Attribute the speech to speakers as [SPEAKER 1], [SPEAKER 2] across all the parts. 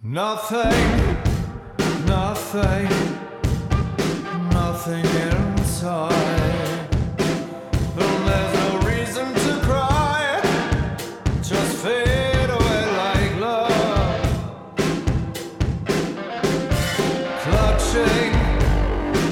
[SPEAKER 1] Nothing, nothing, nothing inside. Well, there's no reason to cry, just fade away like love. Clutching,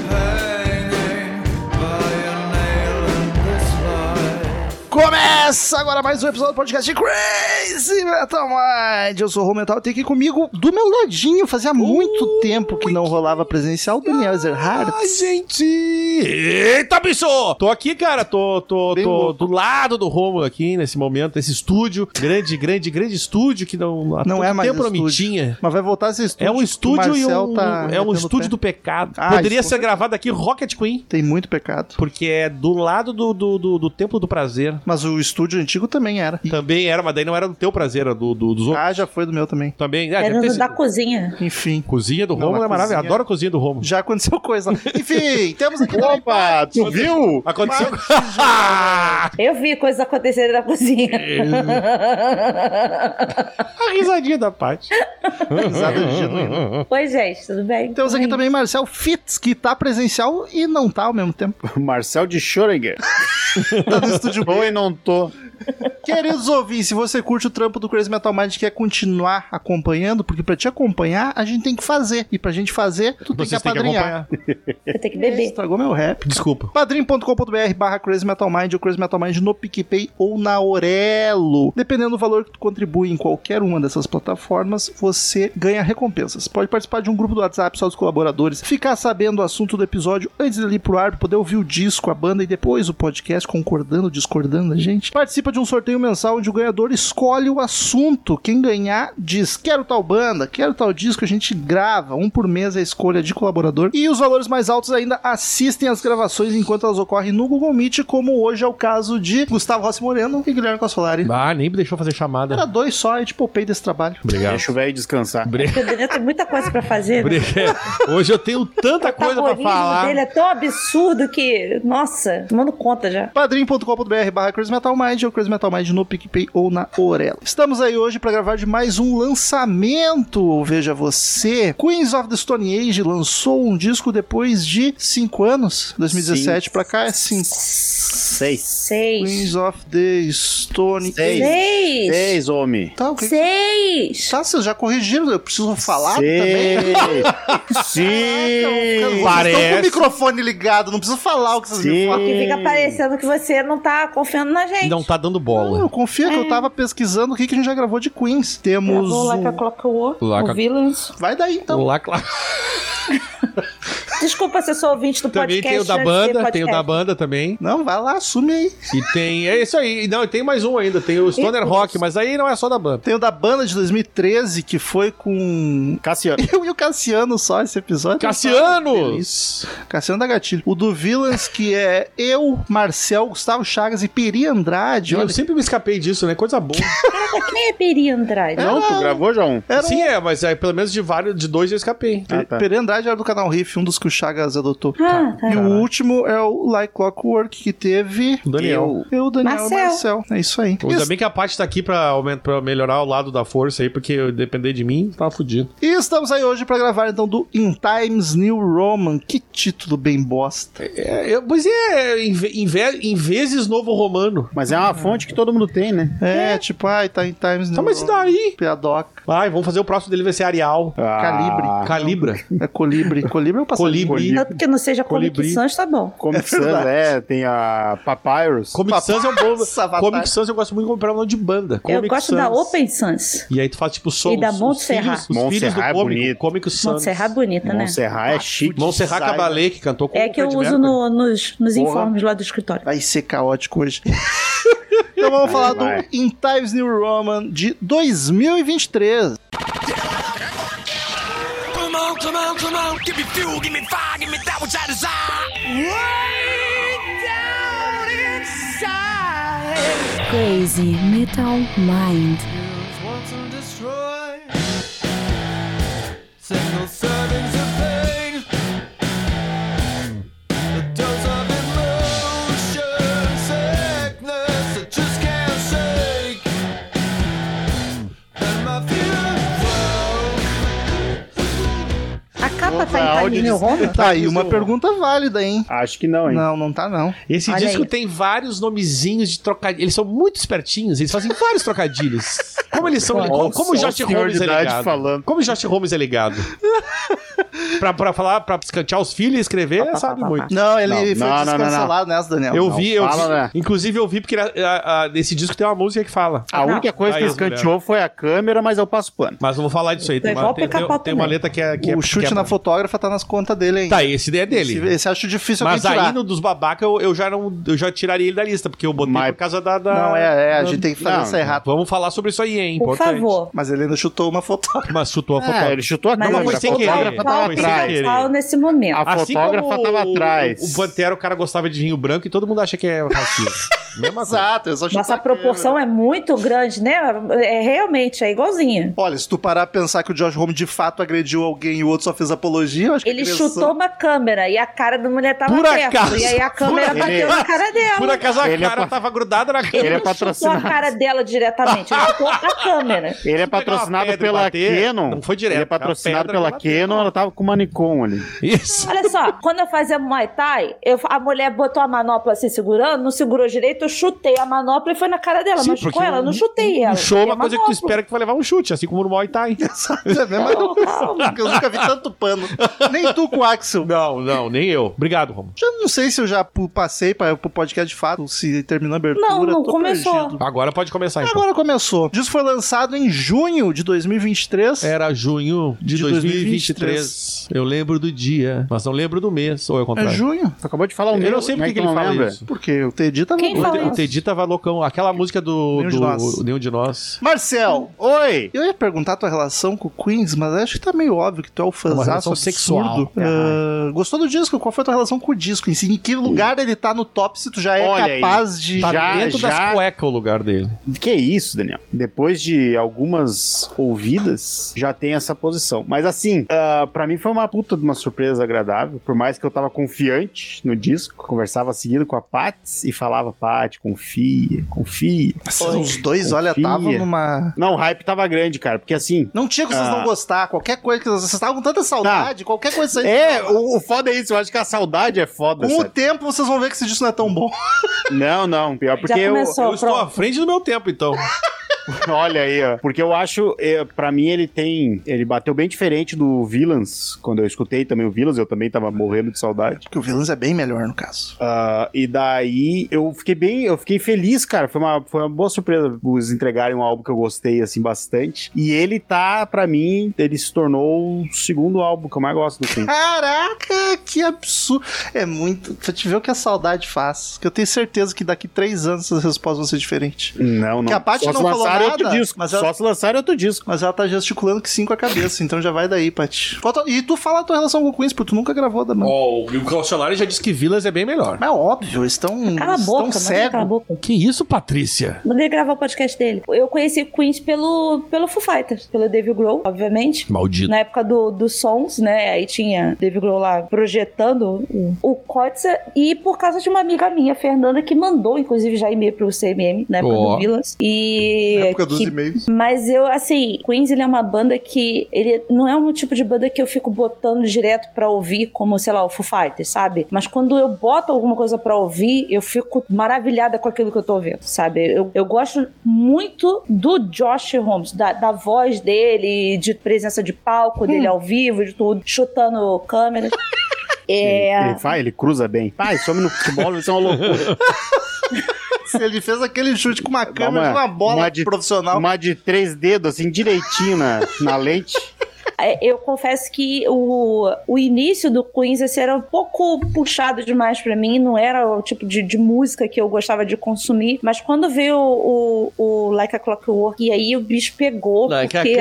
[SPEAKER 1] hanging by a nail in this life.
[SPEAKER 2] Começa agora mais um episódio do podcast Crazy Metal Mind. Eu sou o Rô Metal, tem aqui comigo do meu ladinho.
[SPEAKER 3] Uh,
[SPEAKER 2] Fazia muito tempo que não rolava presencial. Daniel Ezerhard.
[SPEAKER 3] Ai, gente! Eita, bicho! Tô aqui, cara, tô, tô,
[SPEAKER 2] Bem
[SPEAKER 3] tô
[SPEAKER 2] louco.
[SPEAKER 3] do lado do Romulo aqui, nesse momento, nesse estúdio. Grande, grande, grande estúdio que não, há
[SPEAKER 2] Não
[SPEAKER 3] tanto
[SPEAKER 2] é mais
[SPEAKER 3] tempo não me
[SPEAKER 2] estúdio.
[SPEAKER 3] tinha.
[SPEAKER 2] Mas vai voltar esse estúdio.
[SPEAKER 3] É um
[SPEAKER 2] que o
[SPEAKER 3] estúdio e
[SPEAKER 2] Marcel
[SPEAKER 3] um.
[SPEAKER 2] tá
[SPEAKER 3] é um
[SPEAKER 2] metendo
[SPEAKER 3] estúdio
[SPEAKER 2] pé.
[SPEAKER 3] do pecado.
[SPEAKER 2] Ah,
[SPEAKER 3] Poderia
[SPEAKER 2] isso
[SPEAKER 3] ser
[SPEAKER 2] com
[SPEAKER 3] gravado aqui Rocket Queen,
[SPEAKER 2] Tem muito pecado.
[SPEAKER 3] porque é do lado do, do, do, do Templo do Prazer.
[SPEAKER 2] Mas o estúdio antigo também era. E-
[SPEAKER 3] Também era, mas daí não era do teu prazer, era do, do- dos outros.
[SPEAKER 2] Ah, já foi do meu também.
[SPEAKER 3] Também. Ah,
[SPEAKER 4] Era
[SPEAKER 3] deve ter
[SPEAKER 4] no
[SPEAKER 3] sido.
[SPEAKER 4] da cozinha.
[SPEAKER 2] Enfim.
[SPEAKER 3] Cozinha do
[SPEAKER 2] Não,
[SPEAKER 3] Romulo
[SPEAKER 2] a
[SPEAKER 3] é maravilhosa.
[SPEAKER 2] cozinha-
[SPEAKER 3] Adoro a cozinha do Romulo.
[SPEAKER 2] Já aconteceu coisa. lá. Enfim, temos aqui também.
[SPEAKER 5] Opa, tu viu?
[SPEAKER 3] Aconteceu.
[SPEAKER 4] Eu vi coisas acontecerem na cozinha.
[SPEAKER 3] É. a risadinha da parte.
[SPEAKER 2] Risada de genuíno.
[SPEAKER 4] Oi, gente, tudo bem?
[SPEAKER 2] Temos Então, aqui
[SPEAKER 4] Oi.
[SPEAKER 2] também Marcel Fitz, que tá presencial e não tá ao mesmo tempo.
[SPEAKER 5] Marcel de Schrödinger.
[SPEAKER 2] Tá no estúdio
[SPEAKER 5] Tô e não tô.
[SPEAKER 2] Queridos ouvintes, se você curte o trampo do Crazy Metal Mind e quer continuar acompanhando, porque pra te acompanhar, a gente tem que fazer. E pra gente fazer, tu tem que
[SPEAKER 3] Vocês têm que
[SPEAKER 2] apadrinhar.
[SPEAKER 3] acompanhar.
[SPEAKER 4] Eu tenho que beber.
[SPEAKER 2] Estragou meu rap.
[SPEAKER 3] Desculpa.
[SPEAKER 2] padrim.com.br barra Crazy Metal Mind ou Crazy Metal Mind no PicPay ou na Orelo. Dependendo do valor que tu contribui em qualquer uma dessas plataformas, você ganha recompensas. Pode participar de um grupo do WhatsApp só dos colaboradores, ficar sabendo o assunto do episódio antes dele ir pro ar, poder ouvir o disco, a banda e depois o podcast, concordando, discordando da gente. Participa de um sorteio mensal onde o ganhador escolhe o assunto. Quem ganhar diz, quero tal banda, quero tal disco, a gente grava. Um por mês é a escolha de colaborador. E os valores mais altos ainda assistem às gravações enquanto elas ocorrem no Google Meet, como hoje é o caso de Gustavo Rossi Moreno e Guilherme Cassolari.
[SPEAKER 3] Ah, nem me deixou fazer chamada.
[SPEAKER 2] Era dois só, tipo, eu te poupei desse trabalho.
[SPEAKER 3] Obrigado.
[SPEAKER 5] Deixa o velho descansar.
[SPEAKER 4] Porque o Daniel tem muita coisa pra fazer. né?
[SPEAKER 3] Obrigado. Hoje eu tenho tanta
[SPEAKER 4] O
[SPEAKER 3] coisa pra
[SPEAKER 4] tabulismo
[SPEAKER 3] falar.
[SPEAKER 4] dele é tão absurdo que. Nossa, tomando conta já.
[SPEAKER 2] padrim.com.br barra Crazy Metal Mind ou Crazy Metal Mind no PicPay ou na Orelha. Estamos aí hoje para gravar de mais um lançamento, veja você. Queens of the Stone Age lançou um disco depois de 5 anos, 2017
[SPEAKER 5] Sim.
[SPEAKER 2] pra cá é 5.
[SPEAKER 5] Seis.
[SPEAKER 4] Seis.
[SPEAKER 2] Queens of the Stone
[SPEAKER 5] Seis.
[SPEAKER 2] Age.
[SPEAKER 4] Seis.
[SPEAKER 5] Seis, homem.
[SPEAKER 2] Tá, o que
[SPEAKER 4] Seis.
[SPEAKER 2] Tá, vocês já corrigiram, eu preciso falar também.
[SPEAKER 5] Seis.
[SPEAKER 2] Vocês
[SPEAKER 5] Sim.
[SPEAKER 2] estão com
[SPEAKER 3] Parece.
[SPEAKER 2] o microfone ligado, não preciso falar o que vocês me
[SPEAKER 5] Sim.
[SPEAKER 2] falam.
[SPEAKER 4] Que fica parecendo que você não tá confiando na gente.
[SPEAKER 3] Não tá dando
[SPEAKER 2] Não, eu
[SPEAKER 3] bola.
[SPEAKER 2] confio que eu tava pesquisando o que, que a gente já gravou de Queens. Temos.
[SPEAKER 4] Gravou lá
[SPEAKER 2] um-
[SPEAKER 4] com a Clock War,
[SPEAKER 3] Laca-
[SPEAKER 4] o Villains.
[SPEAKER 2] Vai daí então.
[SPEAKER 3] Lá, claro.
[SPEAKER 4] Desculpa se eu sou ouvinte do
[SPEAKER 3] Também
[SPEAKER 4] podcast.
[SPEAKER 3] tem o da
[SPEAKER 4] antes de
[SPEAKER 3] banda,
[SPEAKER 4] podcast.
[SPEAKER 3] tem o da banda também.
[SPEAKER 2] Não, vai lá, assume aí.
[SPEAKER 3] E tem. É isso aí. E Não, e tem mais um ainda. Tem o Stoner Rock, mas aí não é só da banda.
[SPEAKER 2] Tem o da banda de 2013, que foi com.
[SPEAKER 5] Cassiano.
[SPEAKER 2] Eu e o Cassiano só esse episódio. Tá
[SPEAKER 3] Cassianos!
[SPEAKER 2] Cassiano da Gatilho. O do Villains, que é eu, Marcel, Gustavo Chagas e Peri Andrade.
[SPEAKER 3] Eu
[SPEAKER 2] Olha,
[SPEAKER 3] sempre me escapei disso, né? Coisa boa.
[SPEAKER 4] Caraca, quem é Peri Andrade?
[SPEAKER 5] Não, tu gravou já um.
[SPEAKER 2] era
[SPEAKER 3] Sim, é, mas aí, pelo menos de vários, de dois eu escapei.
[SPEAKER 2] um...
[SPEAKER 5] Ah, tá.
[SPEAKER 2] Peri Andrade era do canal Riff, um dos que o Chagas adotou.
[SPEAKER 4] Ah, tá.
[SPEAKER 2] E o último é o Like Clockwork, que teve.
[SPEAKER 3] Daniel.
[SPEAKER 2] Eu, Daniel e
[SPEAKER 4] Marcel.
[SPEAKER 2] Marcel. É isso aí.
[SPEAKER 3] Ainda bem que a parte tá aqui pra, aument- pra melhorar o lado da força aí, porque eu depender de mim, tava fudido.
[SPEAKER 2] E estamos aí hoje pra gravar então do In Times New Roman. Que título bem bosta.
[SPEAKER 3] É, eu- pois é, em, ve- em ve- em vezes novo romano.
[SPEAKER 5] Mas é uma fonte que todo mundo tem, né?
[SPEAKER 2] É, tipo, ai, tá In Times New
[SPEAKER 3] Tá, mas e
[SPEAKER 2] Roman.
[SPEAKER 3] daí?
[SPEAKER 2] Piadoca.
[SPEAKER 3] Ai, vamos fazer o próximo dele, vai ser Arial.
[SPEAKER 5] Ah,
[SPEAKER 2] Calibre.
[SPEAKER 3] Calibra.
[SPEAKER 2] É colibre. Colibre é o passarinho.
[SPEAKER 3] Colibri.
[SPEAKER 4] Tanto que não seja
[SPEAKER 3] Colibri.
[SPEAKER 4] Colic Sans, tá bom.
[SPEAKER 5] Comic Sans, é. Tem a Papyrus.
[SPEAKER 3] Comic Sans é um
[SPEAKER 2] Nossa,
[SPEAKER 3] bom.
[SPEAKER 2] Avatar.
[SPEAKER 3] Comic Sans eu gosto muito de comprar um nome de banda. Comic
[SPEAKER 4] eu gosto
[SPEAKER 3] Sans.
[SPEAKER 4] da Open Sans.
[SPEAKER 3] E aí tu faz tipo só
[SPEAKER 4] E
[SPEAKER 3] os-
[SPEAKER 4] da
[SPEAKER 3] os
[SPEAKER 4] Montserrat.
[SPEAKER 3] filhos- Os filhos do
[SPEAKER 5] Montserrat é
[SPEAKER 3] cômico.
[SPEAKER 5] bonito.
[SPEAKER 3] Cômico Sans.
[SPEAKER 4] Montserrat é bonita, né?
[SPEAKER 5] Montserrat é chique.
[SPEAKER 3] Montserrat
[SPEAKER 5] Sai,
[SPEAKER 3] Caballé, que cantou com
[SPEAKER 4] É
[SPEAKER 3] o
[SPEAKER 4] que eu
[SPEAKER 3] Fred
[SPEAKER 4] uso
[SPEAKER 3] Mercury.
[SPEAKER 4] no- nos, nos
[SPEAKER 5] Porra.
[SPEAKER 4] informes lá do escritório.
[SPEAKER 2] Vai ser caótico hoje. então vamos falar
[SPEAKER 5] vai.
[SPEAKER 2] do In Times New Roman de 2023.
[SPEAKER 6] Come on, come on, come on. Give me fuel, give me fire, give me that which I desire. Way down inside.
[SPEAKER 7] Crazy Metal Mind.
[SPEAKER 1] Use once and destroy. Single servings of pain. The dose of emotion, sickness that just can't shake. And my fear, flow.
[SPEAKER 4] saindo pra
[SPEAKER 5] áudio
[SPEAKER 4] mim.
[SPEAKER 5] de-
[SPEAKER 4] Honda?
[SPEAKER 2] Tá aí uma pergunta válida, hein?
[SPEAKER 5] Acho que não, hein?
[SPEAKER 2] Não, não tá não.
[SPEAKER 3] Esse
[SPEAKER 4] Olha
[SPEAKER 3] disco
[SPEAKER 4] aí.
[SPEAKER 3] tem vários nomezinhos de trocadilhos. Eles são muito espertinhos, eles fazem vários trocadilhos. Como eles são. Como, como o
[SPEAKER 5] Olha o
[SPEAKER 3] Josh
[SPEAKER 5] senhor
[SPEAKER 3] Holmes
[SPEAKER 5] de
[SPEAKER 3] é
[SPEAKER 5] idade
[SPEAKER 3] ligado.
[SPEAKER 5] falando.
[SPEAKER 3] Como o Josh Holmes é ligado. pra, pra falar, pra escantear os filhos e escrever, sabe muito.
[SPEAKER 2] Não, ele
[SPEAKER 5] Não,
[SPEAKER 2] foi
[SPEAKER 5] não, não, não, não.
[SPEAKER 2] descancelado nessa, Daniel.
[SPEAKER 3] Eu
[SPEAKER 5] Não,
[SPEAKER 3] vi, eu
[SPEAKER 5] fala,
[SPEAKER 3] vi-
[SPEAKER 5] né?
[SPEAKER 3] Inclusive, eu vi porque a- a- a- nesse disco tem uma música que fala.
[SPEAKER 5] A única coisa
[SPEAKER 3] Ah,
[SPEAKER 5] que
[SPEAKER 3] isso,
[SPEAKER 5] escanteou foi a câmera, mas eu passo pano.
[SPEAKER 3] Mas não vou falar disso aí. Tem
[SPEAKER 4] É
[SPEAKER 3] uma,
[SPEAKER 4] igual
[SPEAKER 3] tem,
[SPEAKER 4] pica-pau
[SPEAKER 3] tem- tem uma
[SPEAKER 4] também.
[SPEAKER 3] letra que é. Que é-
[SPEAKER 2] o chute
[SPEAKER 3] que é-
[SPEAKER 2] na fotógrafa tá nas contas dele aí.
[SPEAKER 3] Tá, esse daí é
[SPEAKER 2] Esse,
[SPEAKER 3] dele.
[SPEAKER 2] esse acho difícil
[SPEAKER 3] Mas
[SPEAKER 2] alguém tirar.
[SPEAKER 3] aí no dos babaca eu, eu já não, eu já tiraria ele da lista, porque eu botei
[SPEAKER 5] Mas-
[SPEAKER 3] por causa da. da-
[SPEAKER 2] Não, é, é, a gente tem que fazer
[SPEAKER 5] Não,
[SPEAKER 2] essa errata.
[SPEAKER 3] Vamos falar sobre isso aí, hein?
[SPEAKER 4] Por
[SPEAKER 3] Importante.
[SPEAKER 4] favor.
[SPEAKER 2] Mas ele ainda chutou uma fotógrafa.
[SPEAKER 3] Mas chutou a
[SPEAKER 5] É,
[SPEAKER 3] fotógrafa.
[SPEAKER 5] ele chutou a
[SPEAKER 4] Mas
[SPEAKER 5] câmera.
[SPEAKER 3] foi
[SPEAKER 5] a
[SPEAKER 4] a
[SPEAKER 3] sem
[SPEAKER 4] gente
[SPEAKER 3] querer,
[SPEAKER 5] fotógrafa
[SPEAKER 4] fala
[SPEAKER 3] foi
[SPEAKER 5] tava
[SPEAKER 4] qual
[SPEAKER 3] sem
[SPEAKER 5] atrás.
[SPEAKER 3] querer.
[SPEAKER 4] pica-pau nesse momento.
[SPEAKER 5] A fotógrafa
[SPEAKER 3] Assim como
[SPEAKER 5] tava
[SPEAKER 3] o-
[SPEAKER 5] atrás.
[SPEAKER 3] O Pantera, o cara gostava de vinho branco e todo mundo acha que é racismo. Mesma coisa.
[SPEAKER 2] Exato, eu só chutei
[SPEAKER 4] Nossa, a
[SPEAKER 2] a câmera.
[SPEAKER 4] proporção é muito grande, né? É realmente, é igualzinha.
[SPEAKER 2] Olha, se tu parar a pensar que o Josh Home de fato agrediu alguém e o outro só fez apologia, eu acho que
[SPEAKER 4] Ele
[SPEAKER 2] agressão-
[SPEAKER 4] chutou uma câmera e a cara da mulher tava
[SPEAKER 3] Por
[SPEAKER 4] perto.
[SPEAKER 3] acaso,
[SPEAKER 4] e aí a câmera
[SPEAKER 5] por-
[SPEAKER 4] bateu
[SPEAKER 5] ele-
[SPEAKER 4] na cara dela.
[SPEAKER 3] Por acaso a
[SPEAKER 5] Ele é
[SPEAKER 3] cara
[SPEAKER 5] pa-
[SPEAKER 3] tava grudada na
[SPEAKER 4] Ele,
[SPEAKER 5] Ele é
[SPEAKER 4] não chutou a
[SPEAKER 5] patrocinado.
[SPEAKER 4] cara dela diretamente, ele chutou a câmera.
[SPEAKER 5] Ele é
[SPEAKER 3] pegar uma
[SPEAKER 5] patrocinado
[SPEAKER 3] pedra e
[SPEAKER 5] pela
[SPEAKER 3] bater,
[SPEAKER 5] Canon.
[SPEAKER 3] não foi direto,
[SPEAKER 5] Ele é
[SPEAKER 3] cara,
[SPEAKER 5] patrocinado
[SPEAKER 3] pedra
[SPEAKER 5] pela
[SPEAKER 3] que
[SPEAKER 5] Canon, ela tava com o Manicom ali.
[SPEAKER 3] Isso.
[SPEAKER 4] Olha só, quando eu fazia Muay Thai, eu- a mulher botou a manopla assim segurando, não segurou direito, eu chutei a manopla e foi na cara dela.
[SPEAKER 3] Sim,
[SPEAKER 4] mas
[SPEAKER 3] porque
[SPEAKER 4] com ela, eu não chutei ela.
[SPEAKER 3] Um show é uma
[SPEAKER 4] chutei a
[SPEAKER 3] coisa que tu
[SPEAKER 4] manopla.
[SPEAKER 3] espera que tu vai levar um chute, assim como no Muay Thai.
[SPEAKER 2] Sabe, é a mesma
[SPEAKER 4] Não, calma.
[SPEAKER 2] coisa, que eu nunca vi tanto pano. Nem tu com o Axel.
[SPEAKER 3] Não, não, nem eu. Obrigado, Romulo.
[SPEAKER 2] Já não sei se eu já pu- passei para o podcast de fato, se terminou a abertura.
[SPEAKER 4] Não, não
[SPEAKER 2] tô
[SPEAKER 4] começou.
[SPEAKER 2] perdido.
[SPEAKER 3] Agora pode começar, então.
[SPEAKER 2] Agora começou. O disco foi lançado em junho de 2023.
[SPEAKER 3] Era junho de,
[SPEAKER 2] De
[SPEAKER 3] 2023. Eu lembro do dia, mas não lembro do mês. Ou é o
[SPEAKER 2] É
[SPEAKER 3] contrário.
[SPEAKER 2] junho?
[SPEAKER 5] Tu acabou de falar um
[SPEAKER 3] Eu não sei
[SPEAKER 5] por
[SPEAKER 3] porque que ele fala isso.
[SPEAKER 2] Porque o Teddy tava
[SPEAKER 4] Quem
[SPEAKER 2] no-
[SPEAKER 4] fala?
[SPEAKER 3] O Teddy tava loucão. Aquela música do.
[SPEAKER 2] Nenhum de
[SPEAKER 3] do-
[SPEAKER 2] nós.
[SPEAKER 3] Nenhum de nós.
[SPEAKER 2] Marcel,
[SPEAKER 5] Oi!
[SPEAKER 2] eu ia perguntar a tua relação com o Queens, mas acho que tá meio óbvio que tu é o
[SPEAKER 3] Uma
[SPEAKER 2] fãzaço
[SPEAKER 3] relação
[SPEAKER 2] absurdo.
[SPEAKER 3] sexual.
[SPEAKER 2] Ah, gostou do disco? Qual foi a tua relação com o disco? Em si, em que lugar ele tá no top se tu já é
[SPEAKER 5] Olha aí.
[SPEAKER 2] capaz de...
[SPEAKER 3] Tá
[SPEAKER 5] Já,
[SPEAKER 3] dentro
[SPEAKER 5] já.
[SPEAKER 3] das cuecas o lugar dele.
[SPEAKER 5] Que isso, Daniel? Depois de algumas ouvidas, já tem essa posição. Mas assim, ah, pra mim foi uma puta de uma surpresa agradável. Por mais que eu tava confiante no disco, conversava seguido com a Pats e falava, Pat, confia, confia.
[SPEAKER 2] Nossa, os dois, olha,
[SPEAKER 5] Confia.
[SPEAKER 2] estavam numa...
[SPEAKER 5] Não, o hype tava grande, cara, porque assim.
[SPEAKER 2] Não tinha como vocês
[SPEAKER 5] Ah. Tá.
[SPEAKER 2] não gostar, qualquer coisa que vocês vocês estavam com tanta saudade, qualquer coisa que vocês-
[SPEAKER 5] É, o, o foda é isso, eu acho que a saudade é foda.
[SPEAKER 2] Com o
[SPEAKER 5] sabe?
[SPEAKER 2] tempo vocês vão ver que esse disco não é tão bom.
[SPEAKER 5] Não, não, pior porque eu.
[SPEAKER 4] começou. Só,
[SPEAKER 3] eu estou
[SPEAKER 4] pronto.
[SPEAKER 3] à frente do meu tempo, então.
[SPEAKER 5] Olha aí, ó. Porque eu acho, eh, pra mim, ele tem. Ele bateu bem diferente do Villains. Quando eu escutei também o Villains, eu também tava morrendo de saudade.
[SPEAKER 2] Porque o Villains é bem melhor, no caso.
[SPEAKER 5] Ah, e daí eu fiquei bem, eu fiquei feliz, cara. Foi uma, foi uma boa surpresa os entregarem um álbum que eu gostei assim bastante. E ele tá, pra mim, ele se tornou o segundo álbum que eu mais gosto assim. do Queen.
[SPEAKER 2] Caraca, que absurdo. É muito. Pra te ver o que a saudade faz. Que eu tenho certeza que daqui três anos essas respostas vão ser diferentes.
[SPEAKER 5] Não, não.
[SPEAKER 2] Que a Paty
[SPEAKER 5] Só
[SPEAKER 2] não
[SPEAKER 5] se
[SPEAKER 2] falou
[SPEAKER 5] lançarem outro
[SPEAKER 2] nada,
[SPEAKER 5] disco.
[SPEAKER 2] mas ela-
[SPEAKER 5] Só se lançarem outro disco.
[SPEAKER 2] Mas ela tá gesticulando que sim com a cabeça, então já vai daí, Paty. Qual a tua- E tu fala a tua relação com o Queens, porque tu nunca gravou da mano.
[SPEAKER 3] Ó, o Calcionário já disse que Vilas é bem melhor.
[SPEAKER 2] Mas é óbvio, eles estão.
[SPEAKER 4] Cala a boca,
[SPEAKER 2] estão
[SPEAKER 4] manda ele cala a
[SPEAKER 2] cegos.
[SPEAKER 4] boca.
[SPEAKER 3] Que isso, Patrícia?
[SPEAKER 4] Manda ele gravar o podcast dele. Eu conheci o Queens pelo, pelo Foo Fighters, pelo Dave Grohl, obviamente.
[SPEAKER 3] Maldito.
[SPEAKER 4] Na época do- dos sons, né? Aí tinha Dave Grohl lá projetando o- o Kotze. E por causa de uma amiga minha, Fernanda, que mandou, inclusive, já e-mail pro CMM, na época
[SPEAKER 3] Ó.
[SPEAKER 4] do Villains. E.
[SPEAKER 2] Na época dos
[SPEAKER 4] que-
[SPEAKER 2] e-mails.
[SPEAKER 4] mas eu, assim, Queens ele é uma banda que. Ele não é um tipo de banda que eu fico botando direto pra ouvir, como, sei lá, o Foo Fighters, sabe? Mas quando eu boto alguma coisa pra ouvir, eu fico maravilhada com aquilo que eu tô ouvindo, sabe? Eu, eu gosto muito do Josh Holmes, da, da voz dele, de presença de palco dele ao vivo, de tudo, chutando câmeras.
[SPEAKER 5] Ele,
[SPEAKER 4] É.
[SPEAKER 5] ele faz, ele cruza bem. Pai, some no futebol, isso é uma loucura.
[SPEAKER 2] Ele fez aquele chute com uma câmera de
[SPEAKER 5] uma-
[SPEAKER 2] uma bola
[SPEAKER 5] uma de-
[SPEAKER 2] profissional.
[SPEAKER 5] Uma de três dedos, assim, direitinho na, na lente.
[SPEAKER 4] É, Eu confesso que o, o início do Queens assim, era um pouco puxado demais pra mim, não era o tipo de, de música que eu gostava de consumir, mas quando veio o, o- o Like a Clockwork, e aí o bicho pegou,
[SPEAKER 2] é
[SPEAKER 4] porque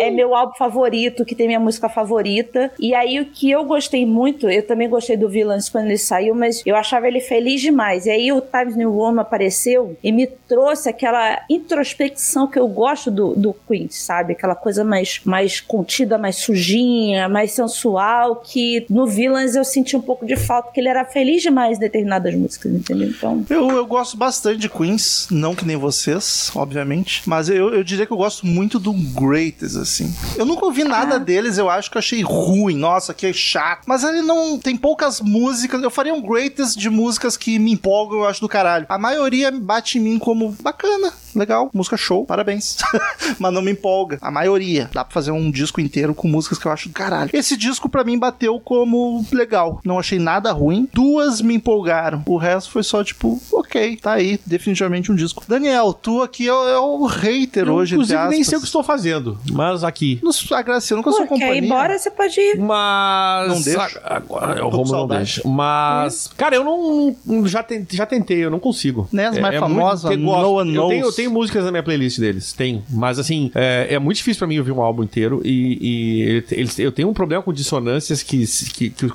[SPEAKER 4] é meu álbum favorito, que tem minha música favorita. E aí o que eu gostei muito, eu também gostei do Villains quando ele saiu, mas eu achava ele feliz demais. E aí o Times New Roman apareceu e me trouxe aquela introspecção que eu gosto do, do Queen, sabe? Aquela coisa mais, mais mais contida, mais sujinha, mais sensual, que no Villains eu senti um pouco de falta, que ele era feliz demais em determinadas músicas, entendeu? Então,
[SPEAKER 2] Eu, eu gosto bastante de Queens, não que nem vocês, obviamente, mas eu, eu diria que eu gosto muito do Greatest, assim. Eu nunca ouvi nada deles, eu acho que eu achei ruim, nossa, que chato. Mas ele não tem poucas músicas, eu faria um Greatest de músicas que me empolgam, eu acho do caralho. A maioria bate em mim como bacana, legal, música show, parabéns. mas não me empolga, a maioria. Dá pra fazer um disco inteiro com músicas que eu acho do caralho. Esse disco pra mim bateu como legal, não achei nada ruim. Duas me empolgaram, o resto foi só tipo, ok, tá aí, definitivamente um disco. Daniel, tu aqui é, o- é o hater hoje, entre
[SPEAKER 3] Inclusive, nem
[SPEAKER 2] aspas.
[SPEAKER 3] sei o que estou fazendo, mas aqui.
[SPEAKER 2] Nos agraciando com a sua
[SPEAKER 4] pô, quer
[SPEAKER 2] companhia.
[SPEAKER 4] ir embora, você pode ir.
[SPEAKER 3] Mas.
[SPEAKER 2] Não deixa.
[SPEAKER 3] Ag- Agora,
[SPEAKER 2] Tô com
[SPEAKER 3] o Romulo não
[SPEAKER 2] saudade.
[SPEAKER 3] deixa. Mas. Cara, eu não. Já tentei, já tentei, eu não consigo.
[SPEAKER 2] Hum.
[SPEAKER 3] É,
[SPEAKER 2] Né, as mais famosas,
[SPEAKER 3] muito- eu
[SPEAKER 2] No
[SPEAKER 3] gosto.
[SPEAKER 2] One
[SPEAKER 3] eu, tenho,
[SPEAKER 2] Knows.
[SPEAKER 3] eu tenho músicas na minha playlist deles, tem. Mas assim, é, é muito difícil pra mim ouvir um álbum inteiro. E, e ele- eles- eu tenho um problema com dissonâncias que, que, que o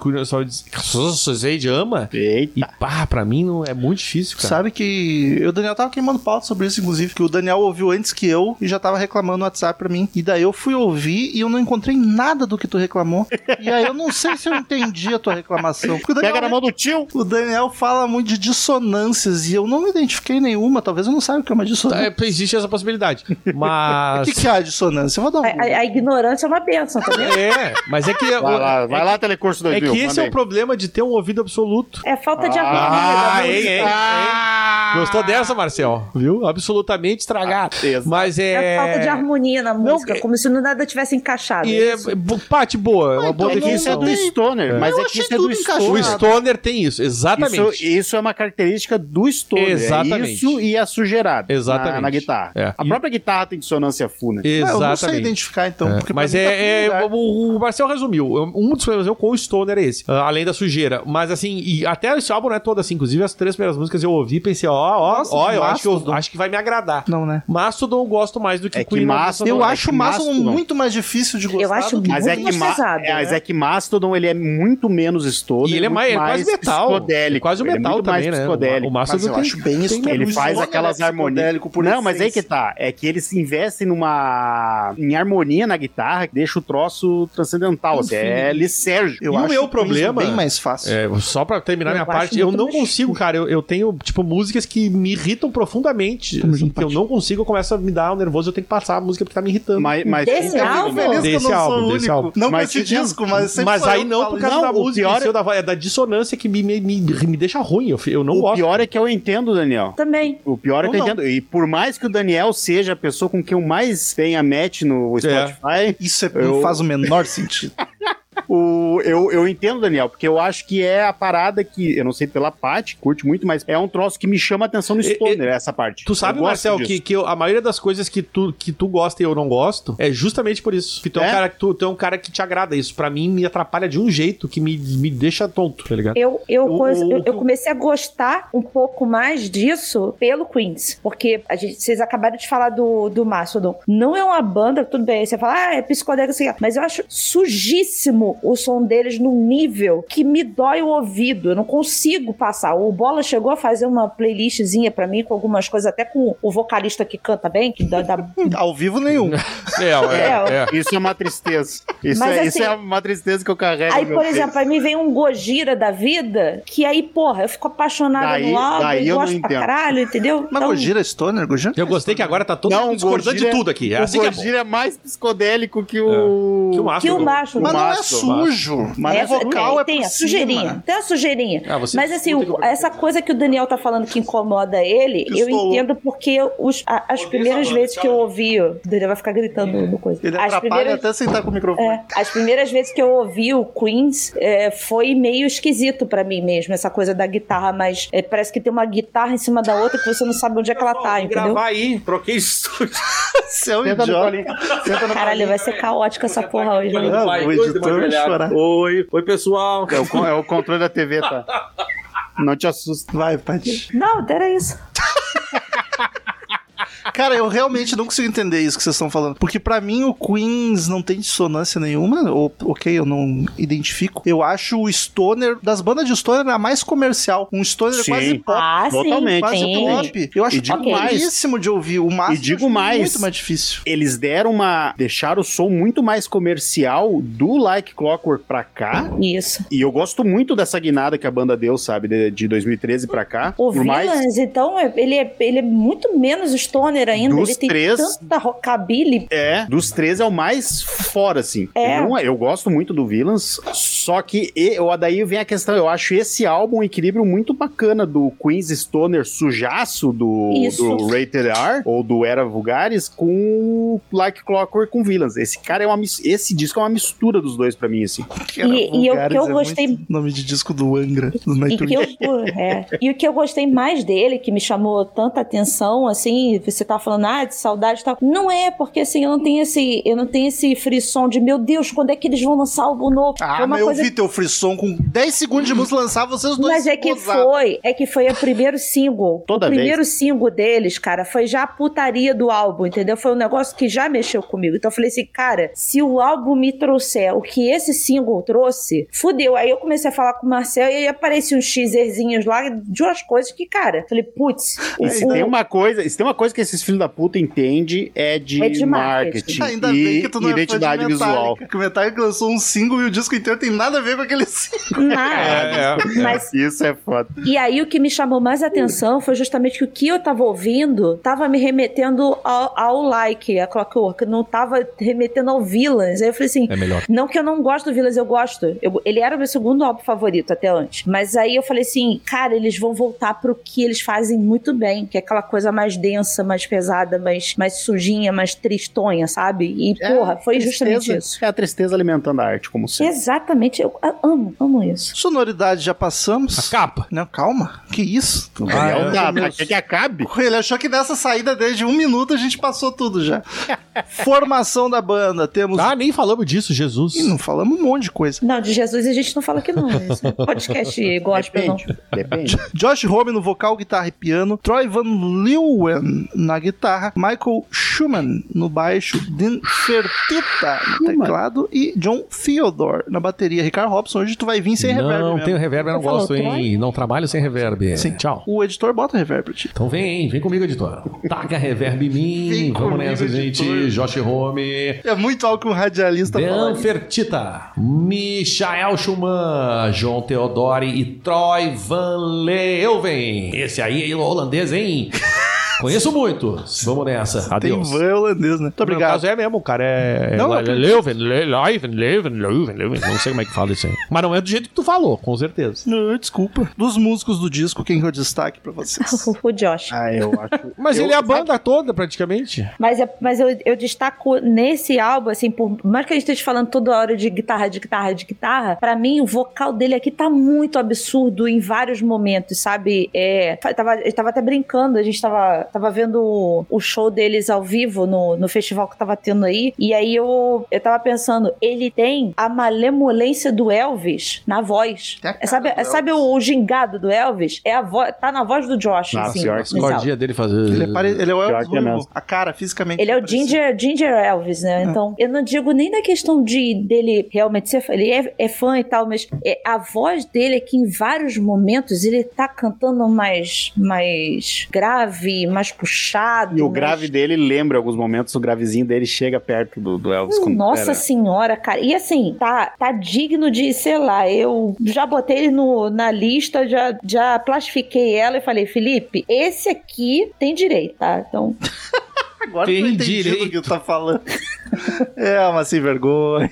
[SPEAKER 3] Curiosidade ama. E
[SPEAKER 2] Tá.
[SPEAKER 5] Eita.
[SPEAKER 3] pá, pra mim não, é muito difícil, cara.
[SPEAKER 2] Sabe que eu, Daniel, tava queimando pauta sobre isso, inclusive, que o Daniel ouviu antes que eu e já tava reclamando no WhatsApp pra mim. E daí eu fui ouvir e eu não encontrei nada do que tu reclamou. E aí eu não sei se eu entendi a tua reclamação. Porque o Daniel,
[SPEAKER 5] Pega na mão do tio.
[SPEAKER 2] o Daniel fala muito de dissonâncias e eu não identifiquei nenhuma. Talvez eu não saiba o que é uma
[SPEAKER 3] Tá,
[SPEAKER 2] dissonância.
[SPEAKER 3] é, existe essa possibilidade.
[SPEAKER 2] O
[SPEAKER 3] Mas.
[SPEAKER 2] que, que é a dissonância? Eu vou dar um.
[SPEAKER 4] A, a- a ignorância é uma benção, tá vendo?
[SPEAKER 3] É, mas é que.
[SPEAKER 5] Vai lá,
[SPEAKER 3] é
[SPEAKER 5] vai lá, Telecurso
[SPEAKER 3] É
[SPEAKER 5] 2000.
[SPEAKER 3] que esse é o
[SPEAKER 5] mandei.
[SPEAKER 3] problema de ter um ouvido absoluto.
[SPEAKER 4] É falta de
[SPEAKER 5] Ah,
[SPEAKER 3] né?
[SPEAKER 4] harmonia. da música.
[SPEAKER 3] Gostou
[SPEAKER 2] Ah.
[SPEAKER 3] dessa, Marcel? Viu? Absolutamente estragado.
[SPEAKER 5] Ah, Exato.
[SPEAKER 3] Mas é.
[SPEAKER 4] É falta de harmonia na música,
[SPEAKER 3] é-
[SPEAKER 4] como se nada tivesse encaixado.
[SPEAKER 3] E é,
[SPEAKER 4] isso.
[SPEAKER 3] bo- parte boa, é uma boa
[SPEAKER 5] É que isso é
[SPEAKER 3] definição.
[SPEAKER 5] do Stoner, mas
[SPEAKER 2] Eu
[SPEAKER 5] é que
[SPEAKER 2] achei
[SPEAKER 5] isso é
[SPEAKER 2] tudo
[SPEAKER 5] do
[SPEAKER 2] encaixado.
[SPEAKER 5] Stoner.
[SPEAKER 3] O Stoner tem isso, exatamente.
[SPEAKER 5] Isso, isso é uma característica do Stoner.
[SPEAKER 3] Exatamente.
[SPEAKER 5] É isso e a sujeirada.
[SPEAKER 3] Exatamente.
[SPEAKER 5] Na, na guitarra.
[SPEAKER 3] É.
[SPEAKER 5] A
[SPEAKER 3] E-
[SPEAKER 5] própria guitarra tem dissonância full, né?
[SPEAKER 2] Ah, eu não sei
[SPEAKER 3] Exatamente.
[SPEAKER 2] identificar, então.
[SPEAKER 3] É,
[SPEAKER 2] porque pra
[SPEAKER 3] Mas
[SPEAKER 2] mim tá tudo
[SPEAKER 3] é, é-
[SPEAKER 2] lugar.
[SPEAKER 3] o, o Marcel resumiu. Um dos problemas eu com o Stoner é esse. ah, além da sujeira. Mas assim, e até esse álbum não é todo assim. Inclusive, as três primeiras músicas eu ouvi e pensei, ó, ó,
[SPEAKER 2] Nossa,
[SPEAKER 3] ó, eu acho que, eu-
[SPEAKER 2] Mastodon.
[SPEAKER 3] acho que vai me agradar.
[SPEAKER 2] Não, né?
[SPEAKER 3] Mastodon eu gosto mais do que
[SPEAKER 5] É que
[SPEAKER 3] Queen.
[SPEAKER 5] Mastodon-
[SPEAKER 2] Eu
[SPEAKER 5] é
[SPEAKER 2] acho o
[SPEAKER 5] que
[SPEAKER 2] Mastodon
[SPEAKER 5] Mastodon-
[SPEAKER 2] muito mais difícil de gostar.
[SPEAKER 4] acho
[SPEAKER 2] do que
[SPEAKER 5] Mas é,
[SPEAKER 4] muito
[SPEAKER 5] que ma
[SPEAKER 4] mais pesado,
[SPEAKER 5] é, mas
[SPEAKER 4] né?
[SPEAKER 5] é que Mastodon ele é muito menos Stoner.
[SPEAKER 3] E ele é,
[SPEAKER 5] muito
[SPEAKER 3] mais, ele é quase metal.
[SPEAKER 5] psicodélico.
[SPEAKER 3] É quase o
[SPEAKER 5] Ele é
[SPEAKER 3] metal
[SPEAKER 5] muito mais
[SPEAKER 3] também, né?
[SPEAKER 5] psicodélico.
[SPEAKER 3] O Mastodon
[SPEAKER 2] Mas eu
[SPEAKER 3] tem-
[SPEAKER 2] acho bem
[SPEAKER 3] tem-
[SPEAKER 2] isso.
[SPEAKER 5] Ele
[SPEAKER 2] O
[SPEAKER 5] faz
[SPEAKER 2] Stoner
[SPEAKER 5] aquelas
[SPEAKER 2] é
[SPEAKER 5] harmonias.
[SPEAKER 2] psicodélico por
[SPEAKER 5] Não, mas aí
[SPEAKER 2] essência.
[SPEAKER 5] que tá. É que eles investem numa. em harmonia na guitarra que deixa o troço transcendental. assim, é Lissérgio.
[SPEAKER 2] Eu
[SPEAKER 3] E o
[SPEAKER 2] acho
[SPEAKER 3] meu
[SPEAKER 2] que é
[SPEAKER 3] problema-
[SPEAKER 2] bem mais fácil.
[SPEAKER 3] É, só pra terminar
[SPEAKER 4] Eu
[SPEAKER 3] minha
[SPEAKER 4] acho
[SPEAKER 3] parte,
[SPEAKER 4] muito
[SPEAKER 3] eu não
[SPEAKER 4] mais
[SPEAKER 3] consigo, cara. Eu, eu tenho, tipo, músicas que me irritam profundamente.
[SPEAKER 2] Tamo
[SPEAKER 3] assim,
[SPEAKER 2] junto,
[SPEAKER 3] que eu
[SPEAKER 2] Paty.
[SPEAKER 3] não consigo, eu começo a me dar um nervoso, eu tenho que passar a música porque tá me irritando.
[SPEAKER 5] Mas, mas
[SPEAKER 4] Desse
[SPEAKER 5] fica- assim,
[SPEAKER 4] álbum?
[SPEAKER 2] feliz que eu
[SPEAKER 3] Desse
[SPEAKER 2] não sou
[SPEAKER 3] álbum,
[SPEAKER 2] o
[SPEAKER 3] desse
[SPEAKER 2] único.
[SPEAKER 3] álbum.
[SPEAKER 2] Não
[SPEAKER 5] Mas
[SPEAKER 2] com esse
[SPEAKER 5] fica-
[SPEAKER 2] disco, mas sempre
[SPEAKER 3] Mas
[SPEAKER 2] sou
[SPEAKER 3] aí
[SPEAKER 2] eu
[SPEAKER 3] não
[SPEAKER 2] que
[SPEAKER 3] por
[SPEAKER 2] falo isso.
[SPEAKER 3] causa da
[SPEAKER 5] Não, o
[SPEAKER 3] música,
[SPEAKER 5] pior
[SPEAKER 3] em si,
[SPEAKER 5] é-
[SPEAKER 3] ou da, é da dissonância que me, me, me, me deixa ruim. Eu, eu não
[SPEAKER 5] o
[SPEAKER 3] gosto.
[SPEAKER 5] pior é que eu entendo, Daniel.
[SPEAKER 4] Também.
[SPEAKER 5] O pior é
[SPEAKER 2] Ou
[SPEAKER 5] que eu
[SPEAKER 2] não.
[SPEAKER 5] entendo. E por mais que o Daniel seja a pessoa com quem eu mais tenha match no Spotify,
[SPEAKER 2] Isso é- não
[SPEAKER 5] Eu-
[SPEAKER 2] faz o menor sentido. É.
[SPEAKER 5] o, eu, eu entendo, Daniel, porque eu acho que é a parada que, eu não sei pela parte, curte muito, mas é um troço que me chama a atenção no
[SPEAKER 3] E-
[SPEAKER 5] Stoner, essa parte.
[SPEAKER 3] Tu sabe,
[SPEAKER 5] Eu gosto
[SPEAKER 3] Marcel,
[SPEAKER 5] disso.
[SPEAKER 3] que, que eu- a maioria das coisas que tu, que tu gosta e eu não gosto é justamente por isso. Que tu é, um
[SPEAKER 5] É?
[SPEAKER 3] cara, que tu, tu é um cara que te agrada isso. Pra mim, me atrapalha de um jeito que me, me deixa tonto, tá ligado?
[SPEAKER 4] Eu, eu,
[SPEAKER 3] O-
[SPEAKER 4] coisa-
[SPEAKER 3] o-
[SPEAKER 4] eu- eu comecei a gostar um pouco mais disso pelo Queens. Porque a gente, vocês acabaram de falar do, do Mastodon. Não é uma banda, tudo bem. Você fala, ah, é psicodélico, assim, mas eu acho sujíssimo o som deles num nível que me dói o ouvido. Eu não consigo passar. O Bola chegou a fazer uma playlistzinha pra mim com algumas coisas, até com o vocalista que canta bem, que dá, dá
[SPEAKER 2] Ao vivo nenhum.
[SPEAKER 3] É,
[SPEAKER 4] É,
[SPEAKER 5] Isso é uma tristeza. Isso,
[SPEAKER 4] Mas,
[SPEAKER 5] é, isso
[SPEAKER 4] assim,
[SPEAKER 5] é uma tristeza que eu carrego.
[SPEAKER 4] Aí,
[SPEAKER 5] no meu
[SPEAKER 4] por
[SPEAKER 5] peito.
[SPEAKER 4] exemplo, aí me vem um Gojira da vida, que aí, porra, eu fico apaixonada
[SPEAKER 5] Daí-
[SPEAKER 4] no álbum,
[SPEAKER 5] daí eu
[SPEAKER 4] eu gosto
[SPEAKER 5] não
[SPEAKER 4] pra
[SPEAKER 5] entendo.
[SPEAKER 4] caralho, entendeu?
[SPEAKER 2] Mas
[SPEAKER 4] Então,
[SPEAKER 2] Gojira é Stoner? Gojira?
[SPEAKER 3] Eu gostei que agora tá todo
[SPEAKER 5] Não,
[SPEAKER 3] mundo
[SPEAKER 5] o
[SPEAKER 3] discordando de
[SPEAKER 5] Gojira-
[SPEAKER 3] tudo aqui. É
[SPEAKER 5] o
[SPEAKER 3] assim que é bom. É.
[SPEAKER 5] Gojira é mais psicodélico que o.
[SPEAKER 3] Que o Mastro.
[SPEAKER 4] Que o macho.
[SPEAKER 2] Mas
[SPEAKER 5] O
[SPEAKER 2] não é
[SPEAKER 5] Mastro,
[SPEAKER 2] sujo. Mas
[SPEAKER 4] Essa-
[SPEAKER 2] o vocal é
[SPEAKER 4] tem,
[SPEAKER 2] por
[SPEAKER 4] a
[SPEAKER 2] cima.
[SPEAKER 4] sujeirinha, tem a sujeirinha.
[SPEAKER 3] Ah, você
[SPEAKER 4] Mas assim,
[SPEAKER 3] disputa
[SPEAKER 4] o-
[SPEAKER 3] que eu vou-
[SPEAKER 4] essa coisa que o Daniel tá falando que incomoda ele, eu
[SPEAKER 2] Pistolou.
[SPEAKER 4] entendo porque os- a- as primeiras vezes que eu ouvi, o Daniel vai ficar gritando no coisa.
[SPEAKER 2] Ele
[SPEAKER 4] as
[SPEAKER 2] atrapalha
[SPEAKER 4] primeiras,
[SPEAKER 2] até sentar com o microfone.
[SPEAKER 4] É, as primeiras vezes que eu ouvi o Queens é, foi meio esquisito pra mim mesmo, essa coisa da guitarra, mas é, parece que tem uma guitarra em cima da outra que você não sabe onde é que ela tá, entendeu?
[SPEAKER 3] aí, troquei estúdio.
[SPEAKER 2] Você é um
[SPEAKER 5] Senta no
[SPEAKER 2] idiota.
[SPEAKER 5] colinho.
[SPEAKER 2] Senta no
[SPEAKER 4] Caralho, vai ser
[SPEAKER 2] né?
[SPEAKER 4] caótica essa porra hoje, né?
[SPEAKER 2] Ah, o editor vai chorar.
[SPEAKER 3] Oi, oi pessoal.
[SPEAKER 5] É o, con- é o controle da TV, tá? Não te assusta.
[SPEAKER 2] Vai, Paty.
[SPEAKER 4] Não, era isso.
[SPEAKER 2] Cara, eu realmente não consigo entender isso que vocês estão falando. Porque pra mim o Queens não tem dissonância nenhuma. Ou, ok, eu não identifico. Eu acho o Stoner, das bandas de Stoner, a mais comercial. Um Stoner
[SPEAKER 5] Sim.
[SPEAKER 2] quase pop.
[SPEAKER 4] Ah, sim,
[SPEAKER 5] Totalmente.
[SPEAKER 2] Quase
[SPEAKER 4] tem.
[SPEAKER 2] pop. Eu acho
[SPEAKER 5] E digo mais.
[SPEAKER 2] dificílimo de ouvir. O Master
[SPEAKER 5] E digo
[SPEAKER 2] eu acho
[SPEAKER 5] mais.
[SPEAKER 2] muito mais difícil.
[SPEAKER 5] Eles deram uma. deixaram o som muito mais comercial do Like Clockwork pra cá.
[SPEAKER 4] Isso.
[SPEAKER 5] E eu gosto muito dessa guinada que a banda deu, sabe? De, de 2013 pra cá.
[SPEAKER 4] O
[SPEAKER 5] Por mais.
[SPEAKER 4] Villains, então, é- ele é, ele é muito menos stoner ainda.
[SPEAKER 5] Dos
[SPEAKER 4] ele tem
[SPEAKER 5] três-
[SPEAKER 4] tanta rockabilly.
[SPEAKER 5] É, dos três é o mais fora, assim.
[SPEAKER 4] É.
[SPEAKER 5] Não eu gosto muito do Villains, só que e- eu, daí vem a questão, eu acho esse álbum um equilíbrio muito bacana do Queen's Stoner sujaço do,
[SPEAKER 4] Isso.
[SPEAKER 5] do Rated R, ou do Era Vulgaris, com o Like Clockwork com Villains. Esse cara é uma mis- esse disco é uma mistura dos dois pra mim, assim.
[SPEAKER 2] Que era
[SPEAKER 4] E- e eu-
[SPEAKER 2] Vulgaris,
[SPEAKER 4] que eu
[SPEAKER 2] é
[SPEAKER 4] gostei-
[SPEAKER 2] muito Nome de disco do Angra, do
[SPEAKER 4] E, que
[SPEAKER 2] Nightwish.
[SPEAKER 4] eu, é. e o que eu gostei mais dele, que me chamou tanta atenção, assim, você tá falando, ah, de saudade e tal. Não é, porque assim, eu não tenho esse, eu não tenho esse frisson de, meu Deus, quando é que eles vão lançar algo novo? Foi
[SPEAKER 5] é
[SPEAKER 2] Ah,
[SPEAKER 4] uma
[SPEAKER 2] mas eu
[SPEAKER 4] coisa
[SPEAKER 2] vi teu frisson com 10 segundos de música lançar, vocês dois
[SPEAKER 4] Mas é
[SPEAKER 2] se
[SPEAKER 4] que
[SPEAKER 2] gozaram.
[SPEAKER 4] foi, é que foi o primeiro single.
[SPEAKER 5] Toda
[SPEAKER 4] o
[SPEAKER 5] vez.
[SPEAKER 4] primeiro single deles, cara, foi já a putaria do álbum, entendeu? Foi um negócio que já mexeu comigo. Então eu falei assim, cara, se o álbum me trouxer o que esse single trouxe, fudeu. Aí eu comeciei a falar com o Marcel e aí apareciam uns teaserzinhos lá de umas coisas que, cara, falei, putz,
[SPEAKER 2] É,
[SPEAKER 5] E se
[SPEAKER 4] o-
[SPEAKER 2] então-
[SPEAKER 5] tem um uma coisa, e se tem uma coisa que esses filhos da puta entende é de,
[SPEAKER 4] É de marketing.
[SPEAKER 5] marketing,
[SPEAKER 2] Ainda bem que tu
[SPEAKER 5] e
[SPEAKER 2] não
[SPEAKER 5] identidade
[SPEAKER 2] é fã de Metallica,
[SPEAKER 5] visual.
[SPEAKER 2] Que o Metallica lançou um single e o disco inteiro tem nada a ver com aquele single.
[SPEAKER 4] nada.
[SPEAKER 3] É, é.
[SPEAKER 4] Mas
[SPEAKER 5] Isso é foda.
[SPEAKER 4] E aí o que me chamou mais atenção foi justamente que o que eu tava ouvindo tava me remetendo ao, ao like, a Clockwork, não tava remetendo ao Villains. Aí eu falei assim,
[SPEAKER 3] É melhor.
[SPEAKER 4] não que eu não gosto do Villains, eu gosto. Eu- ele era o meu segundo álbum favorito até antes. Mas aí eu falei assim, cara, eles vão voltar pro que eles fazem muito bem, que é aquela coisa mais densa, mais pesada, mais, mais sujinha, mais tristonha, sabe? E,
[SPEAKER 5] É,
[SPEAKER 4] porra, foi
[SPEAKER 5] tristeza-
[SPEAKER 4] justamente isso.
[SPEAKER 5] É a tristeza alimentando a arte, como sempre.
[SPEAKER 4] Exatamente, eu a- amo, amo isso.
[SPEAKER 2] Sonoridade já
[SPEAKER 3] A
[SPEAKER 2] passamos.
[SPEAKER 3] capa.
[SPEAKER 2] Não, calma. Que isso?
[SPEAKER 3] Ah,
[SPEAKER 5] Ariel
[SPEAKER 3] é.
[SPEAKER 5] tá, pra que que acabe?
[SPEAKER 2] Ele achou que nessa saída desde um minuto a gente passou tudo já. Formação da banda. Temos.
[SPEAKER 5] Tá.
[SPEAKER 3] Ah, nem falamos disso, Jesus.
[SPEAKER 2] Ih, não falamos um monte de coisa.
[SPEAKER 4] Não, de Jesus a gente não fala que não. Esse é podcast gospel, não.
[SPEAKER 5] Depende, depende.
[SPEAKER 2] Josh Homme no vocal, guitarra e piano, Troy Van Leeuwen na guitarra, Michael Schumann no baixo, Dean Fertita no
[SPEAKER 5] Schumann.
[SPEAKER 2] teclado e John Theodore na bateria. Ricardo Robson, hoje tu vai vir sem reverb
[SPEAKER 3] não,
[SPEAKER 2] mesmo.
[SPEAKER 3] tenho reverb, eu não
[SPEAKER 4] Você falou,
[SPEAKER 3] gosto, hein? Não trabalho sem reverb.
[SPEAKER 2] Sim.
[SPEAKER 3] Tchau.
[SPEAKER 2] O editor bota reverb pra ti.
[SPEAKER 3] Então vem, hein? vem comigo, editor. Taca reverb em mim.
[SPEAKER 2] Vem
[SPEAKER 3] Vamos
[SPEAKER 2] comigo,
[SPEAKER 3] nessa, gente.
[SPEAKER 2] editor.
[SPEAKER 3] Josh Home.
[SPEAKER 2] É muito algo que um radialista
[SPEAKER 3] Dan
[SPEAKER 2] fala.
[SPEAKER 3] Fertita, Michael Schumann, João Teodori e Troy Van Leeuwen. Esse aí é holandês, hein? Conheço muito. Vamos nessa.
[SPEAKER 2] Tem
[SPEAKER 3] Adeus.
[SPEAKER 2] van holandês, né? Muito
[SPEAKER 3] No
[SPEAKER 2] obrigado.
[SPEAKER 3] caso é mesmo, o cara é.
[SPEAKER 2] Não,
[SPEAKER 3] Não,
[SPEAKER 2] não
[SPEAKER 3] é
[SPEAKER 2] acredito.
[SPEAKER 3] Leuven, Le- Leuven, Leuven, Leuven, Leuven. Não sei como é que fala isso aí. Mas não é do jeito que tu falou, com certeza.
[SPEAKER 2] Ah, Desculpa. Dos músicos do disco, quem que eu destaque pra vocês?
[SPEAKER 4] O Josh.
[SPEAKER 5] Ah, eu acho.
[SPEAKER 3] Mas
[SPEAKER 5] eu-
[SPEAKER 3] ele é a banda toda, praticamente.
[SPEAKER 4] Mas, é- mas eu, eu destaco nesse álbum, assim, por mais que a gente esteja falando toda hora de guitarra, de guitarra, de guitarra, pra mim o vocal dele aqui tá muito absurdo em vários momentos, sabe? É, fa- tava, eu tava até brincando, a gente tava, tava vendo o, o show deles ao vivo no, no festival que tava tendo aí, e aí eu, eu tava pensando, ele tem a malemolência do Elvis na voz.
[SPEAKER 2] Tem a cara
[SPEAKER 4] É,
[SPEAKER 2] do
[SPEAKER 4] sabe
[SPEAKER 2] Elvis.
[SPEAKER 4] sabe o, o gingado do Elvis? É a voz, tá na voz do Josh,
[SPEAKER 5] Ah,
[SPEAKER 4] assim,
[SPEAKER 5] pior que
[SPEAKER 3] As
[SPEAKER 4] nesse álbum.
[SPEAKER 3] cordinhas dele fazendo.
[SPEAKER 2] Ele é, pare... ele é o
[SPEAKER 5] Pior
[SPEAKER 2] Elvis
[SPEAKER 5] que é
[SPEAKER 2] Lobo,
[SPEAKER 5] mesmo.
[SPEAKER 2] a cara, fisicamente.
[SPEAKER 4] Ele é o
[SPEAKER 5] tipo
[SPEAKER 2] parecido.
[SPEAKER 4] Ginger, Ginger Elvis, né?
[SPEAKER 5] É.
[SPEAKER 4] Então, eu não digo nem da questão de dele realmente ser fã. Ele é, é fã e tal, mas é, a voz dele é que em vários momentos ele tá cantando mais, mais grave, mais puxado.
[SPEAKER 5] E o
[SPEAKER 4] mais-
[SPEAKER 5] grave dele lembra alguns momentos, o gravezinho dele chega perto do, do Elvis. quando
[SPEAKER 4] Hum, Nossa
[SPEAKER 5] era-
[SPEAKER 4] senhora, cara. E assim, tá, tá digno de, sei lá, eu já botei ele no, na lista, já, já plastifiquei ela e falei, Felipe, esse aqui tem direito, tá? Então,
[SPEAKER 2] Agora eu tô entendi
[SPEAKER 3] Tem
[SPEAKER 2] o que
[SPEAKER 3] direito.
[SPEAKER 2] tu tá falando. É, mas sem vergonha.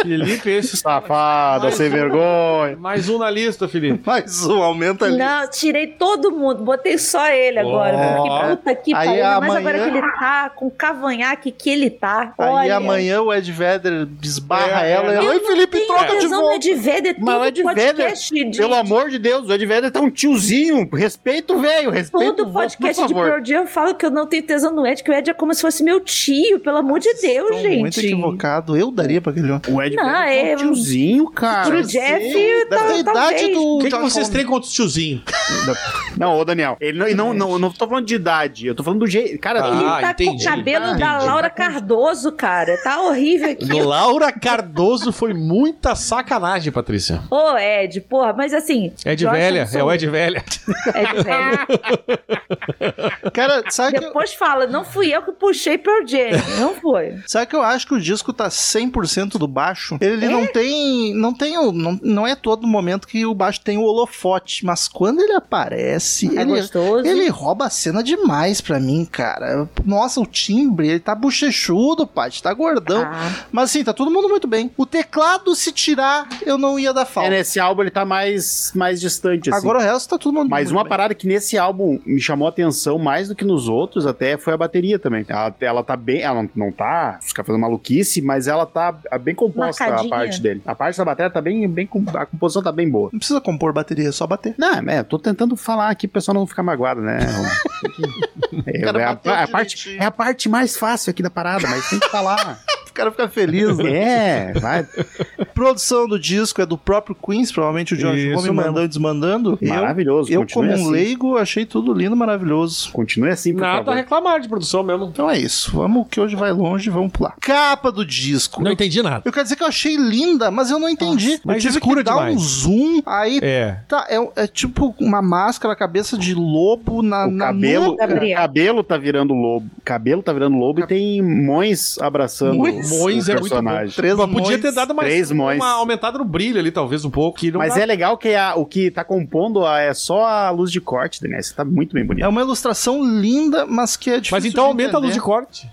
[SPEAKER 3] Felipe, esse.
[SPEAKER 5] Safada,
[SPEAKER 4] um.
[SPEAKER 5] sem vergonha.
[SPEAKER 3] Mais um na lista, Felipe.
[SPEAKER 2] Mais um, aumenta ali.
[SPEAKER 4] Não, tirei todo mundo, botei só ele agora.
[SPEAKER 2] Ó.
[SPEAKER 4] Porque puta que
[SPEAKER 2] Aí
[SPEAKER 4] pariu. Ainda mais
[SPEAKER 2] amanhã-
[SPEAKER 4] agora que ele tá com o cavanhaque que ele tá.
[SPEAKER 2] Aí
[SPEAKER 4] olha,
[SPEAKER 2] amanhã o Ed Vedder desbarra
[SPEAKER 5] É,
[SPEAKER 2] ela.
[SPEAKER 5] é.
[SPEAKER 2] e ela, Oi, Felipe,
[SPEAKER 4] Tem
[SPEAKER 2] troca de é
[SPEAKER 4] tesão no
[SPEAKER 2] volta.
[SPEAKER 4] Ed Vedder,
[SPEAKER 5] Mas o
[SPEAKER 4] todo
[SPEAKER 5] Ed
[SPEAKER 4] podcast né, de...
[SPEAKER 5] Pelo amor de Deus, o Ed Vedder tá um tiozinho. Respeita o velho, respeita o
[SPEAKER 4] Todo
[SPEAKER 5] vô,
[SPEAKER 4] podcast
[SPEAKER 5] por
[SPEAKER 4] de
[SPEAKER 5] favor.
[SPEAKER 4] Pearl Jam eu falo que eu não tenho tesão no Ed, que o Ed é como se fosse meu tio, pelo amor de Deus,
[SPEAKER 2] Estão
[SPEAKER 4] gente.
[SPEAKER 2] muito equivocado. Eu daria pra aquele homem.
[SPEAKER 5] O Ed
[SPEAKER 4] Não,
[SPEAKER 5] Vedder
[SPEAKER 4] é-
[SPEAKER 5] tá um tiozinho, cara.
[SPEAKER 4] Pro
[SPEAKER 5] Eu
[SPEAKER 4] Jeff,
[SPEAKER 5] sei,
[SPEAKER 4] tá-
[SPEAKER 5] da-
[SPEAKER 2] A idade
[SPEAKER 4] talvez.
[SPEAKER 2] do
[SPEAKER 3] O que, que
[SPEAKER 2] John
[SPEAKER 3] vocês
[SPEAKER 2] Holmes.
[SPEAKER 3] têm contra os tiozinhos?
[SPEAKER 5] Não, ô Daniel, ele não, e não, não, eu não tô falando de idade, eu tô falando do jeito. Cara,
[SPEAKER 3] Ah,
[SPEAKER 4] Ele
[SPEAKER 5] ele-
[SPEAKER 4] tá
[SPEAKER 3] entendi.
[SPEAKER 4] com o cabelo
[SPEAKER 2] Ah,
[SPEAKER 4] da
[SPEAKER 5] Entendi.
[SPEAKER 4] Laura Cardoso, cara. Tá horrível aqui.
[SPEAKER 3] Laura Cardoso foi muita sacanagem, Patrícia.
[SPEAKER 4] Ô, Ed, porra, mas assim.
[SPEAKER 3] É de
[SPEAKER 4] Josh
[SPEAKER 3] velha,
[SPEAKER 4] Hudson-
[SPEAKER 3] é o Ed velha.
[SPEAKER 4] Ed velha.
[SPEAKER 2] Cara, sabe É que, eu,
[SPEAKER 4] Depois fala, não fui eu que puxei Pearl Jam. Não foi.
[SPEAKER 2] sabe que eu acho que o disco tá 100% do baixo? Ele não
[SPEAKER 4] É?
[SPEAKER 2] tem. Não tem o, não, não é todo momento que o baixo tem o holofote, mas quando ele aparece,
[SPEAKER 4] É
[SPEAKER 2] ele,
[SPEAKER 4] gostoso.
[SPEAKER 2] Ele rouba a cena demais pra mim, cara. Nossa, o timbre, ele tá bochechudo, Paty, tá gordão.
[SPEAKER 4] Ah,
[SPEAKER 2] Mas assim, tá todo mundo muito bem. O teclado, se tirar, eu não ia dar
[SPEAKER 5] é,
[SPEAKER 2] falta.
[SPEAKER 5] nesse álbum ele tá mais, mais distante, assim.
[SPEAKER 2] Agora o resto tá todo mundo
[SPEAKER 5] Mas
[SPEAKER 2] muito
[SPEAKER 5] uma
[SPEAKER 2] bem.
[SPEAKER 5] parada que nesse álbum me chamou a atenção mais do que nos outros até foi a bateria também. Ela, ela tá bem, ela não, não tá fica fazendo maluquice, mas ela tá bem composta
[SPEAKER 4] Marcadinha.
[SPEAKER 5] a parte dele. A parte da bateria tá bem, bem com- a composição tá bem boa.
[SPEAKER 2] Não precisa compor bateria, é só bater.
[SPEAKER 5] Não, é, tô tentando falar aqui pro pessoal não ficar magoado, né? É,
[SPEAKER 2] cara
[SPEAKER 5] é a,
[SPEAKER 2] bateu
[SPEAKER 5] é a parte,
[SPEAKER 2] direitinho.
[SPEAKER 5] é a parte mais fácil aqui da parada, mas tem que falar.
[SPEAKER 2] O cara fica feliz, né?
[SPEAKER 5] é, vai.
[SPEAKER 2] Produção do disco é do próprio Queens, provavelmente o George
[SPEAKER 3] Isso
[SPEAKER 2] Homme
[SPEAKER 3] mesmo.
[SPEAKER 2] mandando e desmandando. Eu,
[SPEAKER 5] Maravilhoso.
[SPEAKER 2] eu
[SPEAKER 5] continue
[SPEAKER 2] como um
[SPEAKER 5] assim.
[SPEAKER 2] leigo, achei tudo lindo, maravilhoso.
[SPEAKER 5] Continue assim, por
[SPEAKER 3] Nada a
[SPEAKER 5] favor.
[SPEAKER 3] reclamar de produção mesmo.
[SPEAKER 2] Então é isso, vamos que hoje vai longe, vamos pular. Capa do disco.
[SPEAKER 3] Não entendi nada.
[SPEAKER 2] Eu quero dizer que eu achei linda, mas eu não entendi.
[SPEAKER 3] mas
[SPEAKER 2] eu tive
[SPEAKER 3] escura
[SPEAKER 2] que dar
[SPEAKER 3] demais.
[SPEAKER 2] um zoom, aí
[SPEAKER 3] É.
[SPEAKER 2] tá, é, é tipo uma máscara, cabeça de lobo na,
[SPEAKER 5] O
[SPEAKER 2] na
[SPEAKER 5] cabelo,
[SPEAKER 2] nuca.
[SPEAKER 5] o cabelo tá virando lobo. Cabelo tá virando lobo e tem Mões abraçando
[SPEAKER 2] Mões?
[SPEAKER 5] o
[SPEAKER 3] Mões é muito
[SPEAKER 5] personagem.
[SPEAKER 2] Três
[SPEAKER 3] Mas podia
[SPEAKER 2] anões.
[SPEAKER 3] ter dado mais
[SPEAKER 5] Três
[SPEAKER 3] uma
[SPEAKER 5] mões.
[SPEAKER 3] aumentada no brilho ali, talvez, um pouco. que não
[SPEAKER 5] Mas
[SPEAKER 3] dá-
[SPEAKER 5] é legal que a- o que tá compondo a- é só a luz de corte, Daniel. Isso tá muito bem bonito.
[SPEAKER 2] É uma ilustração linda, mas que é difícil.
[SPEAKER 3] Mas então
[SPEAKER 2] de
[SPEAKER 3] aumenta a luz de
[SPEAKER 2] entender.
[SPEAKER 3] corte.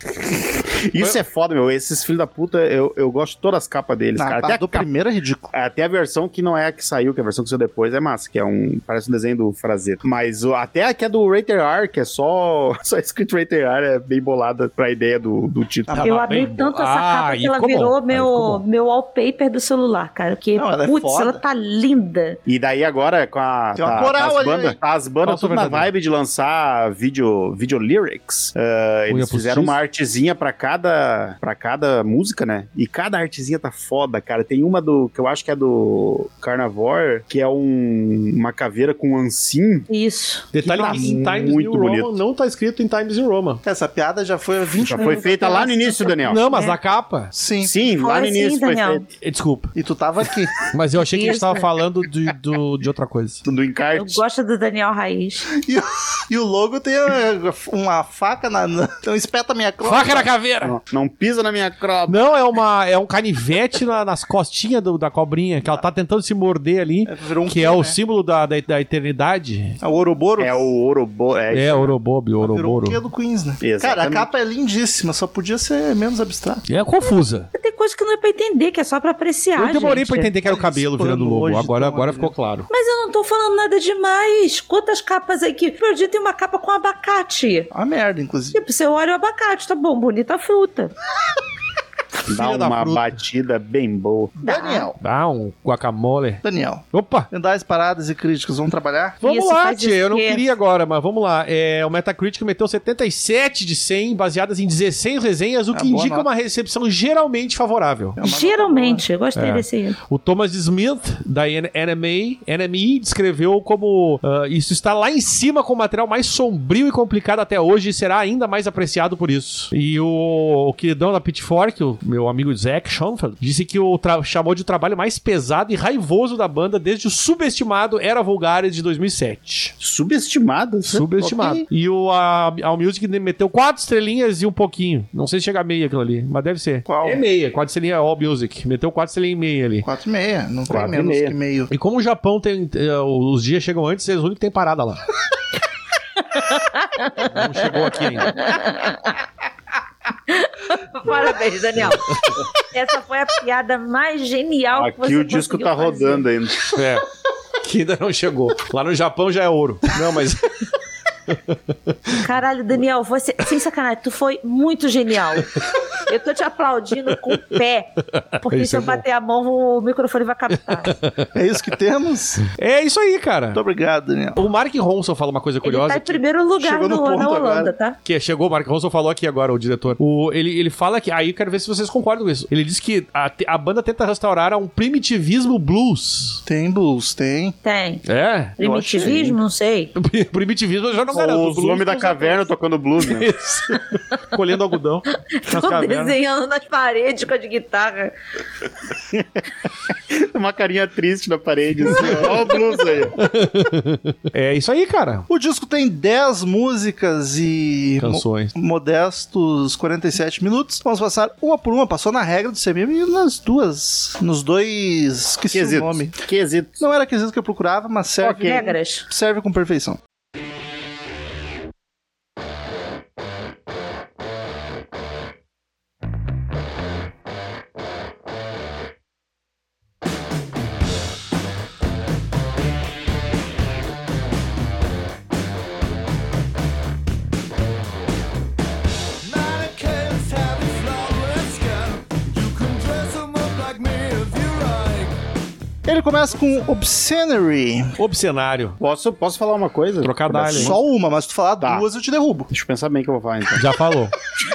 [SPEAKER 5] Isso é foda, meu. Esses filhos da puta, eu, eu gosto de todas as capas deles,
[SPEAKER 2] Na
[SPEAKER 5] cara.
[SPEAKER 2] parte
[SPEAKER 5] Até a,
[SPEAKER 2] do
[SPEAKER 5] capa-
[SPEAKER 2] primeiro é ridículo.
[SPEAKER 5] até a versão que não é a que saiu, que é a versão que saiu depois, é massa, que é um. Parece um desenho do Frazeto. Mas o- até a que é do Rater R, que é só. Só escrito Rater R, é bem bolada pra ideia do, do título.
[SPEAKER 3] Ah,
[SPEAKER 4] eu
[SPEAKER 3] mas
[SPEAKER 4] abri
[SPEAKER 3] bem
[SPEAKER 4] tanto
[SPEAKER 3] boa.
[SPEAKER 4] essa
[SPEAKER 3] Ah,
[SPEAKER 4] capa
[SPEAKER 3] aí
[SPEAKER 4] que ela
[SPEAKER 3] ficou bom.
[SPEAKER 4] virou
[SPEAKER 3] Aí ficou
[SPEAKER 4] meu,
[SPEAKER 3] bom.
[SPEAKER 4] meu wallpaper do celular, cara. Porque,
[SPEAKER 2] Não, ela é
[SPEAKER 4] putz,
[SPEAKER 2] foda.
[SPEAKER 4] ela tá linda.
[SPEAKER 5] E daí agora, com a.
[SPEAKER 2] Tem uma
[SPEAKER 5] tá-
[SPEAKER 2] coral ali,
[SPEAKER 5] tá as bandas,
[SPEAKER 2] hein?
[SPEAKER 5] tá as bandas
[SPEAKER 3] Falso
[SPEAKER 5] tudo na
[SPEAKER 3] verdadeiro.
[SPEAKER 5] vibe de lançar vídeo, vídeo lyrics. Ah,
[SPEAKER 3] Unha
[SPEAKER 5] eles fizeram
[SPEAKER 3] postiça.
[SPEAKER 5] uma artezinha pra cada, pra cada música, né? E cada artezinha tá foda, cara. Tem uma do. que eu acho que é do Carnivore, que é um- uma caveira com ansim.
[SPEAKER 4] Isso.
[SPEAKER 3] Detalhe
[SPEAKER 5] tá
[SPEAKER 3] que em Times
[SPEAKER 5] muito
[SPEAKER 3] New
[SPEAKER 5] bonito.
[SPEAKER 3] Roman não tá escrito em Times New Roman.
[SPEAKER 2] Essa piada já foi há 20
[SPEAKER 5] Já
[SPEAKER 2] anos.
[SPEAKER 5] foi feita lá no início, Daniel.
[SPEAKER 3] Não,
[SPEAKER 4] É.
[SPEAKER 3] mas na capa.
[SPEAKER 2] Sim.
[SPEAKER 5] Sim, lá
[SPEAKER 4] Fala
[SPEAKER 5] no
[SPEAKER 4] assim,
[SPEAKER 5] início foi
[SPEAKER 4] Daniel.
[SPEAKER 5] feito.
[SPEAKER 3] Eh, Desculpa.
[SPEAKER 2] E tu tava aqui.
[SPEAKER 3] Mas eu achei que a gente
[SPEAKER 4] Isso.
[SPEAKER 3] tava falando de, do- de outra coisa.
[SPEAKER 5] Do
[SPEAKER 4] Eu
[SPEAKER 5] encarte.
[SPEAKER 4] gosto do Daniel Raiz.
[SPEAKER 2] E, o- e o logo tem uma, uma faca na. na- Então espeta minha clota.
[SPEAKER 3] na caveira!
[SPEAKER 5] Não, não pisa na minha cropa.
[SPEAKER 3] Não, é, uma, é um canivete na- nas costinhas do- da cobrinha, que ela tá tentando se morder ali,
[SPEAKER 2] É, virou um
[SPEAKER 3] que é
[SPEAKER 2] quê,
[SPEAKER 3] o
[SPEAKER 2] né?
[SPEAKER 3] símbolo da, da, da eternidade.
[SPEAKER 2] É o Ouroboro.
[SPEAKER 5] É o Ouro É,
[SPEAKER 3] É, Orobob,
[SPEAKER 2] Virou um o quê
[SPEAKER 3] Oroboro.
[SPEAKER 2] do Queens, né? Cara, a
[SPEAKER 5] Exatamente.
[SPEAKER 2] capa é lindíssima, só podia ser menos abstrata.
[SPEAKER 3] É confusa.
[SPEAKER 4] Tem coisa que não é pra entender, que é só pra apreciar.
[SPEAKER 3] Eu demorei
[SPEAKER 4] gente. é
[SPEAKER 3] pra entender que era o cabelo virando
[SPEAKER 2] Esse pano
[SPEAKER 3] lobo.
[SPEAKER 2] hoje
[SPEAKER 3] Agora,
[SPEAKER 2] tá uma
[SPEAKER 3] agora ficou claro.
[SPEAKER 4] Mas eu não tô falando nada demais. Quantas capas aqui? Perdi tem uma capa com abacate.
[SPEAKER 2] Uma merda, inclusive.
[SPEAKER 4] Tipo, você olha o abacate, tá bom, bonita a
[SPEAKER 2] É
[SPEAKER 4] fruta.
[SPEAKER 5] Dá
[SPEAKER 3] filha da
[SPEAKER 5] uma
[SPEAKER 3] fruta.
[SPEAKER 5] batida bem boa.
[SPEAKER 2] Daniel.
[SPEAKER 3] Ah, um guacamole.
[SPEAKER 2] Daniel.
[SPEAKER 3] Opa!
[SPEAKER 2] Vendais, paradas e críticas, vamos trabalhar?
[SPEAKER 3] Vamos
[SPEAKER 4] Isso,
[SPEAKER 3] lá,
[SPEAKER 4] faz
[SPEAKER 3] tia. Eu não
[SPEAKER 4] esquerda.
[SPEAKER 3] queria agora, mas vamos lá. É, o Metacritic meteu 77 de 100, baseadas em 16 resenhas, o
[SPEAKER 2] É
[SPEAKER 3] que
[SPEAKER 2] uma boa
[SPEAKER 3] indica
[SPEAKER 2] nota.
[SPEAKER 3] uma recepção geralmente favorável.
[SPEAKER 2] É uma nota
[SPEAKER 4] Geralmente, eu gostei
[SPEAKER 3] É.
[SPEAKER 4] desse aí.
[SPEAKER 3] O Thomas Smith, da N- NME, NME descreveu como ah, isso está lá em cima com o material mais sombrio e complicado até hoje e será ainda mais apreciado por isso. E o, o queridão da Pitchfork, o meu amigo Zack Schoenfeld, disse que o tra- chamou de o trabalho mais pesado e raivoso da banda desde o subestimado Era Vulgares de 2007.
[SPEAKER 5] Subestimado. né?
[SPEAKER 3] Subestimado.
[SPEAKER 5] Ok.
[SPEAKER 3] E o a, a Music meteu quatro estrelinhas e um pouquinho. Não sei se chega a meia aquilo ali, mas deve ser.
[SPEAKER 2] Qual?
[SPEAKER 3] É meia. Quatro estrelinhas é All Music. Meteu quatro estrelinhas e meia ali.
[SPEAKER 2] 4 e meia, não tem
[SPEAKER 5] Quatro e
[SPEAKER 2] menos
[SPEAKER 5] meia.
[SPEAKER 2] que meio.
[SPEAKER 3] E como o Japão tem. eh, Os dias chegam antes, eles únicos que tem parada lá. Não chegou aqui ainda.
[SPEAKER 4] Parabéns, Daniel. Essa foi a piada mais genial que você
[SPEAKER 5] Aqui o disco
[SPEAKER 4] conseguiu
[SPEAKER 5] tá
[SPEAKER 4] fazer.
[SPEAKER 5] rodando ainda.
[SPEAKER 3] É. Que ainda não chegou. Lá no Japão já é ouro. Não, mas.
[SPEAKER 4] Caralho, Daniel, você, sem sacanagem, tu foi muito genial. Eu tô te aplaudindo com o pé. Porque
[SPEAKER 3] Isso
[SPEAKER 4] se
[SPEAKER 3] é
[SPEAKER 4] eu
[SPEAKER 3] bom.
[SPEAKER 4] bater a mão, o microfone vai captar. tá
[SPEAKER 2] É isso que temos?
[SPEAKER 3] É isso aí, cara.
[SPEAKER 2] Muito obrigado, Daniel.
[SPEAKER 3] O Mark Ronson fala uma coisa
[SPEAKER 4] Ele
[SPEAKER 3] curiosa.
[SPEAKER 4] tá em
[SPEAKER 3] que-
[SPEAKER 4] primeiro lugar
[SPEAKER 2] Chegou no
[SPEAKER 4] no-
[SPEAKER 2] ponto
[SPEAKER 4] na Holanda,
[SPEAKER 2] agora.
[SPEAKER 4] tá?
[SPEAKER 3] Que chegou, o Mark Ronson falou aqui agora, o diretor. O, ele, ele fala que. Aí eu quero ver se vocês concordam com isso. Ele diz que a, te- a banda tenta restaurar a um primitivismo blues.
[SPEAKER 2] Tem blues, tem.
[SPEAKER 4] Tem.
[SPEAKER 3] É?
[SPEAKER 4] Primitivismo, não sei.
[SPEAKER 3] Primitivismo eu já não garanto.
[SPEAKER 5] Os
[SPEAKER 3] Blues
[SPEAKER 5] homens da
[SPEAKER 3] não-
[SPEAKER 5] caverna tocando blues, né?
[SPEAKER 3] Isso. Colhendo algodão. nas
[SPEAKER 4] Tô
[SPEAKER 3] cavernas.
[SPEAKER 4] desenhando nas paredes com a de guitarra.
[SPEAKER 5] Uma carinha triste na parede, assim, ó. Ó o blues aí.
[SPEAKER 3] É isso aí, cara.
[SPEAKER 2] O disco tem 10 músicas e
[SPEAKER 3] Canções.
[SPEAKER 2] mo- modestos 47 minutos. Vamos passar uma por uma. Passou na regra do CMM e nas duas, nos dois, esqueci o
[SPEAKER 5] Quesito.
[SPEAKER 2] nome.
[SPEAKER 5] Quesito.
[SPEAKER 2] Não era quesito que eu procurava, mas serve,
[SPEAKER 4] Regras.
[SPEAKER 2] serve com perfeição.
[SPEAKER 1] Mannequins have a flawless skin. You can dress 'em up like me if you like.
[SPEAKER 2] Ele começa com Obscenery.
[SPEAKER 3] Obcenário.
[SPEAKER 5] Posso, posso falar uma coisa?
[SPEAKER 3] Trocadalho. hein?
[SPEAKER 2] Só uma, mas se tu falar
[SPEAKER 5] Tá.
[SPEAKER 2] duas eu te derrubo.
[SPEAKER 5] Deixa eu pensar bem o que eu vou falar, então.
[SPEAKER 3] Já falou.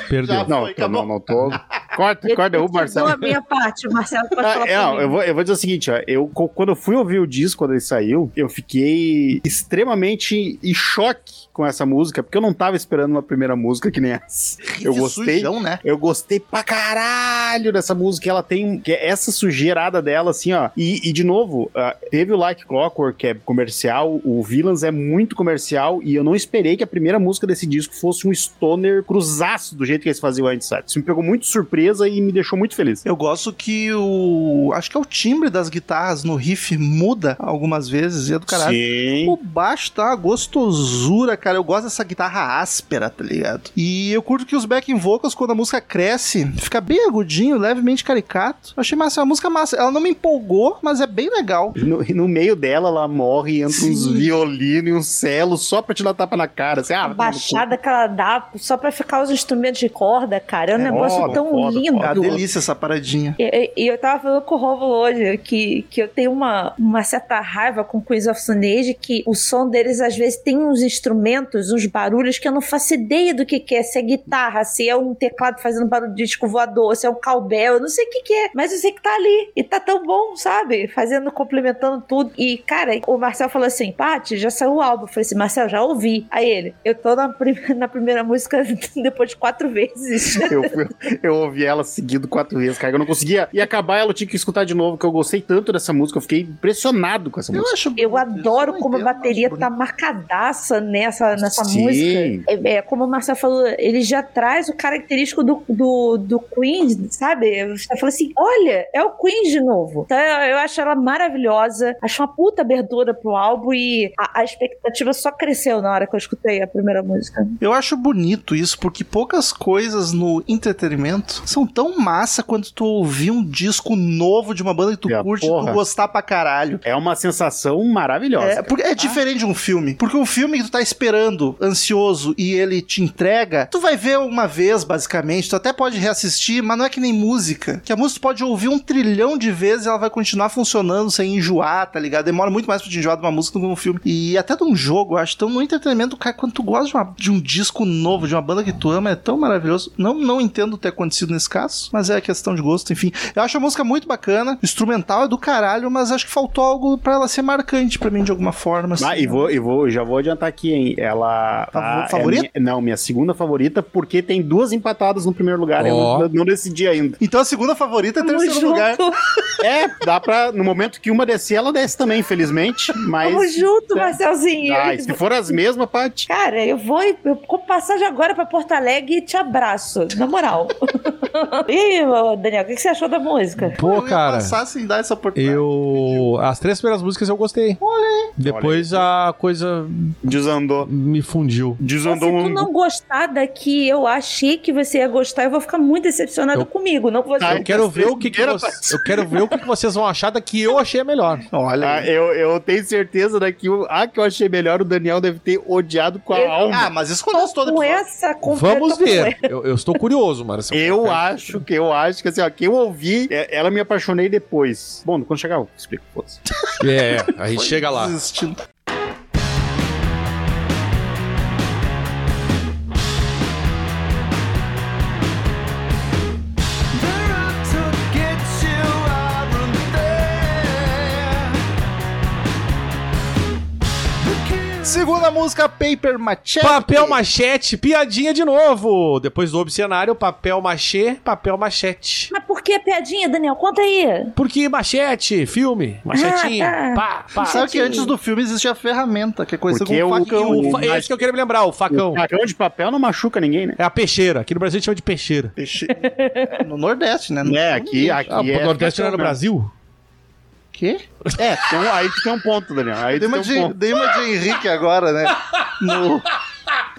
[SPEAKER 3] Perdeu.
[SPEAKER 5] não, eu não, não tô... Corta, corta, eu, Marcelo.
[SPEAKER 4] Eu a minha parte, o Marcelo pode
[SPEAKER 5] Ah,
[SPEAKER 4] falar
[SPEAKER 5] é,
[SPEAKER 4] pra
[SPEAKER 5] não,
[SPEAKER 4] mim.
[SPEAKER 5] eu, vou, eu vou dizer o seguinte, ó, eu, co- quando eu fui ouvir o disco, quando ele saiu, eu fiquei extremamente em choque com essa música, porque eu não tava esperando uma primeira música que nem essa. Eu
[SPEAKER 2] Que
[SPEAKER 5] gostei,
[SPEAKER 2] Sujão, né?
[SPEAKER 5] eu gostei pra caralho dessa música, ela tem que é essa sujeirada dela, assim, ó. E, e, de novo, ah, teve o Like Clockwork, que é comercial, o Villains é muito comercial, e eu não esperei que a primeira música desse disco fosse um stoner cruzaço do jeito que eles faziam antes, sabe? Isso me pegou muito de surpresa e me deixou muito feliz.
[SPEAKER 2] Eu gosto que o. Acho que é o timbre das guitarras no riff muda algumas vezes e é do caralho.
[SPEAKER 5] Sim.
[SPEAKER 2] O baixo tá uma gostosura, cara. Eu gosto dessa guitarra áspera, tá ligado? E eu curto que os backing vocals, quando a música cresce, fica bem agudinho, levemente caricato. Eu achei massa, é uma música massa. Ela não me empolgou, mas é bem legal.
[SPEAKER 5] E No, e no meio dela, ela morre e entra uns
[SPEAKER 2] Sim.
[SPEAKER 5] violinos e um celo só pra te dar tapa na cara. Assim, ah,
[SPEAKER 4] A baixada que ela dá só pra ficar os instrumentos de corda, cara. É um
[SPEAKER 5] É,
[SPEAKER 4] negócio
[SPEAKER 5] foda,
[SPEAKER 4] tão
[SPEAKER 5] foda,
[SPEAKER 4] lindo.
[SPEAKER 2] É uma delícia essa paradinha.
[SPEAKER 4] E, e- e eu tava falando com o Romulo hoje que, que eu tenho uma, uma certa raiva com Queens of Stone Age, que o som deles às vezes tem uns instrumentos, uns barulhos que eu não faço ideia do que, que é, se é guitarra, se é um teclado fazendo barulho de disco voador, se é um calbel, eu não sei o que que é, mas eu sei que tá ali e tá tão bom, sabe? Fazendo, complementando tudo. E, cara, o Marcel falou assim, Paty, já saiu o álbum. Eu falei assim, Marcel, já ouvi. Aí ele, eu tô na, prim- na primeira música depois de quatro vezes.
[SPEAKER 5] Eu, eu ouvi ela seguido quatro vezes, cara. Eu não conseguia. E acabar ela, eu tinha que escutar de novo, que eu gostei tanto dessa música. Eu fiquei impressionado com essa música.
[SPEAKER 2] acho.
[SPEAKER 4] Eu adoro como a bateria
[SPEAKER 2] tá
[SPEAKER 4] tá marcadaça nessa,
[SPEAKER 2] é
[SPEAKER 4] nessa
[SPEAKER 5] Sim.
[SPEAKER 4] música. É, é, como o Marcelo falou, ele já traz o característico do, do, do Queen, sabe? Você fala assim: olha, é o Queen de novo. Então eu, eu acho ela maravilhosa, acho uma puta abertura pro álbum e a, a expectativa só cresceu na hora que eu escutei a primeira música.
[SPEAKER 2] Eu acho bonito isso, porque poucas coisas no entretenimento são tão massa quanto tu ouvir um disco novo de uma banda que tu
[SPEAKER 5] É,
[SPEAKER 2] curte e
[SPEAKER 5] porra.
[SPEAKER 2] tu gostar pra caralho.
[SPEAKER 5] É uma sensação maravilhosa.
[SPEAKER 2] É, porque é diferente de um filme. Porque um filme que tu tá esperando, ansioso, e ele te entrega, tu vai ver uma vez, basicamente. Tu até pode reassistir, mas não é que nem música. Que a música tu pode ouvir um trilhão de vezes e ela vai continuar funcionando sem enjoar, tá ligado? Demora muito mais pra te enjoar de uma música do que de um filme. E até de um jogo, eu acho. Então, no entretenimento, cara, quando tu gosta de, uma- de um disco novo, de uma banda que tu ama, é tão maravilhoso. Não, não entendo ter acontecido nesse caso, mas é questão de gosto, enfim. Eu acho a música muito bacana, o instrumental é do caralho, mas acho que faltou algo pra ela ser marcante pra mim de alguma forma. assim.
[SPEAKER 5] Ah, e vou, e vou, já vou adiantar aqui, hein? Ela.
[SPEAKER 2] Favor-
[SPEAKER 5] ah, é
[SPEAKER 2] favorita?
[SPEAKER 5] minha- não, minha segunda favorita, porque tem duas empatadas no primeiro lugar. Eu
[SPEAKER 3] Ó.
[SPEAKER 5] não, não decidi ainda.
[SPEAKER 2] Então a segunda favorita é
[SPEAKER 4] Tamo
[SPEAKER 2] terceiro lugar.
[SPEAKER 4] junto,
[SPEAKER 5] É, dá pra. No momento que uma descer, ela desce também, infelizmente. Mas.
[SPEAKER 4] tamo junto, Marcelzinho.
[SPEAKER 5] Ah, e se for as mesmas, Paty.
[SPEAKER 4] Cara, eu vou eu compro passagem agora pra Porto Alegre e te abraço, na moral. e aí, ô, Daniel, o que que você achou da música?
[SPEAKER 3] Pô,
[SPEAKER 2] eu ia
[SPEAKER 3] cara.
[SPEAKER 2] passar sem dar essa oportunidade.
[SPEAKER 3] Eu. As três primeiras músicas eu gostei. Depois a coisa
[SPEAKER 5] Desandou.
[SPEAKER 3] me fundiu.
[SPEAKER 4] Se
[SPEAKER 5] Desandou
[SPEAKER 4] tu
[SPEAKER 5] um.
[SPEAKER 4] não gostar da que eu achei que você ia gostar, eu vou ficar muito decepcionado
[SPEAKER 3] Eu-
[SPEAKER 4] comigo, não com você.
[SPEAKER 5] Tá,
[SPEAKER 3] Eu quero ver o que, que
[SPEAKER 5] Primeira
[SPEAKER 3] você-
[SPEAKER 5] parte.
[SPEAKER 3] eu quero ver o o que que vocês vão achar da que eu achei a melhor.
[SPEAKER 2] Olha.
[SPEAKER 5] Ah,
[SPEAKER 2] aí.
[SPEAKER 5] eu, eu tenho certeza daqui. A que eu achei melhor, o Daniel deve ter odiado com a alma.
[SPEAKER 2] Ah, mas isso acontece todo
[SPEAKER 4] com
[SPEAKER 2] episódio.
[SPEAKER 4] essa completa-
[SPEAKER 3] Vamos ver. Eu, eu estou curioso, mano. essa
[SPEAKER 5] Eu
[SPEAKER 3] conversa.
[SPEAKER 5] acho que eu acho que assim, ó, que eu ouvi, é, ela me apaixonei depois. Bom, quando chegar, eu explico. foda-se.
[SPEAKER 3] É, a gente chega lá.
[SPEAKER 2] Desistindo. Segunda música, Paper Machete.
[SPEAKER 3] Papel machete, piadinha de novo. Depois do obscenário, papel machê, papel machete.
[SPEAKER 4] Mas por que piadinha, Daniel? Conta aí.
[SPEAKER 3] Porque machete, filme, machetinha,
[SPEAKER 4] Ah,
[SPEAKER 3] pá, pá.
[SPEAKER 2] Sabe que antes do filme existia a ferramenta, que é conhecida
[SPEAKER 5] Porque
[SPEAKER 2] como
[SPEAKER 5] o-
[SPEAKER 2] facão.
[SPEAKER 3] O fa- É isso que eu queria me lembrar, o facão.
[SPEAKER 2] Então,
[SPEAKER 5] O facão Ah, de papel não machuca ninguém, né?
[SPEAKER 3] É a peixeira. Aqui no Brasil a gente chama de peixeira.
[SPEAKER 2] Peixe- No Nordeste, né?
[SPEAKER 5] É, aqui, aqui
[SPEAKER 3] Ah,
[SPEAKER 5] é.
[SPEAKER 3] pro Nordeste não era no Brasil?
[SPEAKER 2] Quê?
[SPEAKER 5] É, então, aí tu tem um ponto, Daniel. Aí
[SPEAKER 2] Dei
[SPEAKER 5] tu
[SPEAKER 2] uma,
[SPEAKER 5] tem
[SPEAKER 2] de,
[SPEAKER 5] um ponto.
[SPEAKER 2] dei uma de Henrique agora, né? No-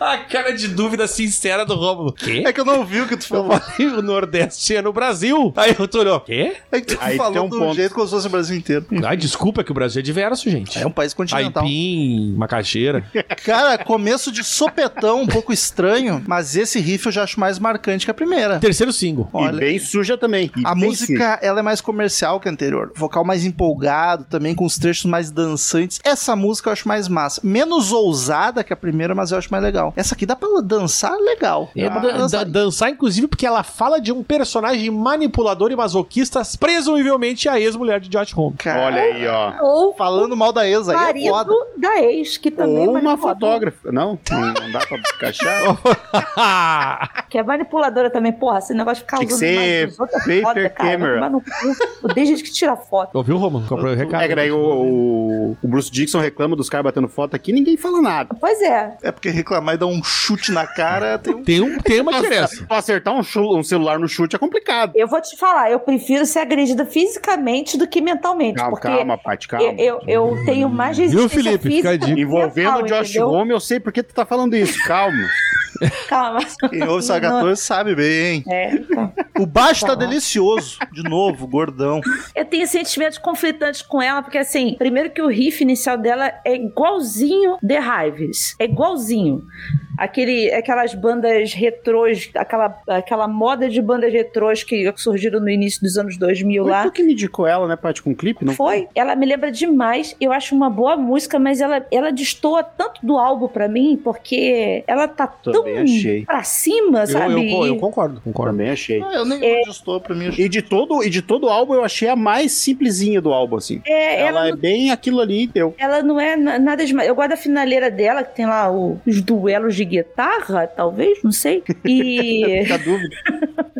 [SPEAKER 3] A cara de dúvida sincera do Rômulo. Quê?
[SPEAKER 2] É que eu não ouvi o que tu
[SPEAKER 3] Eu
[SPEAKER 2] falou.
[SPEAKER 3] falei, o Nordeste é no Brasil. Aí eu tô olhando, quê?
[SPEAKER 2] É que tu
[SPEAKER 5] Aí tem
[SPEAKER 2] falou
[SPEAKER 5] um
[SPEAKER 2] do
[SPEAKER 5] ponto.
[SPEAKER 2] jeito como se fosse o Brasil inteiro.
[SPEAKER 3] Ah, desculpa, é que o Brasil é diverso, gente.
[SPEAKER 2] É um país continental.
[SPEAKER 3] Aipim, macaxeira.
[SPEAKER 2] Cara, começo de sopetão, um pouco estranho, mas esse riff eu já acho mais marcante que a primeira.
[SPEAKER 3] Terceiro single.
[SPEAKER 5] E
[SPEAKER 2] Olha.
[SPEAKER 5] bem suja também. E
[SPEAKER 2] A
[SPEAKER 5] bem suja.
[SPEAKER 2] música, ela é mais comercial que a anterior. Vocal mais empolgado, também com os trechos mais dançantes. Essa música eu acho mais massa. Menos ousada que a primeira, mas eu acho mais legal. Essa aqui dá pra dançar legal.
[SPEAKER 3] É,
[SPEAKER 2] Dá pra
[SPEAKER 3] dan-
[SPEAKER 2] dançar.
[SPEAKER 3] dan- dançar, inclusive, porque ela fala de um personagem manipulador e masoquista, presumivelmente a ex-mulher de Josh Holmes.
[SPEAKER 2] Cara,
[SPEAKER 5] Olha aí, ó.
[SPEAKER 4] Ou
[SPEAKER 2] falando mal da ex aí é
[SPEAKER 4] marido
[SPEAKER 2] foda.
[SPEAKER 4] da ex, que também é
[SPEAKER 5] Ou uma
[SPEAKER 4] manipuladora.
[SPEAKER 5] fotógrafa. Não, não não dá pra descaixar.
[SPEAKER 4] Que é manipuladora também, porra. Esse negócio de ficar
[SPEAKER 5] Tem que
[SPEAKER 4] usando
[SPEAKER 5] ser
[SPEAKER 4] mais dos outros é
[SPEAKER 5] paper
[SPEAKER 4] foda, cara. Vai
[SPEAKER 5] camera.
[SPEAKER 4] tomar no cu. Odeio gente que tira foto.
[SPEAKER 3] Ouviu, Romulo? Comprou o recado.
[SPEAKER 5] É que daí o, o- o Bruce Dixon reclama dos caras batendo foto aqui ninguém fala nada.
[SPEAKER 4] Pois é.
[SPEAKER 2] É porque reclamar e dar um chute na cara tem um...
[SPEAKER 3] Tem, um, tem uma diferença.
[SPEAKER 5] Pra acertar um, chu- um celular no chute é complicado.
[SPEAKER 4] Eu vou te falar, eu prefiro ser agredida fisicamente do que mentalmente.
[SPEAKER 5] Calma,
[SPEAKER 4] porque
[SPEAKER 5] calma, Paty, calma.
[SPEAKER 4] Eu, eu- eu tenho mais resistência
[SPEAKER 3] Felipe? Fica a
[SPEAKER 4] física.
[SPEAKER 3] dica.
[SPEAKER 4] do que
[SPEAKER 5] Envolvendo
[SPEAKER 4] mental,
[SPEAKER 5] o Josh
[SPEAKER 4] entendeu?
[SPEAKER 5] Homme, eu sei por que tu tá falando isso. Calma.
[SPEAKER 4] Calma.
[SPEAKER 2] Quem ouve Sagator sabe bem.
[SPEAKER 4] É, então.
[SPEAKER 2] O baixo tá delicioso. De novo, gordão.
[SPEAKER 4] Eu tenho sentimentos conflitantes com ela, porque assim, primeiro que o riff inicial dela é igualzinho The Hives. É igualzinho. Aquele, aquelas bandas retrôs, aquela, aquela moda de bandas retrôs que surgiram no início dos anos 2000
[SPEAKER 5] Foi
[SPEAKER 4] lá.
[SPEAKER 5] tu que me indicou ela, né, Paty, com um clipe? Não
[SPEAKER 4] Foi. Ela me lembra demais. Eu acho uma boa música, mas ela, ela destoa tanto do álbum pra mim, porque ela tá
[SPEAKER 5] Também
[SPEAKER 4] tão
[SPEAKER 5] achei.
[SPEAKER 4] pra cima,
[SPEAKER 3] Eu, eu,
[SPEAKER 4] sabe?
[SPEAKER 3] co- eu
[SPEAKER 4] E-
[SPEAKER 3] concordo, concordo.
[SPEAKER 5] Também achei.
[SPEAKER 2] Ah, eu nem é... estou pra mim.
[SPEAKER 5] E de todo, e de todo o álbum, eu achei a mais simplesinha do álbum, assim.
[SPEAKER 4] é,
[SPEAKER 5] ela é bem aquilo ali e deu.
[SPEAKER 4] Ela não é na- nada demais. Eu gosto da finaleira dela, que tem lá o- os duelos de guitarra, talvez, não sei. E.
[SPEAKER 5] Fica a dúvida.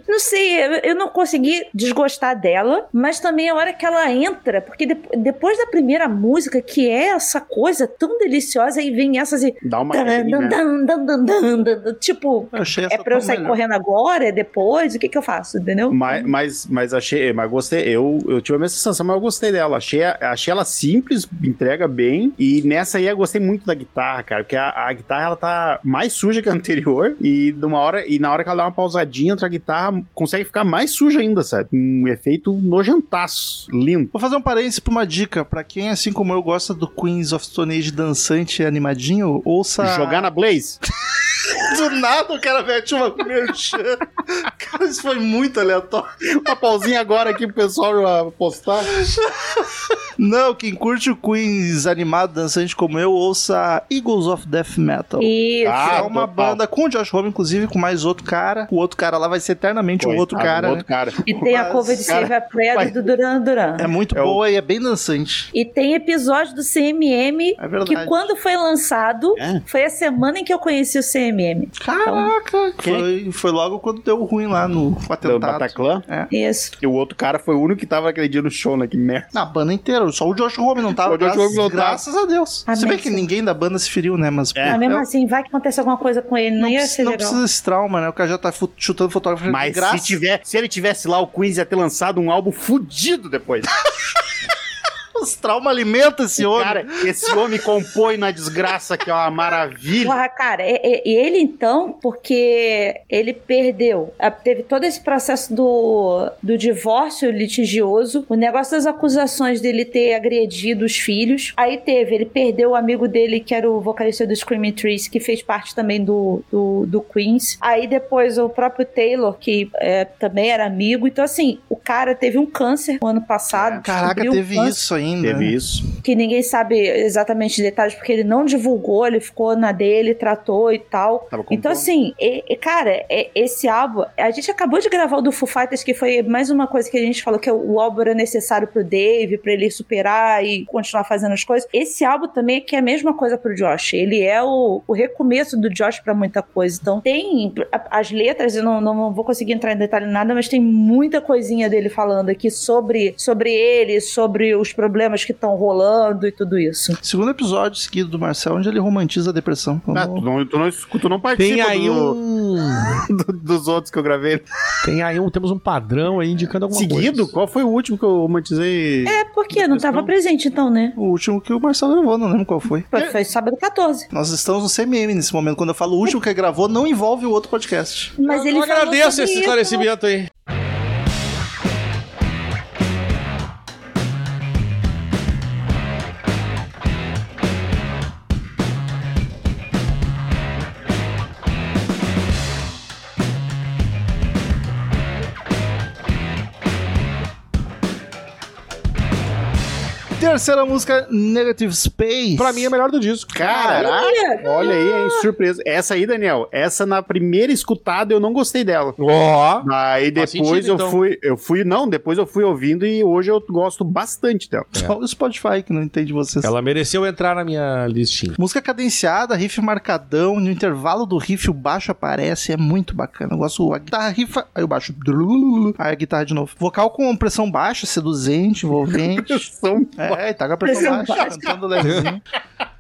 [SPEAKER 4] não sei, eu- eu não consegui desgostar dela, mas também a hora que ela entra, porque de- depois da primeira música, que é essa coisa tão deliciosa, aí vem essas e.
[SPEAKER 5] Dá uma
[SPEAKER 4] Dan,
[SPEAKER 5] quebrinha,
[SPEAKER 4] dan,
[SPEAKER 5] né?
[SPEAKER 4] dan, dan, dan, dan, dan, dan. Tipo,
[SPEAKER 2] Eu achei essa
[SPEAKER 4] é pra eu
[SPEAKER 2] tão
[SPEAKER 4] sair
[SPEAKER 2] melhor.
[SPEAKER 4] correndo agora? É depois? O que que eu faço? Entendeu?
[SPEAKER 5] Mas,
[SPEAKER 2] Uhum.
[SPEAKER 5] mas, mas achei, eh, mas gostei, eu, eu tive a mesma sensação, mas eu gostei dela. Achei, a- achei ela simples, entrega bem. E nessa aí eu gostei muito da guitarra, cara, porque a, a guitarra ela tá mais suja que a anterior. E de uma hora, e na hora que ela dá uma pausadinha entre a guitarra, consegue ficar mais suja ainda, sabe? Um efeito nojentaço, lindo.
[SPEAKER 2] Vou fazer um parênteses pra uma dica. Pra quem, assim como eu, gosta do Queens of Stone Age dançante e animadinho, ouça.
[SPEAKER 5] Jogar na Blaze?
[SPEAKER 2] Tá. Do nada o cara mete uma merchan. Cara, isso foi muito aleatório.
[SPEAKER 5] uma pausinha agora aqui pro pessoal ah, postar.
[SPEAKER 2] Não, quem curte o Queens animado, dançante como eu, ouça Eagles of Death Metal.
[SPEAKER 4] Isso.
[SPEAKER 5] Ah,
[SPEAKER 2] que é uma
[SPEAKER 5] total.
[SPEAKER 2] banda com o Josh Homme, inclusive, com mais outro cara. O outro cara lá vai ser eternamente um outro
[SPEAKER 5] Coitado,
[SPEAKER 2] cara.
[SPEAKER 5] um
[SPEAKER 2] né?
[SPEAKER 5] outro cara.
[SPEAKER 4] e tem a cover de
[SPEAKER 5] cara,
[SPEAKER 4] Save a Prayer do Duran Duran.
[SPEAKER 2] É muito
[SPEAKER 5] É o-
[SPEAKER 2] boa e é bem dançante.
[SPEAKER 4] E tem episódio do CMM
[SPEAKER 2] É verdade.
[SPEAKER 4] que quando foi lançado,
[SPEAKER 5] É.
[SPEAKER 4] foi a semana em que eu conheci o CMM.
[SPEAKER 3] é
[SPEAKER 2] Caraca!
[SPEAKER 5] Quem?
[SPEAKER 2] Foi, foi logo quando deu ruim lá no
[SPEAKER 5] Do
[SPEAKER 2] atentado.
[SPEAKER 5] Bataclan.
[SPEAKER 4] Isso.
[SPEAKER 5] E o outro cara foi o único que tava aquele dia no show, né? Que merda.
[SPEAKER 2] Na banda inteira, só o Josh Homme não tava.
[SPEAKER 5] O Josh
[SPEAKER 2] graças-
[SPEAKER 5] Homme não tava.
[SPEAKER 2] Graças a Deus.
[SPEAKER 4] Amém,
[SPEAKER 2] Se bem que
[SPEAKER 4] sim.
[SPEAKER 2] ninguém da banda se feriu, né? Mas
[SPEAKER 5] É.
[SPEAKER 4] Mas mesmo
[SPEAKER 2] eu-
[SPEAKER 4] assim, vai que acontece alguma coisa com ele, não,
[SPEAKER 2] não,
[SPEAKER 4] ia
[SPEAKER 2] precisa,
[SPEAKER 4] ser
[SPEAKER 2] não
[SPEAKER 4] legal.
[SPEAKER 2] precisa desse trauma, né? O cara já tá fu- chutando fotógrafo. de
[SPEAKER 5] Mas
[SPEAKER 2] graça.
[SPEAKER 5] se, tiver, se ele tivesse lá, o Queens ia ter lançado um álbum fudido depois.
[SPEAKER 2] Os traumas alimentam esse homem.
[SPEAKER 5] Cara, esse homem compõe na desgraça, que é uma maravilha.
[SPEAKER 4] Porra, cara, e, e- e ele então, porque ele perdeu, a- teve todo esse processo do, do divórcio litigioso, o negócio das acusações dele ter agredido os filhos. Aí teve, ele perdeu o amigo dele, que era o vocalista do Screaming Trees, que fez parte também do, do, do Queens. Aí depois o próprio Taylor, que é, também era amigo. Então, assim, o cara teve um câncer no ano passado.
[SPEAKER 2] Caraca,
[SPEAKER 4] descobriu um
[SPEAKER 2] teve
[SPEAKER 4] câncer
[SPEAKER 2] isso ainda. né?
[SPEAKER 5] Teve isso.
[SPEAKER 4] que ninguém sabe exatamente os detalhes, porque ele não divulgou, ele ficou na dele, tratou e tal.
[SPEAKER 5] Tava com
[SPEAKER 4] Então,
[SPEAKER 5] fome.
[SPEAKER 4] assim, e- e, cara, e- esse álbum. A gente acabou de gravar o do Foo Fighters, que foi mais uma coisa que a gente falou que é o álbum era necessário pro Dave, pra ele superar e continuar fazendo as coisas. Esse álbum também é que é a mesma coisa pro Josh. Ele é o, o recomeço do Josh pra muita coisa. Então, tem a- as letras, eu não, não vou conseguir entrar em detalhe em nada, mas tem muita coisinha dele falando aqui sobre, sobre ele, sobre os problemas que estão rolando e tudo isso.
[SPEAKER 2] Segundo episódio seguido do Marcel, onde ele romantiza a depressão.
[SPEAKER 5] Ah, tu, não, tu, não, escu- tu não participa
[SPEAKER 3] Tem aí um.
[SPEAKER 5] do- do- dos outros que eu gravei.
[SPEAKER 3] Tem aí um. Temos um padrão aí indicando alguma
[SPEAKER 5] Seguido?
[SPEAKER 3] coisa.
[SPEAKER 5] Qual foi o último que eu romantizei?
[SPEAKER 4] É porque não tava presente, então, né?
[SPEAKER 2] O último que o Marcel gravou, não lembro qual foi.
[SPEAKER 4] Foi sábado 14.
[SPEAKER 2] Nós estamos no CMM nesse momento. Quando eu falo o último que ele gravou, não envolve o outro podcast.
[SPEAKER 4] Mas ele
[SPEAKER 3] Eu
[SPEAKER 4] falou
[SPEAKER 3] agradeço
[SPEAKER 4] sobre
[SPEAKER 3] esse
[SPEAKER 4] isso,
[SPEAKER 3] esclarecimento aí.
[SPEAKER 2] Terceira música, Negative Space.
[SPEAKER 3] Pra mim é a melhor do disco.
[SPEAKER 5] Caraca!
[SPEAKER 4] Olha!
[SPEAKER 5] Olha aí, hein? Surpresa. Essa aí, Daniel, essa na primeira escutada eu não gostei dela.
[SPEAKER 3] Ó.
[SPEAKER 5] Aí depois
[SPEAKER 3] Faz sentido,
[SPEAKER 5] eu
[SPEAKER 3] então.
[SPEAKER 5] fui, eu fui, não, depois eu fui ouvindo e hoje eu gosto bastante dela.
[SPEAKER 2] Só o Spotify que não entende vocês.
[SPEAKER 3] Ela mereceu entrar na minha listinha.
[SPEAKER 2] Música cadenciada, riff marcadão, no intervalo do riff o baixo aparece, é muito bacana. Eu gosto, a guitarra rifa, aí o baixo, drulululu, aí a guitarra de novo. Vocal com pressão baixa, seduzente, envolvente.
[SPEAKER 5] São-
[SPEAKER 2] É, tá com a pressão
[SPEAKER 4] Pressão
[SPEAKER 2] baixa, cantando levezinho.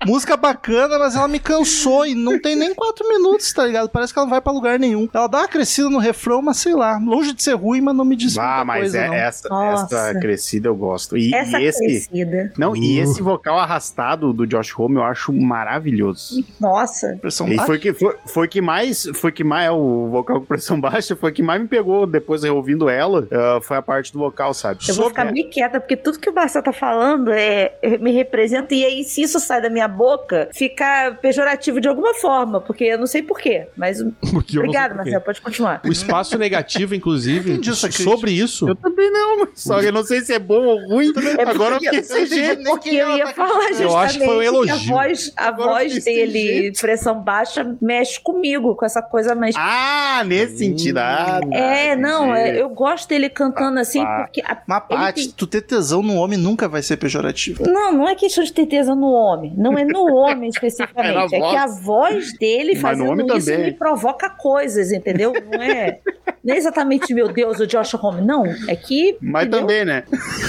[SPEAKER 2] Música bacana, mas ela me cansou e não tem nem quatro minutos, tá ligado? Parece que ela não vai pra lugar nenhum. Ela dá uma crescida no refrão, mas sei lá, longe de ser ruim, mas não me diz muita
[SPEAKER 5] Ah, mas
[SPEAKER 2] coisa,
[SPEAKER 5] é-
[SPEAKER 2] não.
[SPEAKER 5] essa,
[SPEAKER 4] Nossa.
[SPEAKER 5] essa crescida eu gosto. E,
[SPEAKER 4] Essa
[SPEAKER 5] e esse,
[SPEAKER 4] crescida.
[SPEAKER 5] não, e
[SPEAKER 2] Uh.
[SPEAKER 5] esse vocal arrastado do Josh Homme eu acho maravilhoso.
[SPEAKER 4] Nossa.
[SPEAKER 2] Pressão
[SPEAKER 5] E
[SPEAKER 2] baixa.
[SPEAKER 5] foi que, foi, foi que mais, foi que mais, é, o vocal com pressão baixa, foi que mais me pegou depois ouvindo ela, ah, foi a parte do vocal, sabe?
[SPEAKER 4] Eu vou
[SPEAKER 5] Sobre-
[SPEAKER 4] ficar bem quieta, porque tudo que o Marcel tá falando é, é- me representa, e aí, se isso sai da minha boca, fica pejorativo de alguma forma, porque eu não sei porquê. Mas
[SPEAKER 3] Porque eu não sei
[SPEAKER 4] obrigado,
[SPEAKER 3] por quê.
[SPEAKER 4] Marcel, pode continuar.
[SPEAKER 3] O espaço negativo, inclusive,
[SPEAKER 2] Entendi essa crítica.
[SPEAKER 3] sobre isso.
[SPEAKER 5] Eu também não, mas só que eu não sei se é bom ou ruim. Agora eu fiquei sem jeito.
[SPEAKER 2] nem
[SPEAKER 4] Porque eu ia falar justamente
[SPEAKER 3] Eu acho que foi um
[SPEAKER 4] que
[SPEAKER 3] elogio.
[SPEAKER 4] a voz, a
[SPEAKER 5] Agora eu
[SPEAKER 4] voz
[SPEAKER 5] fiquei sem
[SPEAKER 4] dele, pressão baixa, mexe comigo, com essa coisa mais
[SPEAKER 5] Ah, nesse sentido. Ah,
[SPEAKER 4] É, não, é, eu gosto dele cantando assim,
[SPEAKER 5] pá.
[SPEAKER 4] porque. a-
[SPEAKER 2] Mas,
[SPEAKER 4] Ele
[SPEAKER 2] Paty,
[SPEAKER 4] tem-
[SPEAKER 2] tu ter tesão num homem nunca vai ser pejorativo.
[SPEAKER 4] Não, não é questão de ter tesão no homem. Não é no homem
[SPEAKER 5] É na
[SPEAKER 4] especificamente. É,
[SPEAKER 5] voz.
[SPEAKER 4] que a voz dele
[SPEAKER 5] Mas no
[SPEAKER 4] fazendo
[SPEAKER 5] homem
[SPEAKER 4] isso
[SPEAKER 5] também.
[SPEAKER 4] me provoca coisas, entendeu? Não é. Não é exatamente, meu Deus, o Josh Homme. Não, é que.
[SPEAKER 5] Mas
[SPEAKER 4] entendeu?
[SPEAKER 5] também, né?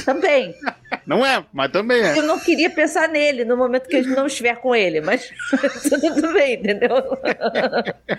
[SPEAKER 4] Também.
[SPEAKER 5] Não é, mas também é.
[SPEAKER 4] Eu não queria pensar nele no momento que eu não estiver com ele, mas tudo bem, entendeu?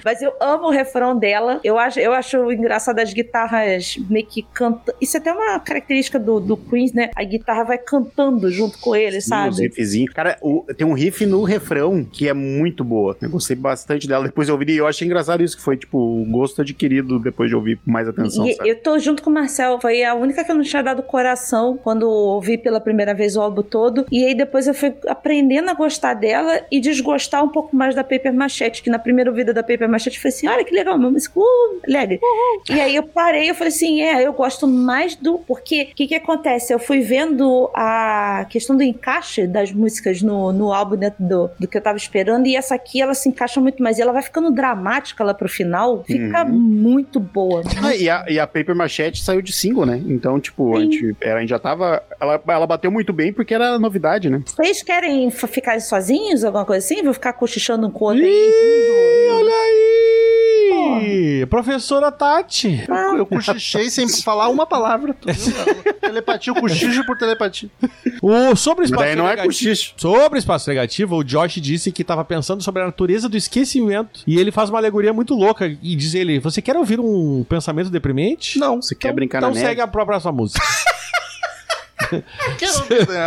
[SPEAKER 4] mas eu amo o refrão dela. Eu acho, eu acho engraçado as guitarras meio que cantando. Isso é até uma característica do, do Queens, né? A guitarra vai cantando junto com ele,
[SPEAKER 5] Os
[SPEAKER 4] sabe?
[SPEAKER 5] riffzinhos. Cara, o- tem um riff no refrão que é muito boa. Eu gostei bastante dela. Depois eu ouvi e eu achei engraçado isso, que foi, tipo, o gosto adquirido depois de ouvir com mais atenção,
[SPEAKER 4] E
[SPEAKER 5] sabe?
[SPEAKER 4] eu tô junto com o Marcel, foi a única que eu não tinha dado coração quando ouvi pela primeira vez o álbum todo. E aí depois eu fui aprendendo a gostar dela e desgostar um pouco mais da Paper Machete, que na primeira ouvida da Paper Machete eu falei assim: olha que legal, meu músico, uh, alegre. E aí eu parei, eu falei assim: é, eu gosto mais do. Porque o que, que acontece? Eu fui vendo a questão do encaixe das músicas no, no álbum dentro do, do que eu tava esperando, e essa aqui ela se encaixa muito mais. E ela vai ficando dramática lá pro final, fica
[SPEAKER 5] Uhum.
[SPEAKER 4] muito boa. né?
[SPEAKER 5] Ah, e, a, e a Paper Machete saiu de single, né? Então, tipo, a
[SPEAKER 4] Sim.
[SPEAKER 5] gente, ela ainda tava. Ela, ela bateu muito bem porque era novidade, né?
[SPEAKER 4] Vocês querem f- ficar sozinhos, alguma coisa assim? Vou ficar cochichando um com o outro aí.
[SPEAKER 3] Ih, olha aí! Professora Tati.
[SPEAKER 2] Eu, eu cochichei sem falar uma palavra. Tu viu? telepatia, eu cochicho por telepatia.
[SPEAKER 3] O, sobre o espaço
[SPEAKER 5] Daí não é
[SPEAKER 3] negativo.
[SPEAKER 5] cochicho.
[SPEAKER 3] Sobre o espaço negativo, o Josh disse que estava pensando sobre a natureza do esquecimento. E ele faz uma alegoria muito louca e diz ele: Você quer ouvir um pensamento deprimente?
[SPEAKER 2] Não.
[SPEAKER 5] Você quer brincar
[SPEAKER 3] então
[SPEAKER 5] na
[SPEAKER 3] segue
[SPEAKER 5] neve?
[SPEAKER 3] a né? própria sua música.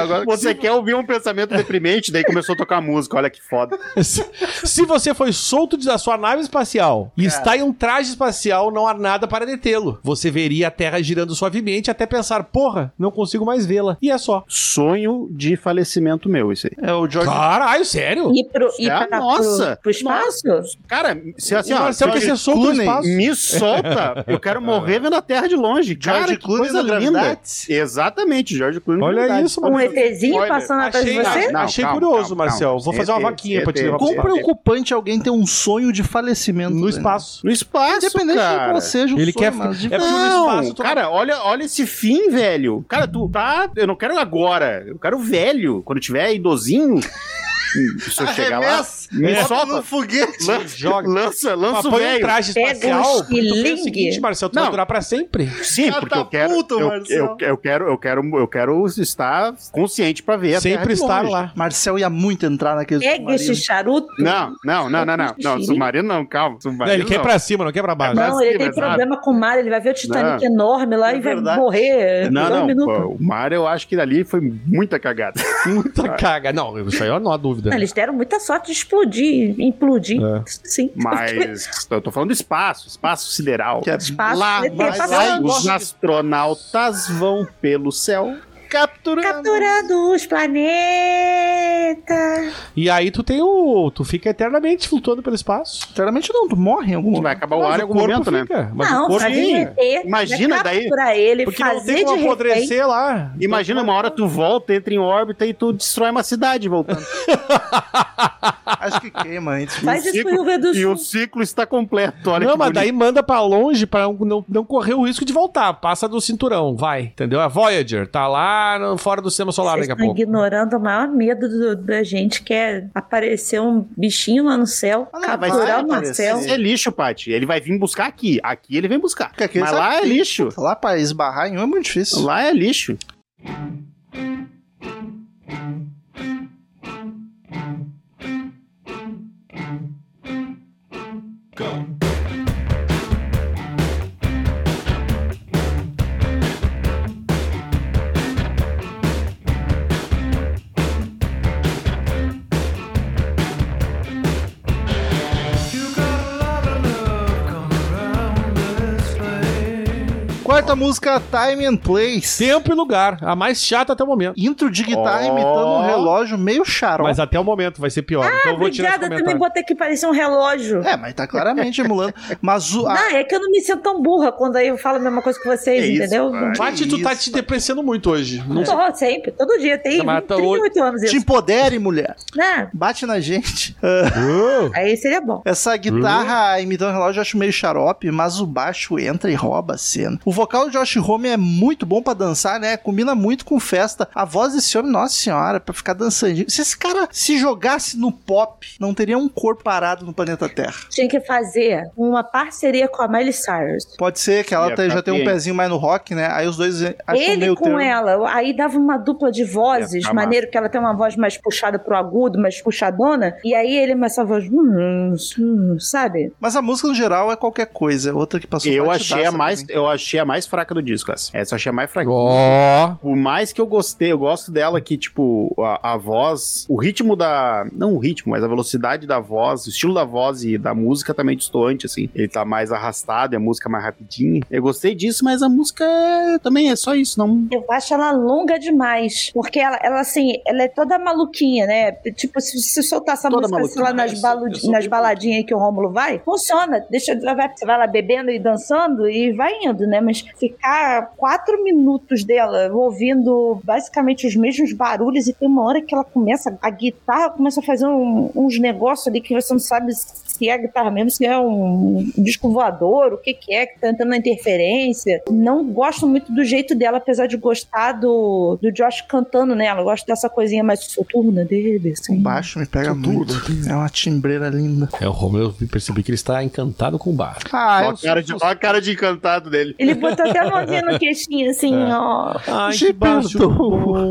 [SPEAKER 2] Agora
[SPEAKER 5] Você quer ouvir um pensamento deprimente, daí começou a tocar música, olha que foda.
[SPEAKER 3] Se se você foi solto da sua nave espacial
[SPEAKER 5] É.
[SPEAKER 3] e está em um traje espacial, não há nada para detê-lo. Você veria a Terra girando suavemente até pensar, porra, não consigo mais vê-la. E é só.
[SPEAKER 5] Sonho de falecimento meu, isso aí.
[SPEAKER 2] É o George.
[SPEAKER 3] Caralho, sério?
[SPEAKER 4] E pro, e
[SPEAKER 5] Ah,
[SPEAKER 4] pra-
[SPEAKER 5] nossa!
[SPEAKER 4] pro, pro espaço?
[SPEAKER 5] Cara, se assim,
[SPEAKER 3] O
[SPEAKER 5] ó,
[SPEAKER 3] Marcelo quer
[SPEAKER 5] George
[SPEAKER 3] ser solto no
[SPEAKER 5] Clooney,
[SPEAKER 3] espaço.
[SPEAKER 5] me solta. Eu quero morrer vendo a Terra de longe. Cara,
[SPEAKER 2] George
[SPEAKER 5] que
[SPEAKER 2] Clooney
[SPEAKER 5] coisa
[SPEAKER 2] na
[SPEAKER 5] linda.
[SPEAKER 2] gravidade.
[SPEAKER 5] Exatamente, George Clooney. Então, na
[SPEAKER 3] Olha
[SPEAKER 5] gravidade.
[SPEAKER 3] isso,
[SPEAKER 4] Um
[SPEAKER 3] mano.
[SPEAKER 5] é,
[SPEAKER 4] ETzinho passando atrás de
[SPEAKER 3] Achei,
[SPEAKER 4] você?
[SPEAKER 5] Não,
[SPEAKER 3] achei
[SPEAKER 5] calma,
[SPEAKER 3] curioso,
[SPEAKER 5] calma,
[SPEAKER 3] Marcel.
[SPEAKER 5] calma.
[SPEAKER 3] Vou fazer uma
[SPEAKER 5] Esse-
[SPEAKER 3] vaquinha
[SPEAKER 5] esse é
[SPEAKER 3] pra te levar
[SPEAKER 5] ET.
[SPEAKER 2] Quão
[SPEAKER 3] pra você.
[SPEAKER 2] preocupante alguém ter um sonho de
[SPEAKER 5] é
[SPEAKER 2] falecimento
[SPEAKER 3] No
[SPEAKER 2] né?
[SPEAKER 3] espaço.
[SPEAKER 5] No espaço,
[SPEAKER 2] Independente de
[SPEAKER 5] cara.
[SPEAKER 2] qual seja o sonho,
[SPEAKER 3] Ele quer-
[SPEAKER 2] mas de-
[SPEAKER 3] é- porque no
[SPEAKER 5] Não,
[SPEAKER 3] espaço tu-
[SPEAKER 5] cara, olha, olha esse fim, velho. Cara, tu tá. Eu não quero agora. Eu quero velho. Quando tiver idosinho. Se eu chegar lá,
[SPEAKER 2] Arremessa,
[SPEAKER 5] me
[SPEAKER 2] bota
[SPEAKER 5] solta.
[SPEAKER 2] no foguete.
[SPEAKER 5] Lança,
[SPEAKER 3] Joga.
[SPEAKER 5] lança,
[SPEAKER 3] Mas
[SPEAKER 5] lança o
[SPEAKER 3] põe um
[SPEAKER 5] velho.
[SPEAKER 3] traje
[SPEAKER 4] Pega um
[SPEAKER 3] espacial. porque tu pensa o
[SPEAKER 4] estilingue.
[SPEAKER 3] seguinte, Marcel, tu vai
[SPEAKER 5] Não.
[SPEAKER 3] durar pra sempre.
[SPEAKER 5] Sim, porque eu quero,
[SPEAKER 2] Catapulta,
[SPEAKER 5] eu,
[SPEAKER 2] Marcelo.
[SPEAKER 5] eu, eu quero, eu quero, eu quero estar consciente pra ver a Terra
[SPEAKER 3] Sempre
[SPEAKER 5] de
[SPEAKER 3] estar
[SPEAKER 5] longe.
[SPEAKER 3] lá.
[SPEAKER 2] Marcel ia muito entrar naquele
[SPEAKER 4] Pega
[SPEAKER 2] submarino.
[SPEAKER 4] esse charuto.
[SPEAKER 5] Não, não, não, não, não, não,
[SPEAKER 4] Sim.
[SPEAKER 5] submarino não, calma,
[SPEAKER 3] Não,
[SPEAKER 5] submarino
[SPEAKER 3] ele quer
[SPEAKER 5] não.
[SPEAKER 3] pra cima, não quer pra baixo.
[SPEAKER 5] Mas
[SPEAKER 4] Não, ele
[SPEAKER 5] que
[SPEAKER 4] tem
[SPEAKER 5] verdade.
[SPEAKER 4] problema com o mar, ele vai ver o Titanic
[SPEAKER 5] Não.
[SPEAKER 4] enorme lá
[SPEAKER 2] É
[SPEAKER 4] e vai
[SPEAKER 2] verdade.
[SPEAKER 4] morrer.
[SPEAKER 5] Não,
[SPEAKER 4] em um
[SPEAKER 5] não,
[SPEAKER 4] minuto.
[SPEAKER 5] pô, o mar eu acho que dali foi muita cagada.
[SPEAKER 3] Muita caga. Não, isso aí eu não há dúvida.
[SPEAKER 4] Não, Eles deram muita sorte de explodir, implodir.
[SPEAKER 3] É.
[SPEAKER 4] Sim.
[SPEAKER 5] Mas eu tô falando do espaço, espaço sideral.
[SPEAKER 2] Que é
[SPEAKER 4] Espaço,
[SPEAKER 5] lá,
[SPEAKER 4] ET
[SPEAKER 5] mas
[SPEAKER 4] passando.
[SPEAKER 5] lá os astronautas vão pelo céu capturando.
[SPEAKER 4] tá Capturando os planetas.
[SPEAKER 3] E aí tu tem o. Tu fica eternamente flutuando pelo espaço.
[SPEAKER 2] Sinceramente não, tu morre em algum
[SPEAKER 5] Vai
[SPEAKER 2] momento.
[SPEAKER 5] acabar o ar em algum momento, né?
[SPEAKER 3] fica, Mas o
[SPEAKER 4] não,
[SPEAKER 3] corpo
[SPEAKER 4] fazer um
[SPEAKER 3] fica.
[SPEAKER 4] ET.
[SPEAKER 5] Imagina
[SPEAKER 4] né,
[SPEAKER 5] daí.
[SPEAKER 4] Capturar ele,
[SPEAKER 3] Porque não
[SPEAKER 4] fazer
[SPEAKER 3] tem como
[SPEAKER 4] de refém.
[SPEAKER 3] apodrecer lá.
[SPEAKER 5] Imagina uma hora tu volta, entra em órbita e tu destrói uma cidade voltando.
[SPEAKER 2] Acho que queima É antes.
[SPEAKER 4] Faz
[SPEAKER 5] E o
[SPEAKER 4] isso no
[SPEAKER 5] ciclo-
[SPEAKER 4] Rio Grande do
[SPEAKER 5] e
[SPEAKER 4] Sul.
[SPEAKER 5] o ciclo está completo. Olha
[SPEAKER 3] não,
[SPEAKER 5] que
[SPEAKER 3] mas
[SPEAKER 5] bonito.
[SPEAKER 3] daí manda pra longe pra não, não correr o risco de voltar. Passa do cinturão, vai. Entendeu? A Voyager tá lá no- fora do sistema solar
[SPEAKER 4] Vocês
[SPEAKER 3] daqui a
[SPEAKER 4] estão
[SPEAKER 3] pouco.
[SPEAKER 4] ignorando o maior medo do- da gente, que é aparecer um bichinho lá no céu,
[SPEAKER 2] Ah, não, vai
[SPEAKER 4] capturar o
[SPEAKER 2] aparecer.
[SPEAKER 4] Marcel.
[SPEAKER 5] Isso é lixo, Paty. Ele vai vir buscar aqui. Aqui ele vem buscar.
[SPEAKER 2] Porque aqui
[SPEAKER 5] mas
[SPEAKER 2] ele
[SPEAKER 5] lá
[SPEAKER 2] sabe
[SPEAKER 5] é
[SPEAKER 2] que-
[SPEAKER 5] lixo.
[SPEAKER 2] Lá pra esbarrar em um é muito difícil.
[SPEAKER 5] Lá é lixo.
[SPEAKER 2] Quarta música, Time and Place.
[SPEAKER 3] Tempo e lugar. A mais chata até o momento.
[SPEAKER 2] Intro de guitarra
[SPEAKER 5] Ó.
[SPEAKER 2] imitando um relógio meio xarope.
[SPEAKER 3] Mas até o momento vai ser pior. então eu vou tirar esse
[SPEAKER 4] Ah, Obrigada, eu também
[SPEAKER 3] comentário.
[SPEAKER 4] botei que parecia um relógio.
[SPEAKER 2] É, mas tá claramente emulando. Mas o... a-
[SPEAKER 4] Ah, é que eu não me sinto tão burra quando aí eu falo a mesma coisa que vocês,
[SPEAKER 5] Que isso,
[SPEAKER 4] entendeu?
[SPEAKER 5] cara.
[SPEAKER 3] Paty, tu tá
[SPEAKER 2] Isso.
[SPEAKER 3] te depreciando muito hoje. É Não
[SPEAKER 4] Não
[SPEAKER 3] sei.
[SPEAKER 4] tô, sempre, todo dia, tem
[SPEAKER 3] Mas tá
[SPEAKER 4] 38 anos
[SPEAKER 2] Te
[SPEAKER 4] isso.
[SPEAKER 2] empodere, mulher.
[SPEAKER 4] Né?
[SPEAKER 2] Bate na gente.
[SPEAKER 3] Uh,
[SPEAKER 4] Aí seria bom.
[SPEAKER 2] Essa guitarra imitando relógio eu acho meio xarope, mas o baixo entra e rouba a cena. O vocal de Josh Homme é muito bom pra dançar, né? Combina muito com festa. A voz desse homem, nossa senhora, pra ficar dançandinho. Se esse cara se jogasse no pop, não teria um corpo parado no planeta Terra.
[SPEAKER 4] Tinha que fazer uma parceria com a Miley Cyrus.
[SPEAKER 2] Pode ser que ela
[SPEAKER 5] É,
[SPEAKER 2] tá-
[SPEAKER 5] pra
[SPEAKER 2] já tenha um
[SPEAKER 5] quem?
[SPEAKER 2] pezinho mais no rock, né? Aí os dois acham
[SPEAKER 4] Ele
[SPEAKER 2] meio
[SPEAKER 4] com
[SPEAKER 2] termo.
[SPEAKER 4] ela, aí dava uma dupla de
[SPEAKER 5] Ia
[SPEAKER 4] vozes,
[SPEAKER 5] ficar
[SPEAKER 4] maneiro que ela tem uma voz mais puxada pro agudo, mais puxadona, e aí ele mais essa voz, hum, hum, sabe?
[SPEAKER 2] Mas a música no geral é qualquer coisa. Outra que passou
[SPEAKER 5] Eu
[SPEAKER 2] batidaça
[SPEAKER 5] achei, a
[SPEAKER 2] pra
[SPEAKER 5] mais,
[SPEAKER 2] mim.
[SPEAKER 5] eu achei a mais fraca do disco, essa. Essa eu achei a mais fraca.
[SPEAKER 3] ó.
[SPEAKER 5] Por mais que eu gostei, eu gosto dela que, tipo, a, a voz, o ritmo da. Não o ritmo, mas a velocidade da voz, o estilo da voz e da música tá meio distoante, assim. Ele tá mais arrastado e a música é mais rapidinha. Eu gostei disso, mas a música é- também é só isso, não.
[SPEAKER 4] Eu acho ela longa demais. Porque ela, ela assim, ela é toda maluquinha, né? Tipo, se, se soltar essa
[SPEAKER 5] Toda
[SPEAKER 4] música sei
[SPEAKER 5] maluquinha.
[SPEAKER 4] lá nas, balu- nas baladinhas que o Rômulo vai, funciona. Deixa, vai, você vai lá bebendo e dançando e vai indo, né? Mas ficar quatro minutos dela ouvindo basicamente os mesmos barulhos e tem uma hora que ela começa, a guitarra começa a fazer um- uns negócios ali que você não sabe se é a guitarra mesmo, se é um disco voador, o que que é, que tá entrando na interferência. Não gosto muito do jeito dela, apesar de gostar do, do Josh cantando nela. Eu gosto dessa coisinha mais soturna dele,
[SPEAKER 2] O
[SPEAKER 4] assim.
[SPEAKER 2] baixo me pega muito. É uma timbreira linda.
[SPEAKER 3] É, o Romeu, eu percebi que ele está encantado com o bar.
[SPEAKER 2] Ah,
[SPEAKER 5] Olha
[SPEAKER 2] eu
[SPEAKER 5] a cara de, olha a cara de encantado dele.
[SPEAKER 4] Ele botou até a mãozinha no queixinho, assim, ó.
[SPEAKER 3] Ai,
[SPEAKER 2] Te perdoou.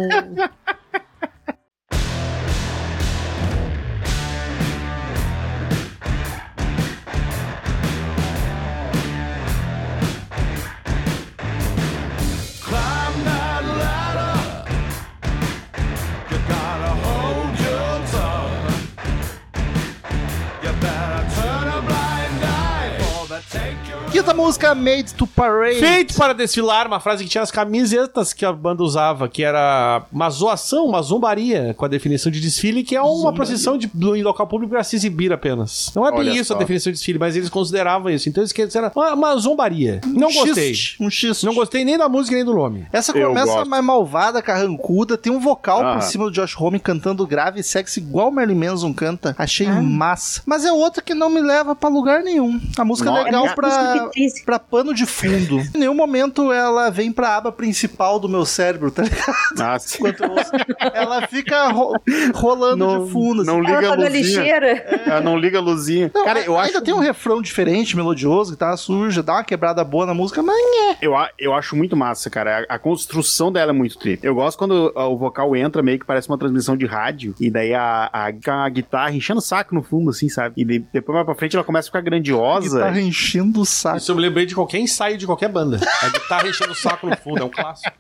[SPEAKER 2] Quinta música, Made to Parade.
[SPEAKER 3] Feito para desfilar, uma frase que tinha as camisetas que a banda usava, que era uma zoação, uma zombaria, com a definição de desfile, que é uma procissão de, em local público para se exibir apenas. Não é bem
[SPEAKER 5] Olha
[SPEAKER 3] isso a
[SPEAKER 5] só.
[SPEAKER 3] definição de desfile, mas eles consideravam isso. Então eles queriam uma, uma zombaria. Não gostei.
[SPEAKER 2] xiste, Um X.
[SPEAKER 3] Não gostei nem da música nem do nome.
[SPEAKER 2] Essa
[SPEAKER 5] Eu
[SPEAKER 2] começa
[SPEAKER 5] gosto.
[SPEAKER 2] mais malvada, carrancuda, tem um vocal
[SPEAKER 5] Ah.
[SPEAKER 2] por cima do Josh Homme cantando grave e sexy, igual o Merlin Manson canta. Achei
[SPEAKER 4] Ah.
[SPEAKER 2] massa. Mas é outra que não me leva pra lugar nenhum. A música
[SPEAKER 5] Nossa,
[SPEAKER 2] é legal
[SPEAKER 5] cara.
[SPEAKER 2] pra,
[SPEAKER 4] Música que triste.
[SPEAKER 2] pra pano de fundo. em nenhum momento ela vem pra aba principal do meu cérebro, tá ligado?
[SPEAKER 5] Nossa.
[SPEAKER 2] Enquanto eu ouço. Ela fica ro- rolando de fundo. assim.
[SPEAKER 5] Não
[SPEAKER 4] Ela
[SPEAKER 5] liga a
[SPEAKER 4] tá na
[SPEAKER 5] luzinha.
[SPEAKER 4] lixeira.
[SPEAKER 5] Ela não liga a luzinha.
[SPEAKER 2] Não,
[SPEAKER 5] Cara, eu
[SPEAKER 2] ainda
[SPEAKER 5] acho,
[SPEAKER 2] tem um refrão diferente, melodioso, guitarra suja, dá uma quebrada boa na música, mas
[SPEAKER 5] eu, a- eu acho muito massa, cara. A, a construção dela é muito tri. Eu gosto quando ó, o vocal entra, meio que parece uma transmissão de rádio. E daí a, a, a guitarra enchendo o saco no fundo, assim, sabe? E de- depois mais pra frente ela começa a ficar grandiosa.
[SPEAKER 2] guitarra enchendo o saco.
[SPEAKER 3] Isso eu me lembrei de qualquer ensaio de qualquer banda. A guitarra enchendo o saco no fundo, é um clássico.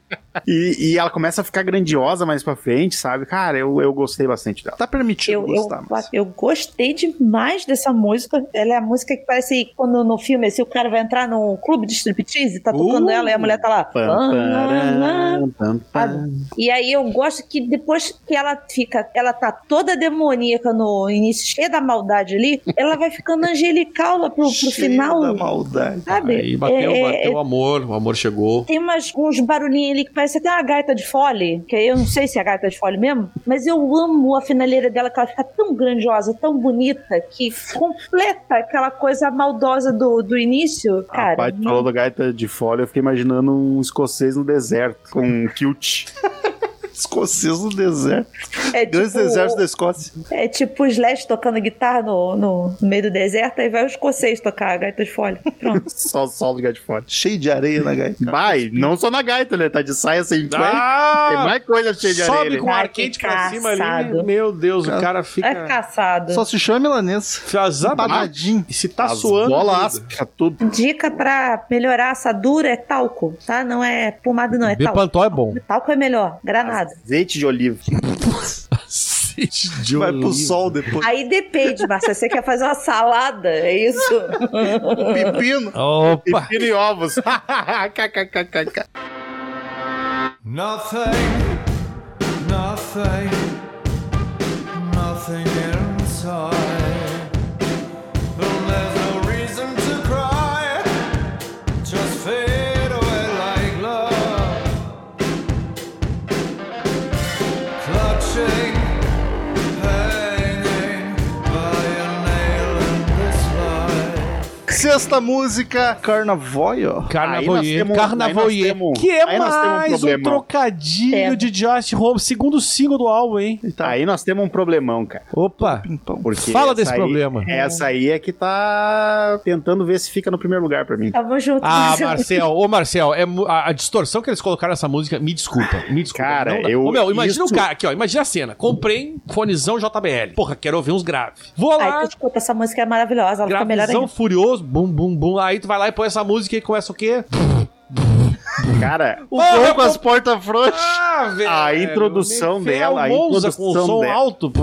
[SPEAKER 5] E, e ela começa a ficar grandiosa mais pra frente, sabe? Cara, eu, eu gostei bastante dela.
[SPEAKER 2] Tá permitido
[SPEAKER 4] Eu, eu,
[SPEAKER 2] gostar, mas...
[SPEAKER 4] eu gostei demais dessa música. Ela é a música que parece quando no filme assim, o cara vai entrar num clube de striptease, tá tocando
[SPEAKER 3] Uh!
[SPEAKER 4] ela e a mulher tá lá.
[SPEAKER 5] Pam, pam, pam.
[SPEAKER 4] E aí eu gosto que depois que ela fica, ela tá toda demoníaca no início, cheia da maldade ali, ela vai ficando angelical lá pro, pro
[SPEAKER 2] Cheio
[SPEAKER 4] final.
[SPEAKER 2] da maldade.
[SPEAKER 4] Sabe?
[SPEAKER 3] Aí bateu,
[SPEAKER 4] É,
[SPEAKER 3] bateu o amor, o amor chegou.
[SPEAKER 4] Tem umas, uns barulhinhos ali que parece até uma gaita de fole, que eu não sei se é a gaita de fole mesmo, mas eu amo a finaleira dela, que ela fica tão grandiosa, tão bonita, que completa aquela coisa maldosa do, do início.
[SPEAKER 5] A
[SPEAKER 4] Ah, Cara,
[SPEAKER 5] Paty falou da gaita de fole, eu fiquei imaginando um escocês no deserto, com um kilt.
[SPEAKER 2] Escocês no deserto.
[SPEAKER 4] é
[SPEAKER 2] Grandes desertos da Escócia.
[SPEAKER 4] É tipo o Slash tocando guitarra no, no meio do deserto, aí vai os escocês tocar a gaita de folha. Pronto.
[SPEAKER 5] só o sol do gaita de fole.
[SPEAKER 2] Cheio de areia na gaita.
[SPEAKER 5] Vai, não só na gaita, né? Tá de saia sem cueca. Tem
[SPEAKER 3] Ah!
[SPEAKER 5] mais coisa cheia de areia.
[SPEAKER 3] Sobe
[SPEAKER 5] né?
[SPEAKER 3] com
[SPEAKER 4] Ai,
[SPEAKER 3] ar
[SPEAKER 4] que
[SPEAKER 3] quente pra cima ali.
[SPEAKER 4] caçado.
[SPEAKER 3] Meu Deus, o cara
[SPEAKER 4] É
[SPEAKER 3] fica.
[SPEAKER 4] caçado.
[SPEAKER 2] Só se chama milanesa.
[SPEAKER 3] Fazado.
[SPEAKER 2] Empanadinho.
[SPEAKER 3] E se tá
[SPEAKER 5] As
[SPEAKER 3] suando.
[SPEAKER 5] bolas
[SPEAKER 3] querida.
[SPEAKER 5] asca, tudo.
[SPEAKER 4] Dica pra melhorar a assadura é talco, tá? Não é pomada, não, é talco.
[SPEAKER 3] Bepantol é bom.
[SPEAKER 4] Talco é melhor, granada.
[SPEAKER 5] Azeite de oliva.
[SPEAKER 2] Vai pro sol depois.
[SPEAKER 4] Aí depende, Marcia. Você quer fazer uma salada? É isso?
[SPEAKER 2] Pepino.
[SPEAKER 3] Opa!
[SPEAKER 5] Pepino e ovos. KKKKK.
[SPEAKER 1] Nothing, nothing, nothing inside. And there's no reason to cry, just fade away like love. Clutching, hanging by a nail in this life.
[SPEAKER 2] Sexta música, Carnavoio.
[SPEAKER 5] Aí nós
[SPEAKER 3] Carnavoyer,
[SPEAKER 5] temos- aí
[SPEAKER 3] Carnavoyer,
[SPEAKER 5] nós temos-
[SPEAKER 3] que é
[SPEAKER 5] aí nós temos um
[SPEAKER 3] mais um,
[SPEAKER 5] problema.
[SPEAKER 3] trocadilho
[SPEAKER 4] É.
[SPEAKER 3] de Josh Holmes, segundo single do álbum, hein?
[SPEAKER 5] Aí nós temos um problemão, cara.
[SPEAKER 3] Opa,
[SPEAKER 2] Pimpão.
[SPEAKER 5] Porque
[SPEAKER 3] fala
[SPEAKER 5] essa
[SPEAKER 3] desse
[SPEAKER 5] aí-
[SPEAKER 3] problema.
[SPEAKER 5] Essa aí é que tá tentando ver se fica no primeiro lugar pra mim.
[SPEAKER 4] Tamo junto.
[SPEAKER 3] Ah,
[SPEAKER 4] Marcia.
[SPEAKER 3] Marcel, ô Marcel, é mu- a, a distorção que eles colocaram nessa música, me desculpa, me desculpa.
[SPEAKER 5] Cara,
[SPEAKER 3] não dá.
[SPEAKER 5] eu-
[SPEAKER 3] Ô, meu, imagina
[SPEAKER 5] isso-
[SPEAKER 3] o cara, aqui ó, imagina a cena, comprei um fonezão JBL, porra, quero ouvir uns graves. Vou
[SPEAKER 4] Aí
[SPEAKER 3] lá,
[SPEAKER 4] tu escuta essa música é maravilhosa. Ela fica melhor
[SPEAKER 3] gravezão
[SPEAKER 4] ainda.
[SPEAKER 3] furioso, bum, bum, bum, aí tu vai lá e põe essa música e começa o quê?
[SPEAKER 5] Cara,
[SPEAKER 2] O
[SPEAKER 3] Porra,
[SPEAKER 2] gol com as
[SPEAKER 3] pô-
[SPEAKER 2] portas frouxas.
[SPEAKER 3] Ah, velho,
[SPEAKER 5] A introdução
[SPEAKER 3] me enfiar
[SPEAKER 5] dela, a
[SPEAKER 3] o Monza com o
[SPEAKER 5] introdução
[SPEAKER 3] som
[SPEAKER 5] dela.
[SPEAKER 3] alto.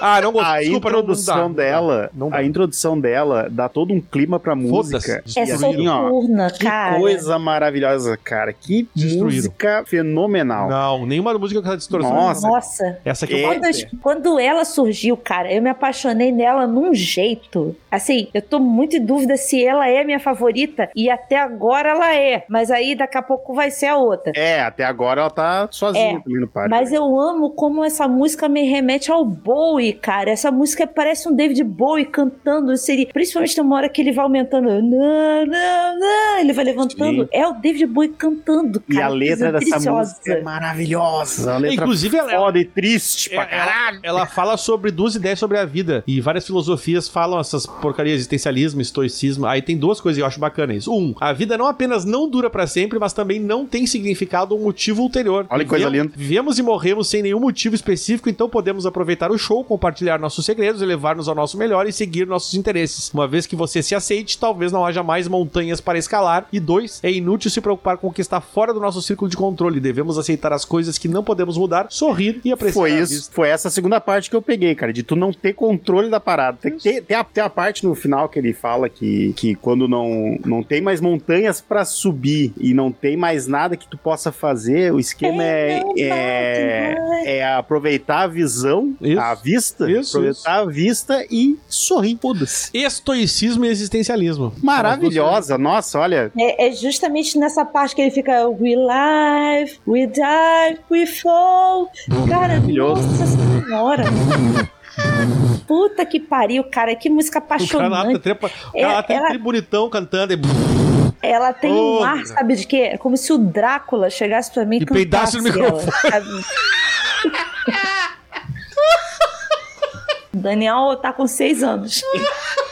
[SPEAKER 3] ah, não gostei.
[SPEAKER 5] a
[SPEAKER 3] Desculpa, não- não
[SPEAKER 5] introdução
[SPEAKER 3] dá, não dá.
[SPEAKER 5] dela,
[SPEAKER 3] Não dá.
[SPEAKER 5] a introdução dela dá todo um clima pra música.
[SPEAKER 3] Foda-se.
[SPEAKER 4] É
[SPEAKER 5] E assim, ó,
[SPEAKER 4] soturna,
[SPEAKER 5] Que
[SPEAKER 4] cara.
[SPEAKER 5] coisa maravilhosa, cara. Que
[SPEAKER 3] Destruíram.
[SPEAKER 5] música fenomenal.
[SPEAKER 3] Não, nenhuma música com essa distorção.
[SPEAKER 5] Nossa.
[SPEAKER 4] Nossa.
[SPEAKER 3] Essa aqui
[SPEAKER 5] É.
[SPEAKER 3] eu
[SPEAKER 4] Quando, eu- quando ela surgiu, cara, eu me apaixonei nela num jeito. Assim, eu tô muito em dúvida se ela é minha favorita e até agora ela é. Mas aí daqui a pouco vai ser a outra.
[SPEAKER 5] É, até agora ela tá sozinha
[SPEAKER 4] É,
[SPEAKER 5] também no parque.
[SPEAKER 4] Mas eu amo como essa música me remete ao Bowie, cara. Essa música parece um David Bowie cantando. Seria, principalmente tem uma hora que ele vai aumentando. Nã, nã, nã, ele vai levantando.
[SPEAKER 5] Sim.
[SPEAKER 4] É o David Bowie cantando,
[SPEAKER 5] E
[SPEAKER 4] cara.
[SPEAKER 5] a letra
[SPEAKER 4] Coisa
[SPEAKER 5] dessa
[SPEAKER 4] deliciosa.
[SPEAKER 5] música é maravilhosa. A letra
[SPEAKER 3] Inclusive, ela, ela,
[SPEAKER 5] foda e triste pra
[SPEAKER 3] ela- é
[SPEAKER 5] caralho.
[SPEAKER 3] ela fala sobre duas ideias sobre a vida. E várias filosofias falam essas porcarias, existencialismo, estoicismo. Aí tem duas coisas que eu acho bacanas. isso. Um, a vida não apenas não dura pra sempre, mas também não tem significado ou motivo ulterior.
[SPEAKER 5] Olha que coisa
[SPEAKER 3] Vivemos-
[SPEAKER 5] linda.
[SPEAKER 3] Vivemos e morremos sem nenhum motivo específico, então podemos aproveitar o show, compartilhar nossos segredos, elevar-nos ao nosso melhor e seguir nossos interesses. Uma vez que você se aceite, talvez não haja mais montanhas para escalar. E dois, é inútil se preocupar com o que está fora do nosso círculo de controle. Devemos aceitar as coisas que não podemos mudar, sorrir e apreciar
[SPEAKER 5] Foi
[SPEAKER 3] a
[SPEAKER 5] isso, foi essa segunda parte que eu peguei, cara, de tu não ter controle da parada. Tem, tem, tem, a, tem a parte no final que ele fala que, que quando não, não tem mais montanhas pra subir e não tem mais nada que tu possa fazer, o esquema é, é, é aproveitar a visão,
[SPEAKER 3] Isso.
[SPEAKER 5] a vista,
[SPEAKER 3] Isso,
[SPEAKER 5] aproveitar a vista e sorrir. Foda-se.
[SPEAKER 3] Estoicismo e existencialismo.
[SPEAKER 5] Maravilhosa, nossa, olha,
[SPEAKER 4] É, é justamente nessa parte que ele fica We live, we dive, we fall. Cara,
[SPEAKER 5] Maravilhoso.
[SPEAKER 4] nossa senhora. Puta que pariu, cara. Que música
[SPEAKER 3] O cara lá tá
[SPEAKER 4] apaixonante.
[SPEAKER 3] trepa- o
[SPEAKER 4] É,
[SPEAKER 3] cara lá tá
[SPEAKER 4] ela-
[SPEAKER 3] tri bonitão cantando e,
[SPEAKER 4] Ela tem
[SPEAKER 3] Oh,
[SPEAKER 4] um ar, sabe de quê? É como se o Drácula chegasse pra mim
[SPEAKER 3] E peidasse no
[SPEAKER 4] cantasse ela, sabe? Daniel tá com seis anos.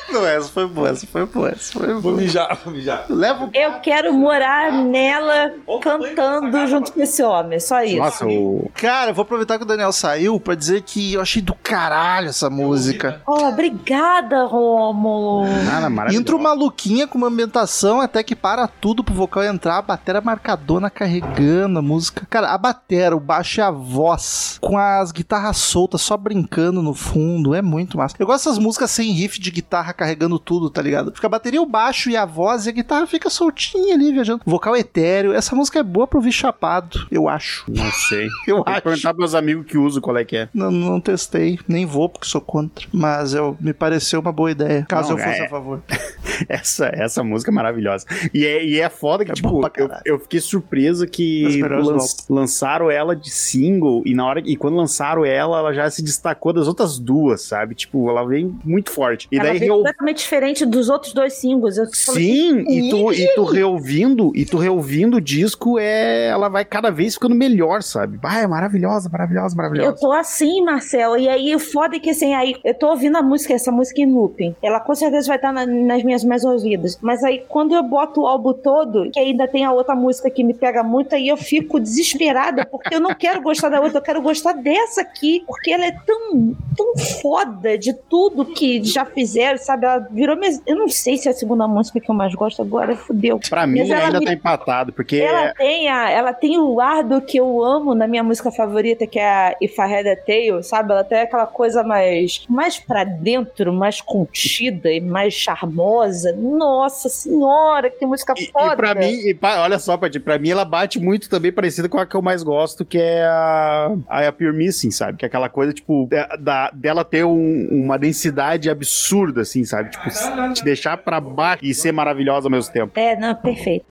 [SPEAKER 2] Não, essa foi boa, essa foi boa, essa foi boa.
[SPEAKER 3] mijar, vou mijar.
[SPEAKER 2] Leva o
[SPEAKER 4] Eu quero morar nela cantando junto com esse homem. Só isso.
[SPEAKER 5] nossa, o...
[SPEAKER 2] Cara, eu vou aproveitar que o Daniel saiu pra dizer que eu achei do caralho essa música.
[SPEAKER 4] Oh, obrigada, Romulo.
[SPEAKER 5] Cara, é maravilhosa.
[SPEAKER 2] Intro maluquinha com uma ambientação até que para tudo pro vocal entrar, a batera marcadona carregando a música. Cara, a batera, o baixo e a voz, com as guitarras soltas só brincando no fundo, é muito massa. Eu gosto dessas músicas sem riff de guitarra carregando tudo, tá ligado? Fica a bateria, o baixo e a voz e a guitarra fica soltinha ali viajando. Vocal etéreo, essa música é boa pra ouvir chapado, eu acho.
[SPEAKER 5] Não sei.
[SPEAKER 2] Eu
[SPEAKER 5] Tem que
[SPEAKER 2] acho.
[SPEAKER 5] perguntar pros meus amigos que usam qual é que é.
[SPEAKER 2] Não, não testei, nem vou porque sou contra, mas eu me pareceu uma boa ideia, caso
[SPEAKER 5] Não,
[SPEAKER 2] eu fosse
[SPEAKER 5] é-
[SPEAKER 2] a favor.
[SPEAKER 5] Essa, essa música é maravilhosa. E é, e é foda que,
[SPEAKER 2] É
[SPEAKER 5] tipo,
[SPEAKER 2] bom pra
[SPEAKER 5] eu,
[SPEAKER 2] caralho.
[SPEAKER 5] eu fiquei surpreso
[SPEAKER 2] Das
[SPEAKER 5] que
[SPEAKER 2] melhores
[SPEAKER 5] lan- lançaram ela de single e na hora e quando lançaram ela, ela já se destacou das outras duas, sabe? Tipo, ela vem muito forte. E
[SPEAKER 4] Ela
[SPEAKER 5] daí
[SPEAKER 4] veio
[SPEAKER 5] eu
[SPEAKER 4] completamente diferente dos outros dois singles. Eu falei,
[SPEAKER 5] Sim, e tu, e tu reouvindo, e tu reouvindo o disco, é, ela vai cada vez ficando melhor, sabe? Ah, é maravilhosa, maravilhosa,
[SPEAKER 4] Eu
[SPEAKER 5] maravilhosa.
[SPEAKER 4] tô assim, Marcelo. E aí, o foda é que assim, aí eu tô ouvindo a música, essa música em looping. Ela com certeza vai estar na- nas minhas mais ouvidas. Mas aí, quando eu boto o álbum todo, que ainda tem a outra música que me pega muito, aí eu fico desesperada, porque eu não quero gostar da outra, eu quero gostar dessa aqui, porque ela é tão, tão foda de tudo que já fizeram, sabe? Ela virou minha. Eu não sei se é a segunda música que eu mais gosto agora, fudeu.
[SPEAKER 5] Pra mim
[SPEAKER 4] Mas ela
[SPEAKER 5] ainda
[SPEAKER 4] me-
[SPEAKER 5] tá empatado, porque é,
[SPEAKER 4] Ela tem, a, ela tem o ar do que eu amo na minha música favorita, que é a If I Had a Tail, sabe? Ela tem aquela coisa mais, mais pra dentro, mais contida e mais charmosa. Nossa senhora, que música
[SPEAKER 5] E,
[SPEAKER 4] foda.
[SPEAKER 5] e pra mim, e pa- olha só, Paty, pra mim ela bate muito também parecida com a que eu mais gosto, que é a, a, a Pure Missing, sabe? Que é aquela coisa, tipo, da, da- dela ter um- uma densidade absurda, assim, sabe? Tipo, te deixar pra baixo e ser maravilhosa ao mesmo tempo.
[SPEAKER 4] É, não, perfeito.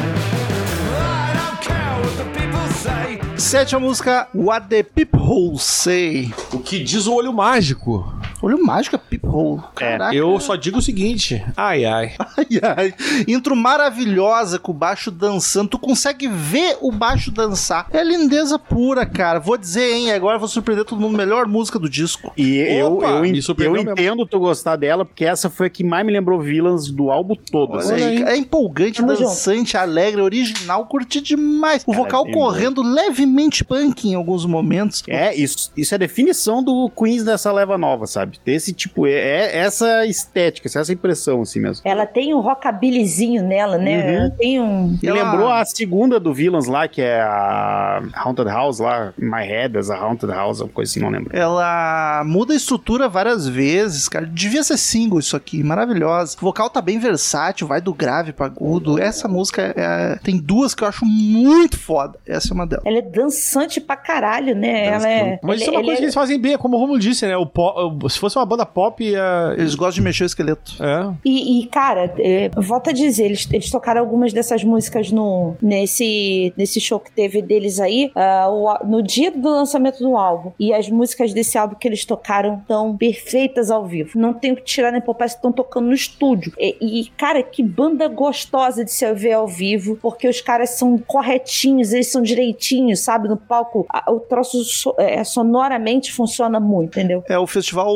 [SPEAKER 6] I don't care what the people say.
[SPEAKER 2] Sétima música, What the Peephole Say.
[SPEAKER 3] O que diz o olho mágico?
[SPEAKER 2] Olho mágico é Peephole.
[SPEAKER 5] É,
[SPEAKER 2] Caraca.
[SPEAKER 3] Eu só digo o seguinte: ai ai.
[SPEAKER 2] Ai, ai. Intro maravilhosa com o baixo dançando. Tu consegue ver o baixo dançar. É lindeza pura, cara. Vou dizer, hein, agora eu vou surpreender todo mundo. Melhor música do disco.
[SPEAKER 5] E eu,
[SPEAKER 3] Opa,
[SPEAKER 5] eu, en-
[SPEAKER 3] me
[SPEAKER 5] eu
[SPEAKER 3] surpreendeu mesmo.
[SPEAKER 5] entendo tu gostar dela, porque essa foi a que mais me lembrou Villains do álbum todo.
[SPEAKER 2] Olha
[SPEAKER 5] assim.
[SPEAKER 3] aí.
[SPEAKER 2] aí, É empolgante,
[SPEAKER 4] Tamo
[SPEAKER 2] dançante, alegre, original. Curti demais. O
[SPEAKER 5] Cara,
[SPEAKER 2] vocal
[SPEAKER 5] tem
[SPEAKER 2] correndo levemente punk em alguns momentos.
[SPEAKER 5] É, isso, isso é a definição do Queens dessa leva nova, sabe? Ter esse tipo, é, é essa estética, essa impressão, assim mesmo.
[SPEAKER 4] Ela tem um rockabilizinho nela, né?
[SPEAKER 5] Uhum.
[SPEAKER 4] Ela tem um.
[SPEAKER 5] Me
[SPEAKER 2] Ela-
[SPEAKER 5] lembrou a segunda do Villains lá, que é a Haunted House lá, My Head as a Haunted House, uma coisa assim, não lembro.
[SPEAKER 2] Ela muda a estrutura várias vezes, cara. Devia ser single isso aqui, maravilhosa. O vocal tá bem versátil, vai do grave pra agudo. Essa música é- tem duas que eu acho muito foda. Essa é uma delas.
[SPEAKER 4] Ela é dançante pra caralho, né?
[SPEAKER 5] Dança
[SPEAKER 4] ela é.
[SPEAKER 3] Mas
[SPEAKER 4] ele-
[SPEAKER 3] isso é uma
[SPEAKER 4] ele
[SPEAKER 3] coisa que eles fazem bem, como o Romulo disse, né? O pó- o- se fosse uma banda pop, ia.
[SPEAKER 2] Eles gostam de mexer o esqueleto.
[SPEAKER 3] É.
[SPEAKER 4] E, e, cara, é, volta a dizer, eles, eles tocaram algumas dessas músicas no, nesse, nesse show que teve deles aí, ah, o á- no dia do lançamento do álbum. E as músicas desse álbum que eles tocaram tão perfeitas ao vivo. Não tem o que tirar nem pôr, parece que estão tocando no estúdio. E, e, cara, que banda gostosa de se ver ao vivo, porque os caras são corretinhos, eles são direitinhos, sabe? No palco, a- o troço so- é, sonoramente funciona muito, entendeu?
[SPEAKER 2] É o festival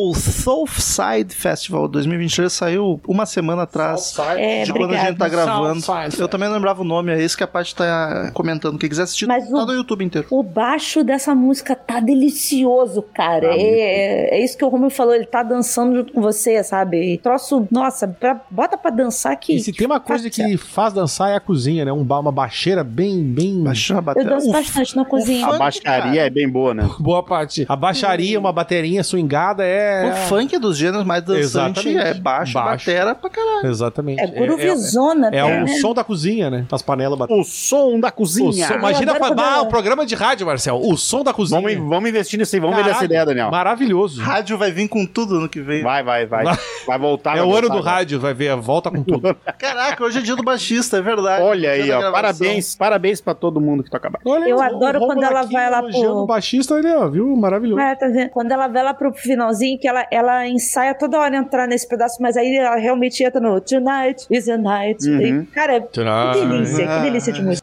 [SPEAKER 2] Southside Festival 2023, saiu uma semana atrás
[SPEAKER 4] É,
[SPEAKER 2] de quando a gente tá
[SPEAKER 4] obrigado.
[SPEAKER 2] gravando. Eu também não lembrava o nome, é esse que a Paty tá comentando. Quem quiser assistir,
[SPEAKER 4] Mas
[SPEAKER 2] tá
[SPEAKER 4] o-
[SPEAKER 2] no YouTube inteiro.
[SPEAKER 4] O baixo dessa música tá delicioso, cara.
[SPEAKER 3] Tá
[SPEAKER 4] é, é isso que o Romulo falou, ele tá dançando junto com você, sabe? E troço, nossa, pra- bota pra dançar que.
[SPEAKER 3] E se tem uma coisa
[SPEAKER 4] fácil.
[SPEAKER 3] que faz dançar é a cozinha, né? Um ba- uma baixeira bem, bem.
[SPEAKER 2] Baixou a
[SPEAKER 4] Eu
[SPEAKER 2] bateria.
[SPEAKER 4] danço
[SPEAKER 2] Uf,
[SPEAKER 4] bastante na cozinha.
[SPEAKER 5] A baixaria é bem boa, né?
[SPEAKER 3] Boa parte. A baixaria, uma baterinha swingada é.
[SPEAKER 2] O funk dos gêneros mais dançante
[SPEAKER 3] Exatamente.
[SPEAKER 2] é baixo,
[SPEAKER 3] Baixo.
[SPEAKER 2] batera pra caralho.
[SPEAKER 3] Exatamente.
[SPEAKER 4] É groovizona,
[SPEAKER 3] É
[SPEAKER 4] até,
[SPEAKER 3] o
[SPEAKER 4] né?
[SPEAKER 3] som da cozinha, né? As panelas batendo.
[SPEAKER 5] O som da cozinha.
[SPEAKER 3] O som- imagina
[SPEAKER 4] adoro
[SPEAKER 3] fa-
[SPEAKER 4] programa.
[SPEAKER 3] Ah, o programa de rádio, Marcel. O som da cozinha.
[SPEAKER 5] Vamos, vamos investir nisso aí, vamos ver essa
[SPEAKER 3] Caralho,
[SPEAKER 5] ideia, Daniel.
[SPEAKER 3] Maravilhoso.
[SPEAKER 2] Rádio vai vir com tudo ano que vem.
[SPEAKER 5] Vai, vai, vai. Vai voltar.
[SPEAKER 3] É
[SPEAKER 5] vai
[SPEAKER 3] o ano
[SPEAKER 5] voltar,
[SPEAKER 3] do
[SPEAKER 5] vai.
[SPEAKER 3] rádio, vai ver, volta com tudo.
[SPEAKER 2] Caraca, hoje é dia do baixista, é verdade.
[SPEAKER 5] Olha aí,
[SPEAKER 2] Dia da
[SPEAKER 5] ó.
[SPEAKER 2] gravação.
[SPEAKER 5] Parabéns, parabéns pra todo mundo que tá toca baixo.
[SPEAKER 3] Olha,
[SPEAKER 4] Eu
[SPEAKER 3] o-
[SPEAKER 4] adoro
[SPEAKER 3] o Rômulo
[SPEAKER 4] quando ela
[SPEAKER 3] aqui
[SPEAKER 4] vai lá
[SPEAKER 3] elogiando
[SPEAKER 4] pro-
[SPEAKER 3] o baixista, ele, ó, viu? Maravilhoso.
[SPEAKER 4] É, tá vendo? Quando ela vai lá pro finalzinho, que ela, ela ensaia toda hora entrar nesse pedaço, mas aí ela realmente entra no Tonight is a Night.
[SPEAKER 5] Uhum.
[SPEAKER 4] E, cara, que delícia, que delícia de música.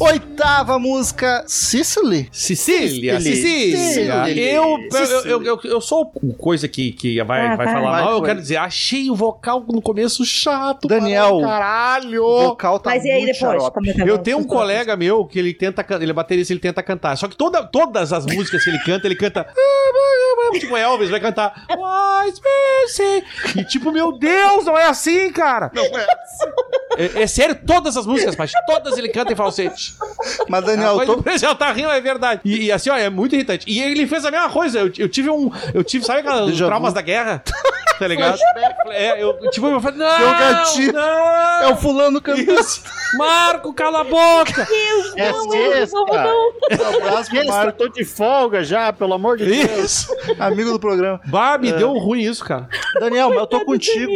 [SPEAKER 2] Oitava música, Sicily.
[SPEAKER 3] Sicília, Sicília.
[SPEAKER 2] Sicília.
[SPEAKER 3] Eu, eu, eu, eu- eu sou o coisa que, que vai,
[SPEAKER 4] Ah,
[SPEAKER 3] vai
[SPEAKER 4] vai.
[SPEAKER 3] falar
[SPEAKER 2] Vai,
[SPEAKER 3] mal. Eu
[SPEAKER 2] foi.
[SPEAKER 3] quero dizer, achei o vocal no começo chato.
[SPEAKER 2] Daniel.
[SPEAKER 3] para um Caralho.
[SPEAKER 2] O vocal tá
[SPEAKER 4] Mas e aí
[SPEAKER 2] muito
[SPEAKER 4] depois?
[SPEAKER 2] xarope.
[SPEAKER 4] Como é que é?
[SPEAKER 3] Eu tenho um colega meu que ele tenta can- ele é baterista, ele tenta cantar. Só que toda, todas as músicas que ele canta, ele canta. "Ah, Tipo, Elvis vai cantar. "Wise Mercy". E tipo, meu Deus, não é assim, cara. é. é sério, todas as músicas, mas todas ele canta em falsete.
[SPEAKER 2] Mas,
[SPEAKER 3] Ah,
[SPEAKER 2] Daniel,
[SPEAKER 3] mas
[SPEAKER 2] tô...
[SPEAKER 3] O pessoal tá rindo, é verdade. E, e assim, ó, é muito irritante. E ele fez a mesma coisa. Eu, eu tive um. Eu tive, sabe aquelas
[SPEAKER 2] Déjà vu.
[SPEAKER 3] traumas da guerra? Tá ligado? é, eu, tipo, eu falei, não,
[SPEAKER 2] gatinho.
[SPEAKER 3] não.
[SPEAKER 2] é o fulano cantando.
[SPEAKER 3] Isso. Marco, cala a boca!
[SPEAKER 5] É sexta.
[SPEAKER 4] não.
[SPEAKER 2] Um Abraço pro
[SPEAKER 5] Sexta, eu
[SPEAKER 2] Marco,
[SPEAKER 5] tô de folga já, pelo amor de Deus.
[SPEAKER 3] Isso!
[SPEAKER 2] amigo do programa.
[SPEAKER 3] Bah, me deu ruim isso, cara.
[SPEAKER 2] Daniel, mas eu tô contigo.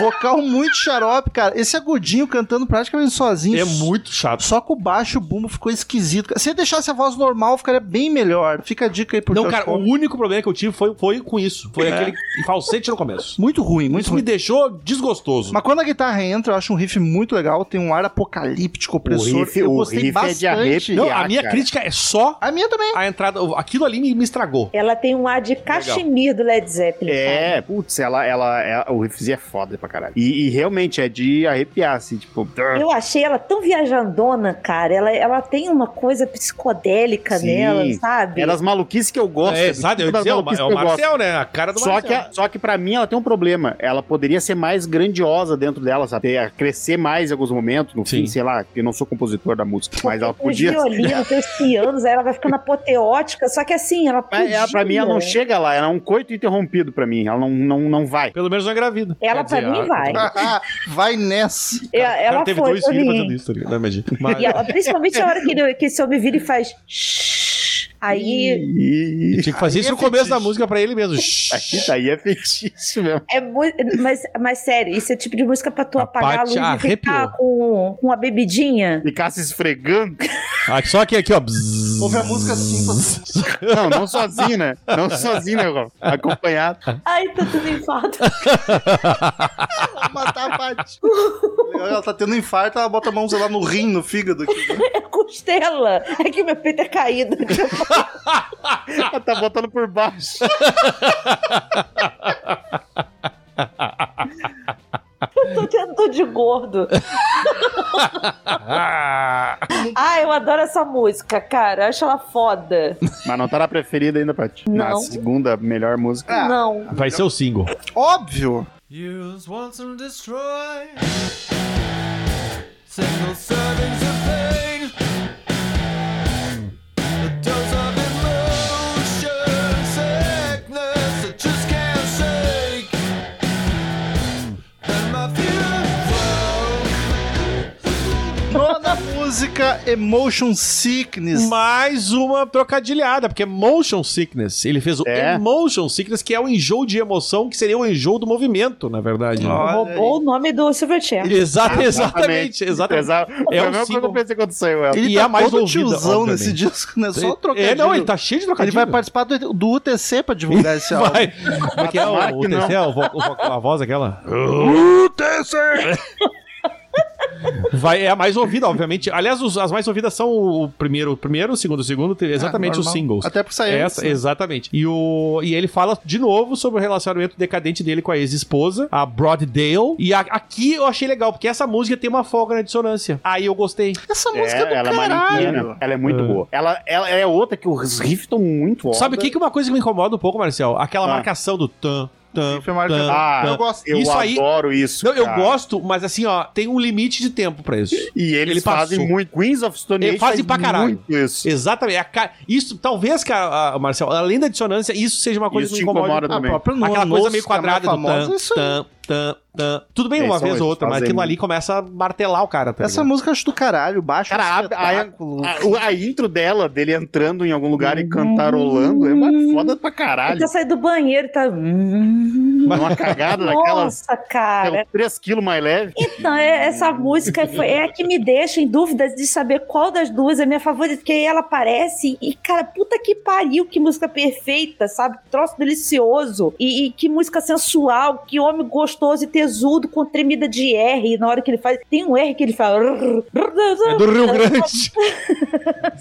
[SPEAKER 2] Vocal muito xarope, cara. Esse agudinho cantando praticamente sozinho.
[SPEAKER 3] É muito chato.
[SPEAKER 2] Só com o baixo, o bumbo ficou esquisito. Se ele deixasse a voz normal, ficaria bem melhor. Fica a dica aí pro
[SPEAKER 3] Não,
[SPEAKER 2] Josh
[SPEAKER 3] cara, o um
[SPEAKER 2] Homme.
[SPEAKER 3] único problema que eu tive foi, foi com isso. Foi
[SPEAKER 2] É.
[SPEAKER 3] aquele falsete no começo.
[SPEAKER 2] Muito ruim, muito
[SPEAKER 3] Isso me
[SPEAKER 2] ruim.
[SPEAKER 3] deixou desgostoso.
[SPEAKER 2] Mas quando a guitarra entra, eu acho um riff muito legal. Tem um ar apocalíptico, opressor.
[SPEAKER 5] riff-
[SPEAKER 2] eu
[SPEAKER 5] o
[SPEAKER 2] gostei
[SPEAKER 5] riff é de
[SPEAKER 2] bastante.
[SPEAKER 5] arrepiar.
[SPEAKER 3] Não, a
[SPEAKER 5] piar,
[SPEAKER 3] minha
[SPEAKER 5] cara.
[SPEAKER 3] crítica é só
[SPEAKER 2] A minha também.
[SPEAKER 3] a entrada. Aquilo ali me, me estragou.
[SPEAKER 4] Ela tem um ar de cachemir do Led Zeppelin. cara.
[SPEAKER 5] É, putz, ela, ela, ela- o riffzinho é foda pra caralho. E, e realmente é de arrepiar, assim, tipo.
[SPEAKER 4] Eu achei ela tão viajandona, cara. Ela, ela tem uma coisa psicodélica
[SPEAKER 5] Sim.
[SPEAKER 4] nela, sabe?
[SPEAKER 5] É das maluquices que eu gosto.
[SPEAKER 3] É,
[SPEAKER 5] bicho,
[SPEAKER 3] sabe? Eu ia
[SPEAKER 5] das
[SPEAKER 3] dizer, é o,
[SPEAKER 5] maluquices
[SPEAKER 3] é o
[SPEAKER 5] que eu gosto.
[SPEAKER 3] Marcel, né? A cara do
[SPEAKER 5] Só que,
[SPEAKER 3] Marcel.
[SPEAKER 5] a- só que pra mim ela tem um problema. Ela poderia ser mais grandiosa dentro dela, sabe? Ter- Crescer mais em alguns momentos, no
[SPEAKER 3] Sim.
[SPEAKER 5] fim, sei lá, eu não sou compositor da música, mas ela
[SPEAKER 4] Tem os
[SPEAKER 5] podia.
[SPEAKER 4] violinos, tem os pianos, aí ela vai ficando apoteótica. Só que assim, ela
[SPEAKER 5] Mas
[SPEAKER 4] podia...
[SPEAKER 5] ela, pra mim, ela não chega lá, ela é um coito interrompido pra mim. Ela não, não, não vai.
[SPEAKER 3] Pelo menos não é engravida.
[SPEAKER 4] Ela,
[SPEAKER 3] Quer
[SPEAKER 4] pra mim,
[SPEAKER 3] a-
[SPEAKER 4] vai.
[SPEAKER 2] Ah, Vai nessa.
[SPEAKER 4] É,
[SPEAKER 3] Cara,
[SPEAKER 4] ela
[SPEAKER 3] teve
[SPEAKER 4] foi
[SPEAKER 3] dois filhos
[SPEAKER 4] Toninho.
[SPEAKER 3] fazendo isso, tá ligado? Não, imagina. Mas-
[SPEAKER 4] E ela- principalmente a hora que, ele, que esse homem vira e faz... shhh, Aí
[SPEAKER 5] E...
[SPEAKER 3] Ele tinha que fazer isso no começo da música pra ele mesmo. Shhh.
[SPEAKER 5] Aí, daí é feitiço mesmo.
[SPEAKER 4] é muito. Mas, mas sério, isso é tipo de música pra tu
[SPEAKER 3] A
[SPEAKER 4] apagar a
[SPEAKER 3] Paty
[SPEAKER 4] luz e
[SPEAKER 3] arrepiou.
[SPEAKER 4] ficar com, com uma bebidinha.
[SPEAKER 5] Ficar se esfregando.
[SPEAKER 3] Ah, Só que aqui, ó. bzzz.
[SPEAKER 2] Ouve a música assim, você-
[SPEAKER 5] Não, não sozinho, né? Não sozinho, né, Rob? Acompanhado.
[SPEAKER 4] Ai, tô tudo enfado.
[SPEAKER 2] Vou matar a Paty. Legal, Ela tá tendo infarto, ela bota a mão, sei lá, no rim, no fígado. aqui.
[SPEAKER 4] costela. É que meu peito é caído.
[SPEAKER 5] Ela tá botando por baixo.
[SPEAKER 4] Eu tô tentando de gordo. Ah, eu adoro essa música, cara. Eu acho ela foda.
[SPEAKER 5] Mas não tá na preferida ainda, Paty. Na
[SPEAKER 4] Não. Ah,
[SPEAKER 5] segunda melhor música.
[SPEAKER 4] Não.
[SPEAKER 3] Vai ser o single.
[SPEAKER 2] Óbvio.
[SPEAKER 1] Use once and destroy. Single servings of pain. A dose of emotion, sickness that just can't shake. And my future
[SPEAKER 2] Nona música Emotion Sickness.
[SPEAKER 3] Mais uma trocadilhada, porque é motion sickness. Ele fez o
[SPEAKER 5] É.
[SPEAKER 3] emotion sickness, que é o enjoo de emoção, que seria o enjoo do movimento, na verdade. né?
[SPEAKER 2] Olha
[SPEAKER 4] Roubou o nome do Silverchair.
[SPEAKER 3] Exata- exatamente, exatamente.
[SPEAKER 5] Exato.
[SPEAKER 3] É
[SPEAKER 5] É
[SPEAKER 3] um
[SPEAKER 5] a mesma coisa que
[SPEAKER 3] single.
[SPEAKER 5] eu pensei quando saiu ela.
[SPEAKER 3] E é a mais
[SPEAKER 2] tá todo
[SPEAKER 3] ouvida,
[SPEAKER 2] tiozão
[SPEAKER 3] obviamente.
[SPEAKER 2] nesse disco, né? Só trocadilho.
[SPEAKER 3] É, não, ele tá cheio de
[SPEAKER 2] Ele
[SPEAKER 3] trocadilho.
[SPEAKER 2] vai participar do, do UTC pra divulgar esse álbum.
[SPEAKER 3] Vai. Como é que é o,
[SPEAKER 5] Tomara
[SPEAKER 3] o
[SPEAKER 5] que não.
[SPEAKER 3] TC? O vo- o vo- a voz aquela? Vai, é a mais ouvida, obviamente. Aliás, os- as mais ouvidas são o primeiro, o primeiro, o segundo, o segundo, tem exatamente
[SPEAKER 2] Ah,
[SPEAKER 3] os
[SPEAKER 2] normal.
[SPEAKER 3] singles.
[SPEAKER 2] Até por sair.
[SPEAKER 3] Essa,
[SPEAKER 5] né?
[SPEAKER 3] exatamente. E, o, e ele fala de novo sobre o relacionamento decadente dele com a ex-esposa, a Broaddale. E a- aqui eu achei legal, porque essa música tem uma folga na dissonância. Aí eu gostei.
[SPEAKER 2] Essa
[SPEAKER 5] É,
[SPEAKER 2] música é, do
[SPEAKER 5] ela é
[SPEAKER 2] caralho.
[SPEAKER 3] né?
[SPEAKER 5] manequina. Ela é muito boa. Ela, ela é outra que os riffs estão muito foda.
[SPEAKER 3] Ah. Sabe o que, que uma coisa que me incomoda um pouco, Marcel? Aquela
[SPEAKER 5] Ah.
[SPEAKER 3] marcação do tan, tan,
[SPEAKER 2] Foi marcado.
[SPEAKER 3] tan,
[SPEAKER 5] Ah,
[SPEAKER 3] tan.
[SPEAKER 5] eu
[SPEAKER 2] gosto.
[SPEAKER 5] Eu
[SPEAKER 3] Isso aí-
[SPEAKER 5] adoro isso.
[SPEAKER 3] Não, eu
[SPEAKER 5] cara.
[SPEAKER 3] gosto, mas assim, ó, tem um limite de tempo pra isso.
[SPEAKER 5] E eles
[SPEAKER 3] Ele
[SPEAKER 5] fazem
[SPEAKER 3] passou.
[SPEAKER 5] muito. Queens of Stone
[SPEAKER 3] Ele
[SPEAKER 5] Age
[SPEAKER 3] fazem
[SPEAKER 5] faz
[SPEAKER 3] pra caralho.
[SPEAKER 5] Muito isso.
[SPEAKER 3] Exatamente. A ca- Isso, talvez, cara, a- Marcel, além da dissonância, isso seja uma coisa
[SPEAKER 5] Isso
[SPEAKER 3] que
[SPEAKER 5] te
[SPEAKER 3] me incomoda.
[SPEAKER 5] incomoda
[SPEAKER 2] Ah,
[SPEAKER 5] também.
[SPEAKER 2] próprio
[SPEAKER 3] Aquela
[SPEAKER 2] Nonos,
[SPEAKER 3] coisa meio
[SPEAKER 2] que é a mais
[SPEAKER 3] quadrada do
[SPEAKER 2] famosa,
[SPEAKER 3] tan,
[SPEAKER 2] isso aí.
[SPEAKER 3] tan, tan, tan. Tudo bem
[SPEAKER 5] Eles
[SPEAKER 3] uma
[SPEAKER 5] são
[SPEAKER 3] vez ou
[SPEAKER 5] eles,
[SPEAKER 3] outra, mas
[SPEAKER 5] fazem
[SPEAKER 3] aquilo
[SPEAKER 5] muito.
[SPEAKER 3] ali começa a martelar o cara. Tá
[SPEAKER 2] Essa
[SPEAKER 3] ligado?
[SPEAKER 2] música eu acho do caralho, baixo
[SPEAKER 5] Cara,
[SPEAKER 3] é
[SPEAKER 5] a- a-
[SPEAKER 2] espetáculo.
[SPEAKER 5] A, o- a intro dela, dele entrando em algum lugar e cantarolando, é uma foda pra
[SPEAKER 4] Ele
[SPEAKER 5] caralho.
[SPEAKER 4] tá saindo do banheiro e tá.
[SPEAKER 5] Uma cagada daquelas.
[SPEAKER 4] Nossa, cara. é
[SPEAKER 5] 3kg mais leve.
[SPEAKER 4] Então, é- essa música foi, é a que me deixa em dúvidas de saber qual das duas é minha favorita, porque aí ela aparece e, cara, puta que pariu, que música perfeita, sabe? Troço delicioso e, e que música sensual, que homem gostoso e tesudo com tremida de R. E na hora que ele faz, tem um R que ele fala.
[SPEAKER 3] É do Rio Grande.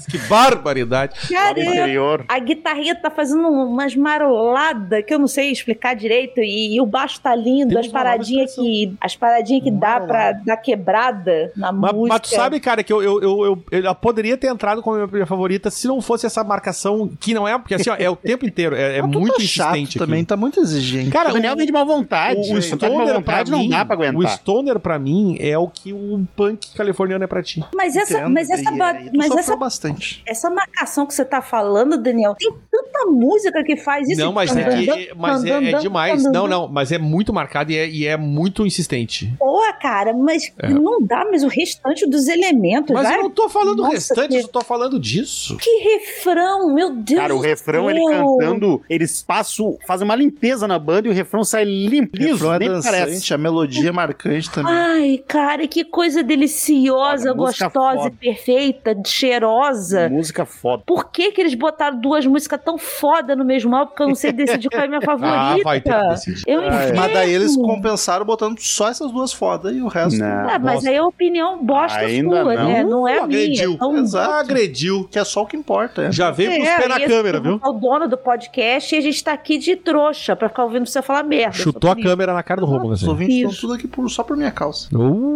[SPEAKER 3] que barbaridade.
[SPEAKER 5] Lá no
[SPEAKER 4] Cara,
[SPEAKER 5] interior.
[SPEAKER 4] A guitarrinha tá fazendo umas maroladas que eu não sei explicar direito e, e o baixo tá lindo,
[SPEAKER 3] Temos
[SPEAKER 4] as
[SPEAKER 3] uma nova
[SPEAKER 4] paradinhas
[SPEAKER 3] expressão.
[SPEAKER 4] que as paradinhas que dá pra dar quebrada na
[SPEAKER 3] Mas,
[SPEAKER 4] música.
[SPEAKER 3] mas tu sabe, cara, que eu, eu, eu, eu- ela poderia ter entrado como minha favorita se não fosse essa marcação, que não é, porque assim, ó, é o tempo inteiro, é, é
[SPEAKER 2] Mas tu tá
[SPEAKER 3] muito
[SPEAKER 2] chato
[SPEAKER 3] insistente. aqui.
[SPEAKER 2] também, tá muito exigente.
[SPEAKER 3] Cara,
[SPEAKER 5] o Daniel vem de má vontade.
[SPEAKER 3] O, o
[SPEAKER 5] Ele tá de
[SPEAKER 3] Stoner,
[SPEAKER 5] má
[SPEAKER 3] pra
[SPEAKER 5] vontade, não
[SPEAKER 3] mim,
[SPEAKER 5] dá pra aguentar.
[SPEAKER 3] o Stoner, pra mim, é o que o punk californiano é pra ti.
[SPEAKER 4] Mas essa,
[SPEAKER 2] Entendo,
[SPEAKER 4] mas essa,
[SPEAKER 2] e
[SPEAKER 4] ba-
[SPEAKER 2] aí tu
[SPEAKER 4] mas
[SPEAKER 2] sofreu
[SPEAKER 4] essa,
[SPEAKER 2] bastante.
[SPEAKER 4] essa marcação que você tá falando, Daniel, tem tanta música que faz isso.
[SPEAKER 3] não, mas, é, que- é- mas é- é demais. Não, não, mas é muito marcado e é, e é muito insistente.
[SPEAKER 4] Porra, cara, mas
[SPEAKER 3] É.
[SPEAKER 4] não dá, mas o restante dos elementos,
[SPEAKER 3] Mas
[SPEAKER 4] vai?
[SPEAKER 3] eu não tô falando do
[SPEAKER 4] Nossa,
[SPEAKER 3] restante,
[SPEAKER 4] que-
[SPEAKER 3] eu só tô falando disso.
[SPEAKER 4] Que refrão, meu Deus
[SPEAKER 5] Cara, o
[SPEAKER 4] do
[SPEAKER 5] refrão, ele
[SPEAKER 4] céu.
[SPEAKER 5] cantando, eles passam, fazem uma limpeza na banda e o refrão sai limpo,
[SPEAKER 2] Isso,
[SPEAKER 5] liso,
[SPEAKER 2] é
[SPEAKER 5] nem
[SPEAKER 2] dançante,
[SPEAKER 5] parece.
[SPEAKER 2] a melodia é marcante também.
[SPEAKER 4] Ai, cara, que coisa
[SPEAKER 5] Olha,
[SPEAKER 4] deliciosa,
[SPEAKER 5] música
[SPEAKER 4] gostosa,
[SPEAKER 5] foda.
[SPEAKER 4] e perfeita, cheirosa.
[SPEAKER 5] Música foda.
[SPEAKER 4] Por que, que eles botaram duas músicas tão foda no mesmo álbum? Porque eu não sei decidir qual é
[SPEAKER 3] Ah,
[SPEAKER 4] a minha favorita.
[SPEAKER 3] decidir.
[SPEAKER 4] eu entendo.
[SPEAKER 2] Mas daí eles compensaram botando só essas duas fodas e o resto.
[SPEAKER 5] Não.
[SPEAKER 4] Ah, mas aí é a opinião bosta
[SPEAKER 5] Ainda
[SPEAKER 4] sua,
[SPEAKER 5] não.
[SPEAKER 4] né? Não é a minha.
[SPEAKER 3] Agrediu.
[SPEAKER 4] Então,
[SPEAKER 2] Exato.
[SPEAKER 3] Agrediu.
[SPEAKER 2] Que é só o que importa, é.
[SPEAKER 3] Já veio com os
[SPEAKER 4] é,
[SPEAKER 3] pés na
[SPEAKER 4] e esse
[SPEAKER 3] câmera,
[SPEAKER 4] povo
[SPEAKER 3] viu?
[SPEAKER 4] É o dono do podcast e a gente tá aqui de trouxa pra ficar ouvindo você falar merda.
[SPEAKER 3] Chutou a câmera na cara do Romulo,
[SPEAKER 2] Os
[SPEAKER 3] assim.
[SPEAKER 2] ouvintes estão
[SPEAKER 4] Isso.
[SPEAKER 2] tudo aqui por- só por minha causa.
[SPEAKER 3] Uh.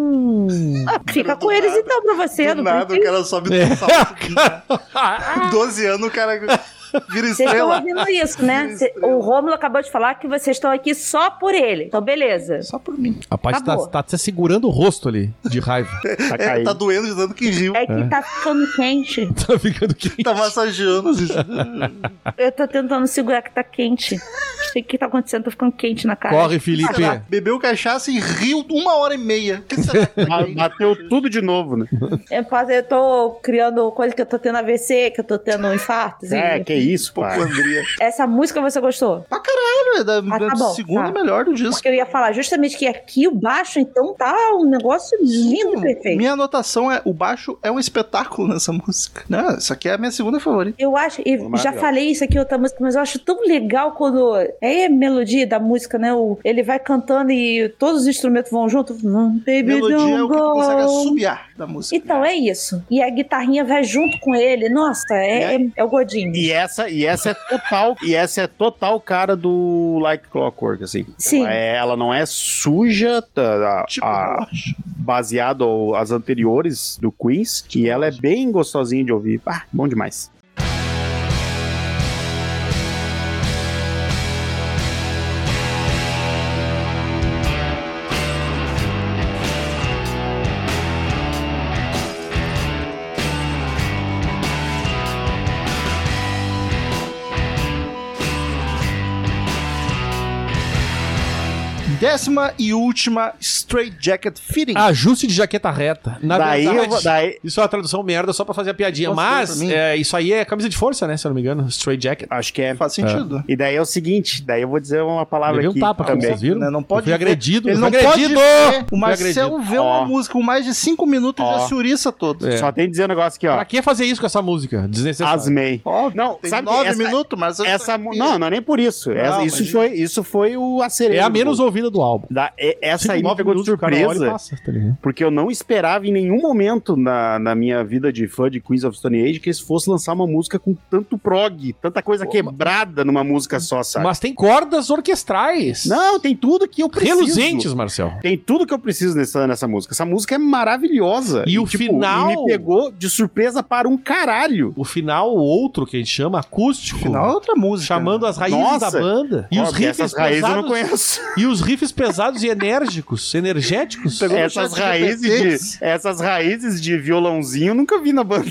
[SPEAKER 4] Ah, fica com eles então pra você.
[SPEAKER 2] Do
[SPEAKER 4] Não
[SPEAKER 2] nada o
[SPEAKER 4] precisa.
[SPEAKER 2] cara sobe do salto. 12 né? anos o cara vira
[SPEAKER 4] Vocês estão
[SPEAKER 2] estrela.
[SPEAKER 4] ouvindo isso, né? Cê- O Rômulo acabou de falar que vocês estão aqui só por ele. Então, beleza.
[SPEAKER 2] Só por mim.
[SPEAKER 3] Rapaz, tá,
[SPEAKER 4] Acabou.
[SPEAKER 3] tá se segurando o rosto ali, de raiva.
[SPEAKER 5] Tá
[SPEAKER 2] É,
[SPEAKER 5] caindo.
[SPEAKER 2] tá doendo de tanto que riu.
[SPEAKER 4] É que tá ficando quente.
[SPEAKER 3] tá ficando quente.
[SPEAKER 2] Tá massageando. assim.
[SPEAKER 4] Eu tô tentando segurar que tá quente. Não sei o que tá acontecendo, tô ficando quente na cara.
[SPEAKER 3] Corre, Felipe.
[SPEAKER 2] Cara, Bebeu cachaça e riu uma hora e meia. Que será que tá
[SPEAKER 5] Ba-
[SPEAKER 2] aí?
[SPEAKER 5] Bateu tudo de novo, né?
[SPEAKER 4] Eu, faço- eu tô criando coisa que eu tô tendo AVC, que eu tô tendo infartos.
[SPEAKER 5] É,
[SPEAKER 4] É,
[SPEAKER 5] que isso, pá.
[SPEAKER 2] Hipocondria.
[SPEAKER 4] Essa música você gostou?
[SPEAKER 2] Pra caralho, é da, da
[SPEAKER 4] tá bom,
[SPEAKER 2] segunda
[SPEAKER 4] tá.
[SPEAKER 2] melhor do disco.
[SPEAKER 4] Porque eu ia falar justamente que aqui o baixo, então, tá um negócio lindo, perfeito.
[SPEAKER 2] Minha anotação é: o baixo é um espetáculo nessa música. Não, isso aqui é a minha segunda favorita.
[SPEAKER 4] Eu acho, e já
[SPEAKER 5] Maravilhosa.
[SPEAKER 4] falei isso aqui em outra música, mas eu acho tão legal quando. É a melodia da música, né? O, ele vai cantando e todos os instrumentos vão junto. Baby,
[SPEAKER 2] Melodia é o que tu
[SPEAKER 4] don't
[SPEAKER 2] consegue
[SPEAKER 4] go.
[SPEAKER 2] assobiar da música.
[SPEAKER 4] Então é isso. E a guitarrinha vai junto com ele. Nossa, é, é, é o Godinho.
[SPEAKER 5] E essa, e essa é total, e essa é total cara do Like Clockwork, assim.
[SPEAKER 4] Sim.
[SPEAKER 5] Ela, é- ela não é suja, tá, a-
[SPEAKER 2] Tipo,
[SPEAKER 5] a-
[SPEAKER 2] relógio.
[SPEAKER 5] baseado ao- às anteriores do Queens, e ela é bem gostosinha de ouvir. Ah, bom demais.
[SPEAKER 2] Décima e última, Straight Jacket Fitting.
[SPEAKER 5] Ah,
[SPEAKER 3] Ajuste de jaqueta reta. Na
[SPEAKER 5] daí, eu
[SPEAKER 3] verdade,
[SPEAKER 5] vou, daí
[SPEAKER 3] isso é uma tradução merda só pra fazer a piadinha.
[SPEAKER 2] Posso falar
[SPEAKER 3] mas
[SPEAKER 2] pra mim?
[SPEAKER 3] é, isso aí é camisa de força, né? Se eu não me engano. Straight jacket.
[SPEAKER 5] acho que é.
[SPEAKER 2] Faz sentido.
[SPEAKER 5] E daí é o seguinte, daí eu vou dizer uma palavra
[SPEAKER 3] Levei um
[SPEAKER 5] aqui
[SPEAKER 3] tapa, como
[SPEAKER 5] também.
[SPEAKER 3] vocês viram?
[SPEAKER 2] Né, não pode
[SPEAKER 3] Foi
[SPEAKER 2] ver.
[SPEAKER 3] agredido.
[SPEAKER 2] Ele
[SPEAKER 3] fui
[SPEAKER 2] não pode
[SPEAKER 3] agredido.
[SPEAKER 2] ver. O
[SPEAKER 3] Fui
[SPEAKER 2] Marcel
[SPEAKER 3] agredido.
[SPEAKER 2] vê uma
[SPEAKER 5] Ó.
[SPEAKER 2] música com mais de 5 minutos e já
[SPEAKER 5] Ó.
[SPEAKER 2] se ouriça todo.
[SPEAKER 3] É.
[SPEAKER 5] Só tem que dizer um negócio aqui,
[SPEAKER 3] Pra
[SPEAKER 5] ó.
[SPEAKER 3] que fazer isso com essa música? Desnecessário.
[SPEAKER 5] Asmei.
[SPEAKER 2] Óbvio,
[SPEAKER 5] Não,
[SPEAKER 2] tem
[SPEAKER 5] sabe que
[SPEAKER 2] 9
[SPEAKER 5] essa-
[SPEAKER 2] minutos, mas...
[SPEAKER 5] Essa, mu- não, não é nem por isso. Essa-
[SPEAKER 2] Não,
[SPEAKER 5] isso,
[SPEAKER 2] mas-
[SPEAKER 5] foi, isso foi o acerto.
[SPEAKER 3] É a menos ouvida do álbum.
[SPEAKER 5] Da, e- essa
[SPEAKER 3] Cinco,
[SPEAKER 5] aí me
[SPEAKER 3] nove
[SPEAKER 5] pegou de
[SPEAKER 3] minutos, o cara olha e
[SPEAKER 5] surpresa.
[SPEAKER 3] passa, tá ligado?
[SPEAKER 5] Porque eu não esperava em nenhum momento na, na minha vida de fã de Queens of Stone Age que eles fossem lançar uma música com tanto prog, tanta coisa quebrada numa música só, sabe?
[SPEAKER 3] Mas tem cordas orquestrais.
[SPEAKER 5] Não, tem tudo que eu preciso.
[SPEAKER 3] Reluzentes, Marcel.
[SPEAKER 5] Tem tudo que eu preciso nessa, nessa música. Essa música é maravilhosa. tipo,
[SPEAKER 3] E o final-
[SPEAKER 5] E me pegou de surpresa para um caralho.
[SPEAKER 3] O final, o outro que a gente chama acústico.
[SPEAKER 2] Final é outra música.
[SPEAKER 3] Chamando as raízes
[SPEAKER 5] Nossa.
[SPEAKER 3] da banda. E
[SPEAKER 5] Ó,
[SPEAKER 3] os riffs
[SPEAKER 5] essas raízes eu não
[SPEAKER 3] pesados.
[SPEAKER 5] conheço.
[SPEAKER 3] E os riffs pesados e enérgicos, energéticos.
[SPEAKER 2] Pegou no
[SPEAKER 5] Essas
[SPEAKER 2] chat
[SPEAKER 5] raízes, de, essas raízes de violãozinho eu nunca vi na banda.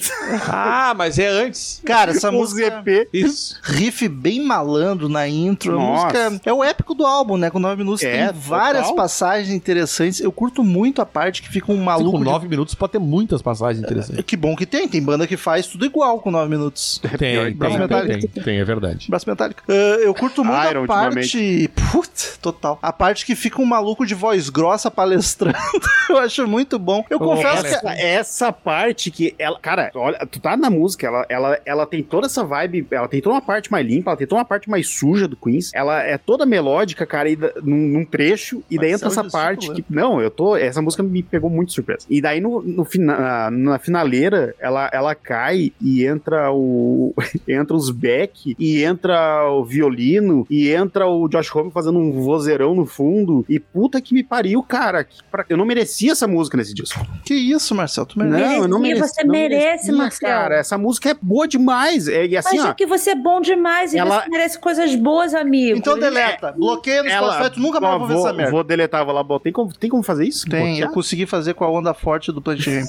[SPEAKER 3] Ah, mas é antes.
[SPEAKER 2] Cara, essa
[SPEAKER 5] Os
[SPEAKER 2] música...
[SPEAKER 5] EP.
[SPEAKER 3] Isso.
[SPEAKER 2] Riff bem malandro na intro. A
[SPEAKER 5] Nossa.
[SPEAKER 2] música é o épico do álbum, né? Com 9 minutos
[SPEAKER 5] É,
[SPEAKER 2] tem várias
[SPEAKER 5] total.
[SPEAKER 2] passagens interessantes. Eu curto muito a parte que fica um maluco...
[SPEAKER 3] Com
[SPEAKER 2] de- É,
[SPEAKER 3] nove minutos pode ter muitas
[SPEAKER 5] É,
[SPEAKER 3] passagens interessantes.
[SPEAKER 2] Que bom que tem. Tem banda que faz tudo igual com 9 minutos.
[SPEAKER 5] é
[SPEAKER 3] Tem,
[SPEAKER 2] Braço
[SPEAKER 3] tem, tem,
[SPEAKER 2] metálico.
[SPEAKER 3] tem, tem, é verdade.
[SPEAKER 2] Braço metálico. Ah, eu curto muito
[SPEAKER 5] Iron,
[SPEAKER 2] a parte. Puta, total. A parte que fica um maluco de voz grossa palestrando. eu acho muito bom. Eu confesso que.
[SPEAKER 5] Essa, essa parte que ela. Cara, olha, tu tá na música, ela, ela, ela tem toda essa vibe, ela tem toda uma parte mais limpa, ela tem toda uma parte mais suja do Queens. Ela é toda melódica, cara, e da- num, num trecho, e daí
[SPEAKER 2] Marcelo
[SPEAKER 5] entra essa
[SPEAKER 2] de
[SPEAKER 5] parte
[SPEAKER 2] Souza.
[SPEAKER 5] que. Não, eu tô. Essa música me pegou muito de surpresa. E daí no, no fina- na, na finaleira, ela, ela cai e entra o. entra os Beck, e entra o violino, e entra o Josh Homme fazendo um vozeirão no fundo. E puta que me pariu, cara. que pra- eu não merecia essa música nesse disco.
[SPEAKER 2] Que isso, Marcelo? Tu merece.
[SPEAKER 5] Não, eu não
[SPEAKER 4] Merecia,
[SPEAKER 5] mereço.
[SPEAKER 4] você
[SPEAKER 5] não
[SPEAKER 4] merece,
[SPEAKER 5] merecia,
[SPEAKER 4] Marcelo.
[SPEAKER 5] Cara, essa música é boa demais. É, e assim,
[SPEAKER 4] Mas é
[SPEAKER 5] ó.
[SPEAKER 4] que você é bom demais e
[SPEAKER 5] ela-
[SPEAKER 4] você merece coisas boas, amigo.
[SPEAKER 2] Então deleta. Bloqueia no
[SPEAKER 5] Ela,
[SPEAKER 2] Spotify, tu nunca mais
[SPEAKER 5] ó,
[SPEAKER 2] vou ver
[SPEAKER 5] vou,
[SPEAKER 2] essa merda.
[SPEAKER 5] vou deletar, vou lá botar. Tem como, tem como fazer isso?
[SPEAKER 2] Tem, eu
[SPEAKER 5] Bloquear?
[SPEAKER 2] consegui fazer com a onda forte do Plant Ramp.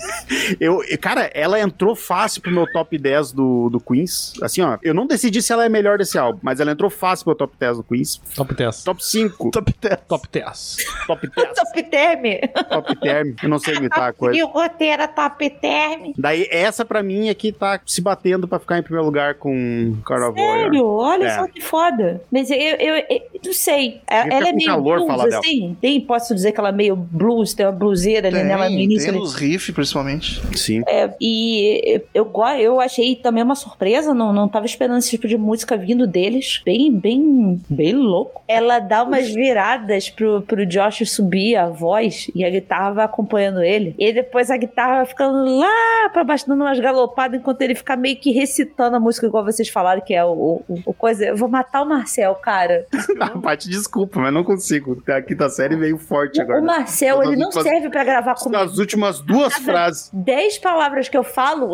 [SPEAKER 5] Eu, eu- cara, ela entrou fácil pro meu top 10 do, do Queens. Assim, ó, eu não decidi se ela é melhor desse álbum, mas ela entrou fácil pro meu top 10 do Queens.
[SPEAKER 3] Top 10.
[SPEAKER 5] Top 5,
[SPEAKER 2] Top 10.
[SPEAKER 3] Top 10.
[SPEAKER 5] top 10,
[SPEAKER 4] Top Term.
[SPEAKER 5] top term. Eu não sei imitar a coisa.
[SPEAKER 4] E o roteiro é Top Term.
[SPEAKER 5] Daí, essa pra mim é que tá se batendo pra ficar em primeiro lugar com Carnaval.
[SPEAKER 4] Sério, olha
[SPEAKER 5] É.
[SPEAKER 4] só que foda. Mas eu, eu, eu não sei. É-
[SPEAKER 5] Fica
[SPEAKER 4] Ela é
[SPEAKER 5] com
[SPEAKER 4] meio
[SPEAKER 5] calor
[SPEAKER 4] blues,
[SPEAKER 5] falar dela.
[SPEAKER 4] assim. Tem, posso dizer que ela é meio blues, tem uma bluseira ali nela no
[SPEAKER 2] Tem,
[SPEAKER 4] início.
[SPEAKER 2] tem
[SPEAKER 4] né?
[SPEAKER 2] nos riff, principalmente.
[SPEAKER 5] Sim.
[SPEAKER 4] E eu, go- eu achei também uma surpresa, não, não tava esperando esse tipo de música vindo deles. Bem, bem, bem louco. Ela dá umas viradas pro, pro Josh subir a voz e a guitarra vai acompanhando ele. E depois a guitarra vai ficando lá pra baixo, dando umas galopadas, enquanto ele fica meio que recitando a música, igual vocês falaram, que é o, o, o coisa. Eu vou matar o Marcel, cara.
[SPEAKER 5] A parte, desculpa, mas não consigo. Tá- A quinta série veio forte agora.
[SPEAKER 4] O Marcel,
[SPEAKER 5] Nas
[SPEAKER 4] ele não
[SPEAKER 5] últimas-
[SPEAKER 4] serve pra gravar
[SPEAKER 5] Nas
[SPEAKER 4] comigo.
[SPEAKER 5] últimas duas
[SPEAKER 4] Tá Nada.
[SPEAKER 5] frases.
[SPEAKER 4] Dez palavras que eu falo,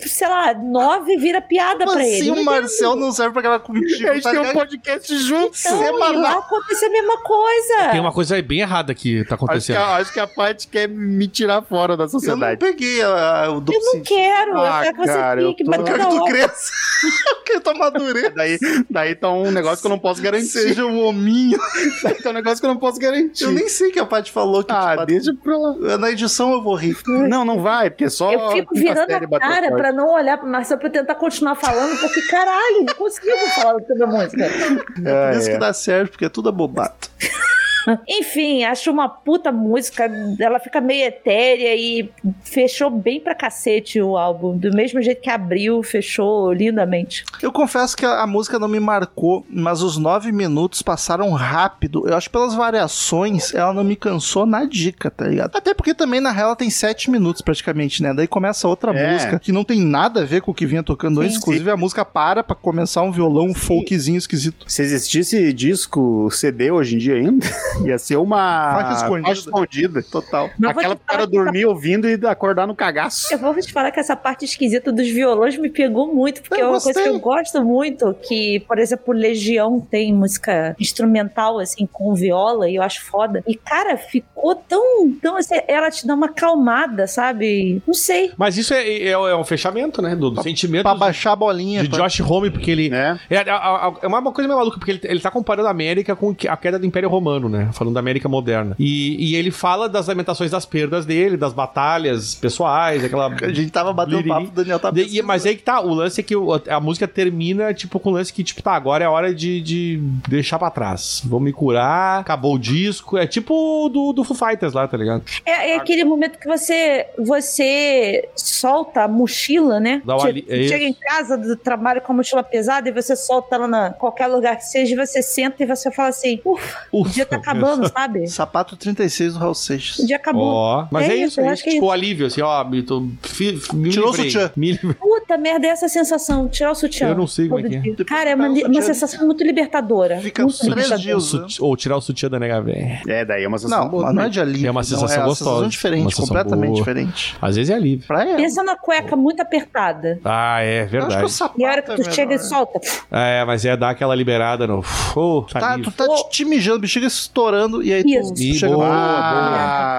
[SPEAKER 4] sei lá, nove vira piada
[SPEAKER 2] Como
[SPEAKER 4] pra
[SPEAKER 2] assim
[SPEAKER 4] ele.
[SPEAKER 2] o Marcel não serve pra gravar comigo?
[SPEAKER 5] A gente
[SPEAKER 2] Tá
[SPEAKER 5] tem um
[SPEAKER 2] ligado?
[SPEAKER 5] podcast juntos.
[SPEAKER 4] Então, e lá aconteceu a mesma coisa.
[SPEAKER 3] Tem uma coisa bem errada que tá
[SPEAKER 5] Acho que, é
[SPEAKER 3] acontecendo.
[SPEAKER 5] a, acho que a parte quer me tirar fora da
[SPEAKER 2] Eu não
[SPEAKER 5] sociedade.
[SPEAKER 2] peguei a, o duplo
[SPEAKER 4] Eu não
[SPEAKER 2] sentido.
[SPEAKER 4] quero.
[SPEAKER 5] Ah,
[SPEAKER 4] eu quero que você
[SPEAKER 5] cara, eu
[SPEAKER 4] fique,
[SPEAKER 5] tô-
[SPEAKER 4] mas
[SPEAKER 2] Eu quero
[SPEAKER 4] toda
[SPEAKER 2] que tu tá
[SPEAKER 4] hora-
[SPEAKER 2] cresça. Eu quero que tu amadureça.
[SPEAKER 5] Daí, daí tá um negócio que eu não posso garantir.
[SPEAKER 2] Seja um hominho.
[SPEAKER 5] Daí tá um negócio que eu não posso garantir.
[SPEAKER 2] Eu nem tipo, sei que a Paty falou que
[SPEAKER 5] Ah, deixa pra lá.
[SPEAKER 2] Na edição eu vou rir.
[SPEAKER 5] Não, não vai, porque
[SPEAKER 2] é
[SPEAKER 5] só.
[SPEAKER 4] Eu fico
[SPEAKER 5] quinta
[SPEAKER 4] virando
[SPEAKER 5] série
[SPEAKER 4] a
[SPEAKER 5] bateu
[SPEAKER 4] cara
[SPEAKER 5] forte.
[SPEAKER 4] pra não olhar pro Marcel pra eu tentar continuar falando, porque caralho, não consigo falar sobre a música.
[SPEAKER 2] É por
[SPEAKER 5] É,
[SPEAKER 2] isso
[SPEAKER 5] é.
[SPEAKER 2] que dá certo, porque é tudo abobado.
[SPEAKER 4] Enfim, acho uma puta música, ela fica meio etérea e fechou bem pra cacete o álbum. Do mesmo jeito que abriu, fechou lindamente.
[SPEAKER 2] Eu confesso que a, a música não me marcou, mas os nove minutos passaram rápido. Eu acho que pelas variações, ela não me cansou na dica, tá ligado? Até porque também, na real, ela tem sete minutos praticamente, né? Daí começa outra
[SPEAKER 5] É.
[SPEAKER 2] música que não tem nada a ver com o que vinha tocando antes.
[SPEAKER 4] Sim.
[SPEAKER 2] Inclusive, a música para pra começar um violão, um folkzinho esquisito.
[SPEAKER 5] Se existisse disco CD hoje em dia ainda, ia ser uma.
[SPEAKER 2] Faixa escondida.
[SPEAKER 5] Faixa escondida.
[SPEAKER 2] Total.
[SPEAKER 4] Mas vou
[SPEAKER 5] Aquela
[SPEAKER 4] te falar
[SPEAKER 5] cara
[SPEAKER 4] que essa-
[SPEAKER 5] dormir ouvindo e acordar no cagaço.
[SPEAKER 4] Eu vou te falar que essa parte esquisita dos violões me pegou muito, porque
[SPEAKER 2] Eu
[SPEAKER 4] é uma coisa que
[SPEAKER 2] gostei.
[SPEAKER 4] eu gosto muito, que, por exemplo, Legião tem música instrumental, assim, com viola, e eu acho foda. E, cara, ficou tão... tão assim, ela te dá uma calmada, sabe? Não sei.
[SPEAKER 3] Mas isso é, é, é um fechamento, né? Do, do sentimento
[SPEAKER 2] Pra baixar a bolinha.
[SPEAKER 3] de
[SPEAKER 2] pra-
[SPEAKER 3] Josh Home, porque ele.
[SPEAKER 5] né?
[SPEAKER 3] É, a- a- a- é uma, uma coisa meio maluca, porque ele, ele tá comparando a América com que- a queda do Império Romano, né? né? Falando da América moderna. E, e ele fala das lamentações das perdas dele, das batalhas pessoais, aquela.
[SPEAKER 2] A gente tava batendo
[SPEAKER 3] Liriri.
[SPEAKER 2] papo, o Daniel tava
[SPEAKER 3] De- e- mas aí que tá, o lance é que o- a música termina, tipo, com o lance que, tipo, tá, agora é hora de, de deixar pra trás. Vou me curar, acabou o disco. É tipo do, do Foo Fighters lá, tá ligado?
[SPEAKER 4] É, é aquele momento que você, você solta a mochila, né?
[SPEAKER 3] Dá uma
[SPEAKER 4] Che-
[SPEAKER 3] li- é
[SPEAKER 4] Chega em
[SPEAKER 3] isso.
[SPEAKER 4] casa do trabalho com a mochila pesada e você solta ela na qualquer lugar que seja e você senta e você fala assim, ufa, o
[SPEAKER 3] Ufa,
[SPEAKER 4] dia tá acabando, sabe?
[SPEAKER 2] Sapato 36 do Raul Seixas.
[SPEAKER 4] O dia acabou.
[SPEAKER 3] Ó, mas
[SPEAKER 4] É
[SPEAKER 3] é,
[SPEAKER 4] isso,
[SPEAKER 3] isso,
[SPEAKER 4] eu
[SPEAKER 3] é
[SPEAKER 4] acho
[SPEAKER 3] isso.
[SPEAKER 4] que é
[SPEAKER 3] Tipo, alívio, assim, ó, me, tô, fi- fi- me
[SPEAKER 2] Tirou o
[SPEAKER 3] livrei,
[SPEAKER 2] sutiã.
[SPEAKER 3] me livrei.
[SPEAKER 4] Puta merda, é essa sensação, tirar o sutiã.
[SPEAKER 3] Eu não sei como é
[SPEAKER 4] todo
[SPEAKER 3] que é.
[SPEAKER 4] dia. Cara, é uma, li- uma sensação muito libertadora.
[SPEAKER 2] Fica
[SPEAKER 4] muito
[SPEAKER 2] três
[SPEAKER 4] libertadora.
[SPEAKER 2] dias. né?
[SPEAKER 3] Sutiã- Ou tirar o sutiã da nega velha.
[SPEAKER 5] É, daí é uma sensação
[SPEAKER 2] Não, mas não é de alívio.
[SPEAKER 3] É uma
[SPEAKER 2] não,
[SPEAKER 3] sensação
[SPEAKER 2] é uma
[SPEAKER 3] gostosa.
[SPEAKER 2] sensação diferente,
[SPEAKER 3] Uma sensação
[SPEAKER 2] completamente
[SPEAKER 3] boa.
[SPEAKER 2] diferente.
[SPEAKER 3] Às vezes é alívio.
[SPEAKER 2] Pra ela.
[SPEAKER 4] Pensa na cueca muito apertada.
[SPEAKER 3] Ah, é
[SPEAKER 2] Eu acho que o
[SPEAKER 3] verdade.
[SPEAKER 2] sapato
[SPEAKER 4] E a hora que
[SPEAKER 2] é
[SPEAKER 4] tu
[SPEAKER 2] melhor,
[SPEAKER 4] chega e
[SPEAKER 2] né?
[SPEAKER 4] solta,
[SPEAKER 3] É, mas é dar aquela liberada no. Oh,
[SPEAKER 2] Tá,
[SPEAKER 3] alívio.
[SPEAKER 2] tu tá te- te mijando, bexiga estourando, e aí tu
[SPEAKER 4] Isso.
[SPEAKER 3] Ih,
[SPEAKER 2] chega
[SPEAKER 3] boa,
[SPEAKER 5] Ah,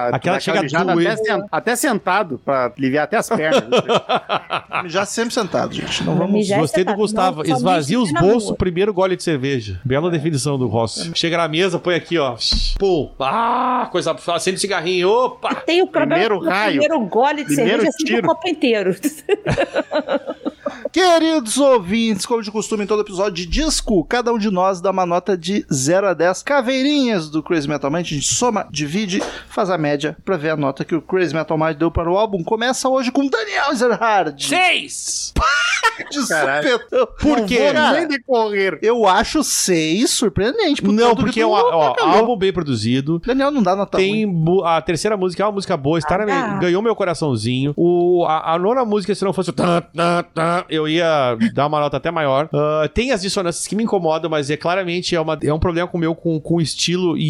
[SPEAKER 3] boa. Aquela
[SPEAKER 5] dá
[SPEAKER 3] chega
[SPEAKER 5] mijada
[SPEAKER 3] doendo.
[SPEAKER 5] até, sen- até sentado, pra aliviar até as pernas. né?
[SPEAKER 2] pra mijar sempre sentado, gente. Não vamos.
[SPEAKER 4] mijar e
[SPEAKER 3] Gostei do
[SPEAKER 4] sentar.
[SPEAKER 3] Gustavo.
[SPEAKER 4] Não, tá só
[SPEAKER 3] Esvazia
[SPEAKER 4] mija
[SPEAKER 3] os
[SPEAKER 4] na
[SPEAKER 3] bolsos,
[SPEAKER 4] rua. É.
[SPEAKER 3] primeiro gole de cerveja. Bela definição do Rossi. Chega na mesa, põe aqui, ó. Pô, ah, coisa. Acende o cigarrinho, opa!
[SPEAKER 4] Tem o problema
[SPEAKER 5] Primeiro
[SPEAKER 4] do
[SPEAKER 5] raio.
[SPEAKER 4] primeiro gole de
[SPEAKER 5] Primeiro
[SPEAKER 4] cerveja assim
[SPEAKER 5] tiro.
[SPEAKER 4] do copo inteiro.
[SPEAKER 2] Queridos ouvintes, como de costume em todo episódio de disco, cada um de nós dá uma nota de 0 a 10 caveirinhas do Crazy Metal Mind. A gente soma, divide, faz a média pra ver a nota que o Crazy Metal Mind deu para o álbum. Começa hoje com Daniel Zerhard.
[SPEAKER 3] Seis!
[SPEAKER 2] De
[SPEAKER 5] Caralho.
[SPEAKER 2] supetão.
[SPEAKER 3] Por quê?
[SPEAKER 5] Vou nem decorrer.
[SPEAKER 2] Eu acho 6 surpreendente. por Tipo,
[SPEAKER 3] Não,
[SPEAKER 2] tudo que
[SPEAKER 3] porque é
[SPEAKER 2] tu
[SPEAKER 3] um ó,
[SPEAKER 2] avacalhou.
[SPEAKER 3] álbum bem produzido.
[SPEAKER 2] né, Daniel não dá
[SPEAKER 5] Tá
[SPEAKER 2] nota ruim.
[SPEAKER 3] Tem mu- a terceira música é uma música boa, está na minha-
[SPEAKER 4] tá.
[SPEAKER 3] ganhou meu coraçãozinho. O, a, a nona música, se não fosse o tan, tan, tan, eu ia dar uma nota até maior. Ah, tem as dissonâncias que me incomodam, mas é claramente é, uma- é um problema com o meu com, com o estilo. E,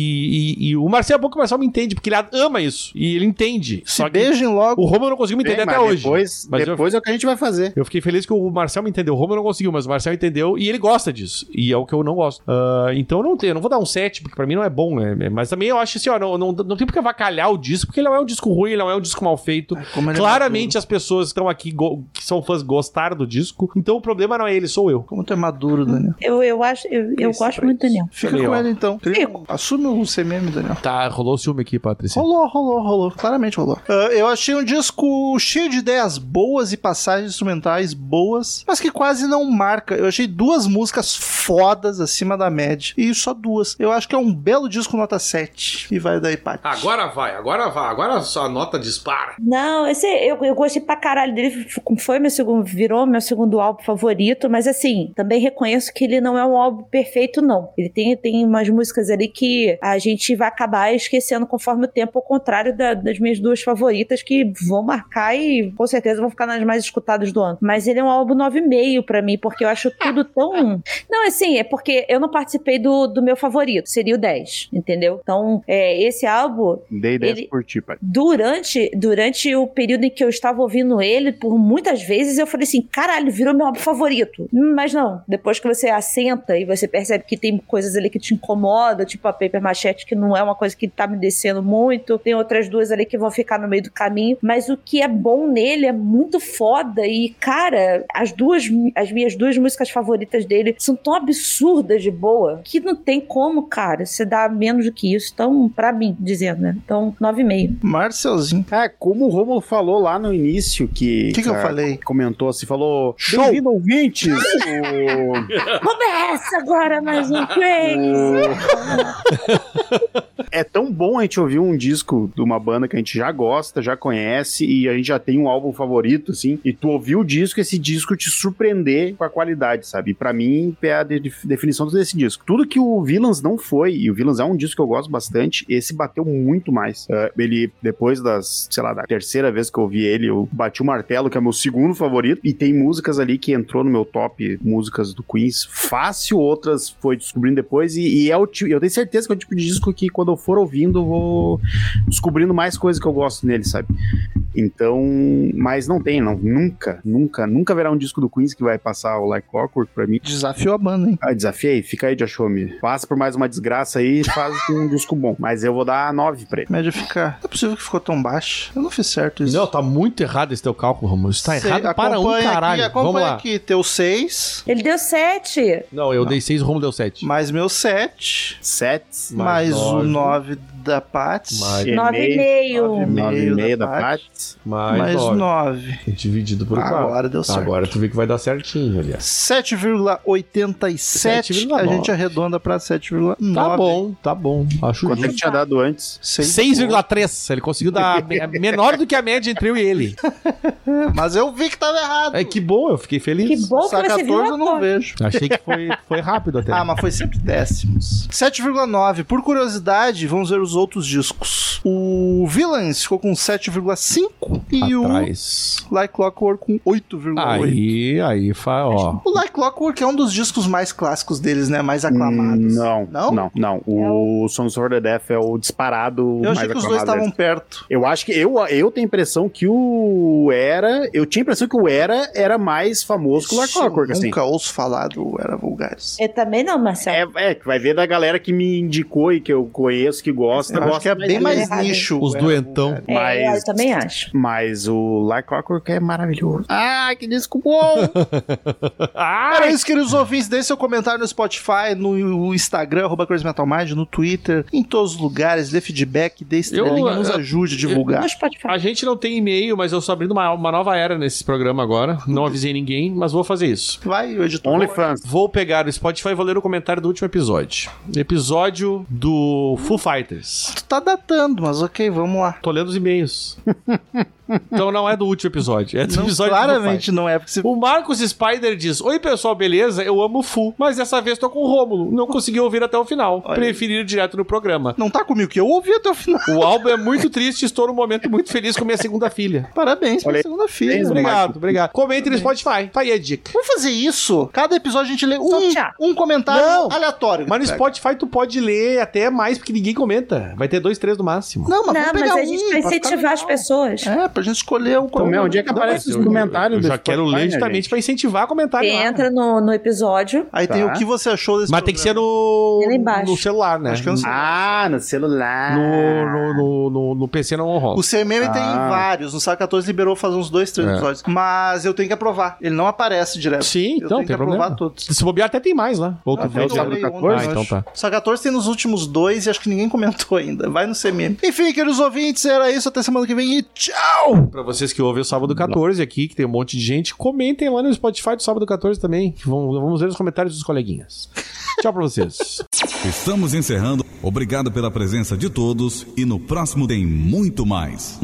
[SPEAKER 3] e- e o Marcelo Boca Marcel me entende, porque ele ama isso. E ele entende.
[SPEAKER 2] Se
[SPEAKER 3] Só que
[SPEAKER 2] beijem logo.
[SPEAKER 3] o Romulo não conseguiu me entender
[SPEAKER 5] Bem,
[SPEAKER 3] até
[SPEAKER 5] mas
[SPEAKER 3] hoje.
[SPEAKER 5] Depois,
[SPEAKER 3] Mas eu-
[SPEAKER 5] depois é o que a gente vai fazer.
[SPEAKER 3] Eu fiquei feliz que o Marcel me entendeu. O Romulo não conseguiu, mas o Marcel entendeu e ele gosta disso. E é o que eu não gosto. Ah, então eu não, tenho, eu não vou dar um 7, porque pra mim não é bom, né? Mas também eu acho assim, ó, não, não, não tem porque avacalhar o disco, porque ele não é um disco ruim, ele não é um disco mal feito.
[SPEAKER 2] Como ele é
[SPEAKER 3] Claramente
[SPEAKER 2] maduro.
[SPEAKER 3] as pessoas que estão aqui, go- que são fãs, gostaram do disco. Então o problema não é ele, sou eu.
[SPEAKER 2] Como tu é maduro, Daniel.
[SPEAKER 4] Eu, eu acho, eu, eu gosto muito do Daniel.
[SPEAKER 2] Fica
[SPEAKER 3] Falei,
[SPEAKER 2] com
[SPEAKER 3] ó.
[SPEAKER 2] ela então.
[SPEAKER 4] Fico.
[SPEAKER 2] Assume o CMM, Daniel.
[SPEAKER 3] Tá, rolou ciúme aqui, Patrícia.
[SPEAKER 2] Rolou, rolou, rolou. Claramente rolou. Ah, eu achei um disco cheio de ideias boas e passagens instrumentais boas, mas que quase não marca. Eu achei duas músicas fodas acima da média. E só duas. Eu acho que é um belo disco nota 7. E vai daí, Paty.
[SPEAKER 3] vai, agora vai, agora sua nota dispara.
[SPEAKER 4] Não, esse eu, eu gostei pra caralho dele. f- Foi meu segundo, virou meu segundo álbum favorito, mas assim, também reconheço que ele não é um álbum perfeito, não. Ele tem, tem umas músicas ali que a gente vai acabar esquecendo conforme o tempo, ao contrário da- das minhas duas favoritas, que vão marcar e com certeza vão ficar nas mais escutadas do ano. Mas ele é um álbum 9,5 pra mim, porque eu acho tudo tão. Não, assim, é porque eu não participei do, do meu favorito, seria o 10, entendeu? Então, é, esse álbum,
[SPEAKER 5] Dei 10
[SPEAKER 4] Ele-
[SPEAKER 5] por ti, pai.
[SPEAKER 4] durante, durante o período em que eu estava ouvindo ele, por muitas vezes eu falei assim, caralho, virou meu álbum favorito. Mas não, depois que você assenta e você percebe que tem coisas ali que te incomodam, tipo a Paper Machete, que não é uma coisa que tá me descendo muito, tem outras duas ali que vão ficar no meio do caminho, mas o que é bom nele é muito foda e, cara, as duas, as minhas duas músicas favoritas dele são tão absurdas de boa que não tem como, cara, você dá menos do que isso. Então, pra mim, dizendo, né? Então, 9,5.
[SPEAKER 2] Marcelzinho.
[SPEAKER 5] É, como o Romulo falou lá no início, que.
[SPEAKER 2] O que, que eu
[SPEAKER 5] ah,
[SPEAKER 2] falei?
[SPEAKER 5] Comentou assim, falou.
[SPEAKER 2] Show!
[SPEAKER 5] Bem-vindo, ouvintes! o...
[SPEAKER 4] Começa agora mais um Crazy!
[SPEAKER 5] É tão bom a gente ouvir um disco de uma banda que a gente já gosta, já conhece, e a gente já tem um álbum favorito, assim, e tu ouvir o disco, esse disco te surpreender com a qualidade, sabe? E pra mim, é a de- definição desse disco. Tudo que o Villains não foi, e o Villains é um disco que eu gosto bastante, esse bateu muito mais. É, ele, depois das, sei lá, da terceira vez que eu ouvi ele, eu bati o martelo, que é meu segundo favorito, e tem músicas ali que entrou no meu top, músicas do Queens, fácil, outras foi descobrindo depois, e, e é o ti- eu tenho certeza que é o tipo de disco que quando eu for ouvindo, eu vou descobrindo mais coisas que eu gosto nele, sabe? Então, mas não tem, não. Nunca, nunca, nunca verá um disco do Queens que vai passar o Like Clockwork pra mim.
[SPEAKER 2] Desafiou a banda, hein?
[SPEAKER 5] Ah, desafiei? Fica aí, Josh Homme. Passa por mais uma desgraça aí e faz um disco bom. Mas eu vou dar 9 pra ele.
[SPEAKER 2] Média fica. Não é possível que ficou tão baixo. Eu não fiz certo isso.
[SPEAKER 3] Não, tá muito errado esse teu cálculo, Romulo. Isso tá errado para um
[SPEAKER 2] Acompanha Aqui,
[SPEAKER 3] caralho.
[SPEAKER 2] acompanha
[SPEAKER 3] Vamos lá.
[SPEAKER 2] aqui teu 6,
[SPEAKER 4] Ele deu sete.
[SPEAKER 3] Não, eu dei 6, o Romulo deu 7.
[SPEAKER 2] mais meu 7,
[SPEAKER 5] 7,
[SPEAKER 2] mais,
[SPEAKER 3] Mais
[SPEAKER 2] o
[SPEAKER 3] nove.
[SPEAKER 2] 9 da Pats,
[SPEAKER 3] Mais-
[SPEAKER 4] Nove e meio.
[SPEAKER 2] nove
[SPEAKER 5] 9,5 da
[SPEAKER 2] da Paty,
[SPEAKER 5] parte.
[SPEAKER 2] mais
[SPEAKER 3] Mais 9.
[SPEAKER 2] 9.
[SPEAKER 3] Dividido por 4.
[SPEAKER 2] Agora deu certo.
[SPEAKER 3] Agora tu vê que vai dar certinho, aliás.
[SPEAKER 2] 7,87 a
[SPEAKER 3] 7,9.
[SPEAKER 2] gente arredonda pra 7,9.
[SPEAKER 3] Tá bom, tá bom. Acho
[SPEAKER 5] Quanto é que
[SPEAKER 3] justo.
[SPEAKER 5] tinha dado antes?
[SPEAKER 2] Sei.
[SPEAKER 3] 6,3. Ele conseguiu dar me- menor do que a média entre eu e ele.
[SPEAKER 2] Mas eu vi que tava errado.
[SPEAKER 3] É que bom, eu fiquei feliz.
[SPEAKER 4] Que bom que você viu
[SPEAKER 2] eu não
[SPEAKER 4] a
[SPEAKER 2] vejo.
[SPEAKER 3] Achei que foi, foi rápido até.
[SPEAKER 2] Ah, mas foi sempre décimos. 7,9. Por curiosidade, vamos ver os outros discos. O Villains ficou com 7,5 e
[SPEAKER 3] Atrás.
[SPEAKER 2] o Like Clockwork com 8,8.
[SPEAKER 3] Aí, aí, fa- ó.
[SPEAKER 2] O Like Clockwork é um dos discos mais clássicos deles, né? Mais aclamados.
[SPEAKER 5] Hum, Não,
[SPEAKER 2] Não?
[SPEAKER 5] não, não. O Songs for the Deaf é o disparado
[SPEAKER 2] Eu
[SPEAKER 5] mais
[SPEAKER 2] achei que os dois
[SPEAKER 5] aclamado é
[SPEAKER 2] estavam perto.
[SPEAKER 5] Eu acho que eu, eu tenho a impressão que o Era. Eu tinha a impressão que o Era era mais famoso que o Lark
[SPEAKER 2] Isso eu
[SPEAKER 5] Clockwork, assim.
[SPEAKER 2] nunca ouço falar do Era Vulgares.
[SPEAKER 4] Eu também não, Marcelo.
[SPEAKER 5] É, é, que vai ver da galera que me indicou e que eu conheço, que gosta.
[SPEAKER 2] Eu acho
[SPEAKER 5] gosta
[SPEAKER 2] que é bem mais
[SPEAKER 4] errado.
[SPEAKER 2] nicho.
[SPEAKER 3] Os
[SPEAKER 2] o
[SPEAKER 5] um
[SPEAKER 2] Era
[SPEAKER 3] doentão.
[SPEAKER 2] Vulgares.
[SPEAKER 4] É,
[SPEAKER 5] mas-
[SPEAKER 4] eu também acho.
[SPEAKER 5] Mas o Lark Clockwork é maravilhoso. Ah, que disco bom!
[SPEAKER 2] Para isso, queridos ouvintes, deixe seu comentário no Spotify, no Instagram, arroba Crazy Metal Mind, no Twitter, em todos os lugares, dê feedback, dê estrelinha,
[SPEAKER 3] Eu-
[SPEAKER 2] nos
[SPEAKER 3] eu-
[SPEAKER 2] ajude a divulgar.
[SPEAKER 4] No Spotify.
[SPEAKER 3] A gente não tem e-mail, mas eu sou abrindo uma, uma nova era nesse programa agora. Não avisei ninguém, mas vou fazer isso.
[SPEAKER 2] Vai, o editor.
[SPEAKER 5] OnlyFans.
[SPEAKER 3] Vou pegar o Spotify e vou ler o comentário do último episódio. Episódio do Foo Fighters.
[SPEAKER 2] Tu tá datando, mas ok, vamos lá.
[SPEAKER 3] Tô lendo os e-mails. então não é do último episódio, é do
[SPEAKER 2] Não,
[SPEAKER 3] episódio do Foo Fighters.
[SPEAKER 2] claramente não é, porque se...
[SPEAKER 3] O Marcos Spider diz: Oi pessoal, beleza? Eu amo o Fu, mas dessa vez tô com o Rômulo. Não consegui ouvir até o final.
[SPEAKER 2] Olha.
[SPEAKER 3] Preferi ir direto no programa.
[SPEAKER 2] não tá comigo, que eu ouvi até o final.
[SPEAKER 3] O álbum é muito triste, estou num momento muito feliz com minha segunda filha.
[SPEAKER 2] Parabéns pela
[SPEAKER 5] Olha aí.
[SPEAKER 2] segunda-feira.
[SPEAKER 5] Parabéns,
[SPEAKER 3] Obrigado,
[SPEAKER 5] Marcos.
[SPEAKER 3] obrigado. Comente no Spotify. Tá aí a dica.
[SPEAKER 2] Vamos fazer isso? Cada episódio a gente lê um,
[SPEAKER 4] Sortear.
[SPEAKER 2] um comentário
[SPEAKER 3] Não.
[SPEAKER 2] aleatório.
[SPEAKER 3] Mas no
[SPEAKER 2] Pega.
[SPEAKER 3] Spotify tu pode ler até mais, porque ninguém comenta. Vai ter dois, três no máximo.
[SPEAKER 2] Não, mas
[SPEAKER 4] Não,
[SPEAKER 2] vamos
[SPEAKER 4] mas
[SPEAKER 2] pegar
[SPEAKER 4] a gente
[SPEAKER 2] um,
[SPEAKER 4] vai
[SPEAKER 2] pra ficar
[SPEAKER 4] incentivar as
[SPEAKER 2] legal.
[SPEAKER 4] pessoas.
[SPEAKER 2] É, pra gente escolher um
[SPEAKER 5] Então, meu, onde é que
[SPEAKER 2] Não,
[SPEAKER 5] aparece
[SPEAKER 2] mas
[SPEAKER 5] os comentários
[SPEAKER 3] Eu
[SPEAKER 5] do
[SPEAKER 3] já quero
[SPEAKER 5] Spotify,
[SPEAKER 3] ler
[SPEAKER 5] né,
[SPEAKER 3] justamente
[SPEAKER 5] gente?
[SPEAKER 3] pra incentivar comentário.
[SPEAKER 4] Você
[SPEAKER 3] lá.
[SPEAKER 4] entra no, no episódio.
[SPEAKER 2] Aí tem
[SPEAKER 5] Tá.
[SPEAKER 2] o que você achou desse
[SPEAKER 3] Mas tem que ser
[SPEAKER 2] programa.
[SPEAKER 3] no,
[SPEAKER 4] E lá embaixo.
[SPEAKER 3] no celular, né?
[SPEAKER 2] Acho que eu não sei.
[SPEAKER 5] Ah, no celular.
[SPEAKER 3] no, no, no, no- no PC não rola.
[SPEAKER 2] O CMM tem
[SPEAKER 5] Ah.
[SPEAKER 2] vários. No Saga 14 liberou fazer uns dois, três
[SPEAKER 3] É.
[SPEAKER 2] episódios. Mas eu tenho que aprovar. Ele não aparece direto. É,
[SPEAKER 3] Sim,
[SPEAKER 2] eu
[SPEAKER 3] então,
[SPEAKER 2] tenho que
[SPEAKER 3] tem problema.
[SPEAKER 2] aprovar todos.
[SPEAKER 3] Se bobear, até tem mais lá. Outro
[SPEAKER 2] Ah,
[SPEAKER 5] vê
[SPEAKER 2] eu
[SPEAKER 5] o Saga
[SPEAKER 2] olhei
[SPEAKER 5] 14?
[SPEAKER 2] ontem,
[SPEAKER 3] Ah, então
[SPEAKER 2] acho.
[SPEAKER 3] tá.
[SPEAKER 2] Saga 14 tem nos últimos dois e acho que ninguém comentou ainda. Vai no CMM. Enfim, queridos ouvintes, era isso. Até semana que vem e tchau!
[SPEAKER 3] Pra vocês que ouvem o Sábado 14 aqui, que tem um monte de gente, comentem lá no Spotify do Sábado 14 também. que vão- vamos ler os comentários dos coleguinhas. Tchau pra vocês.
[SPEAKER 8] Estamos encerrando. Obrigado pela presença de todos e no próximo tem muito mais.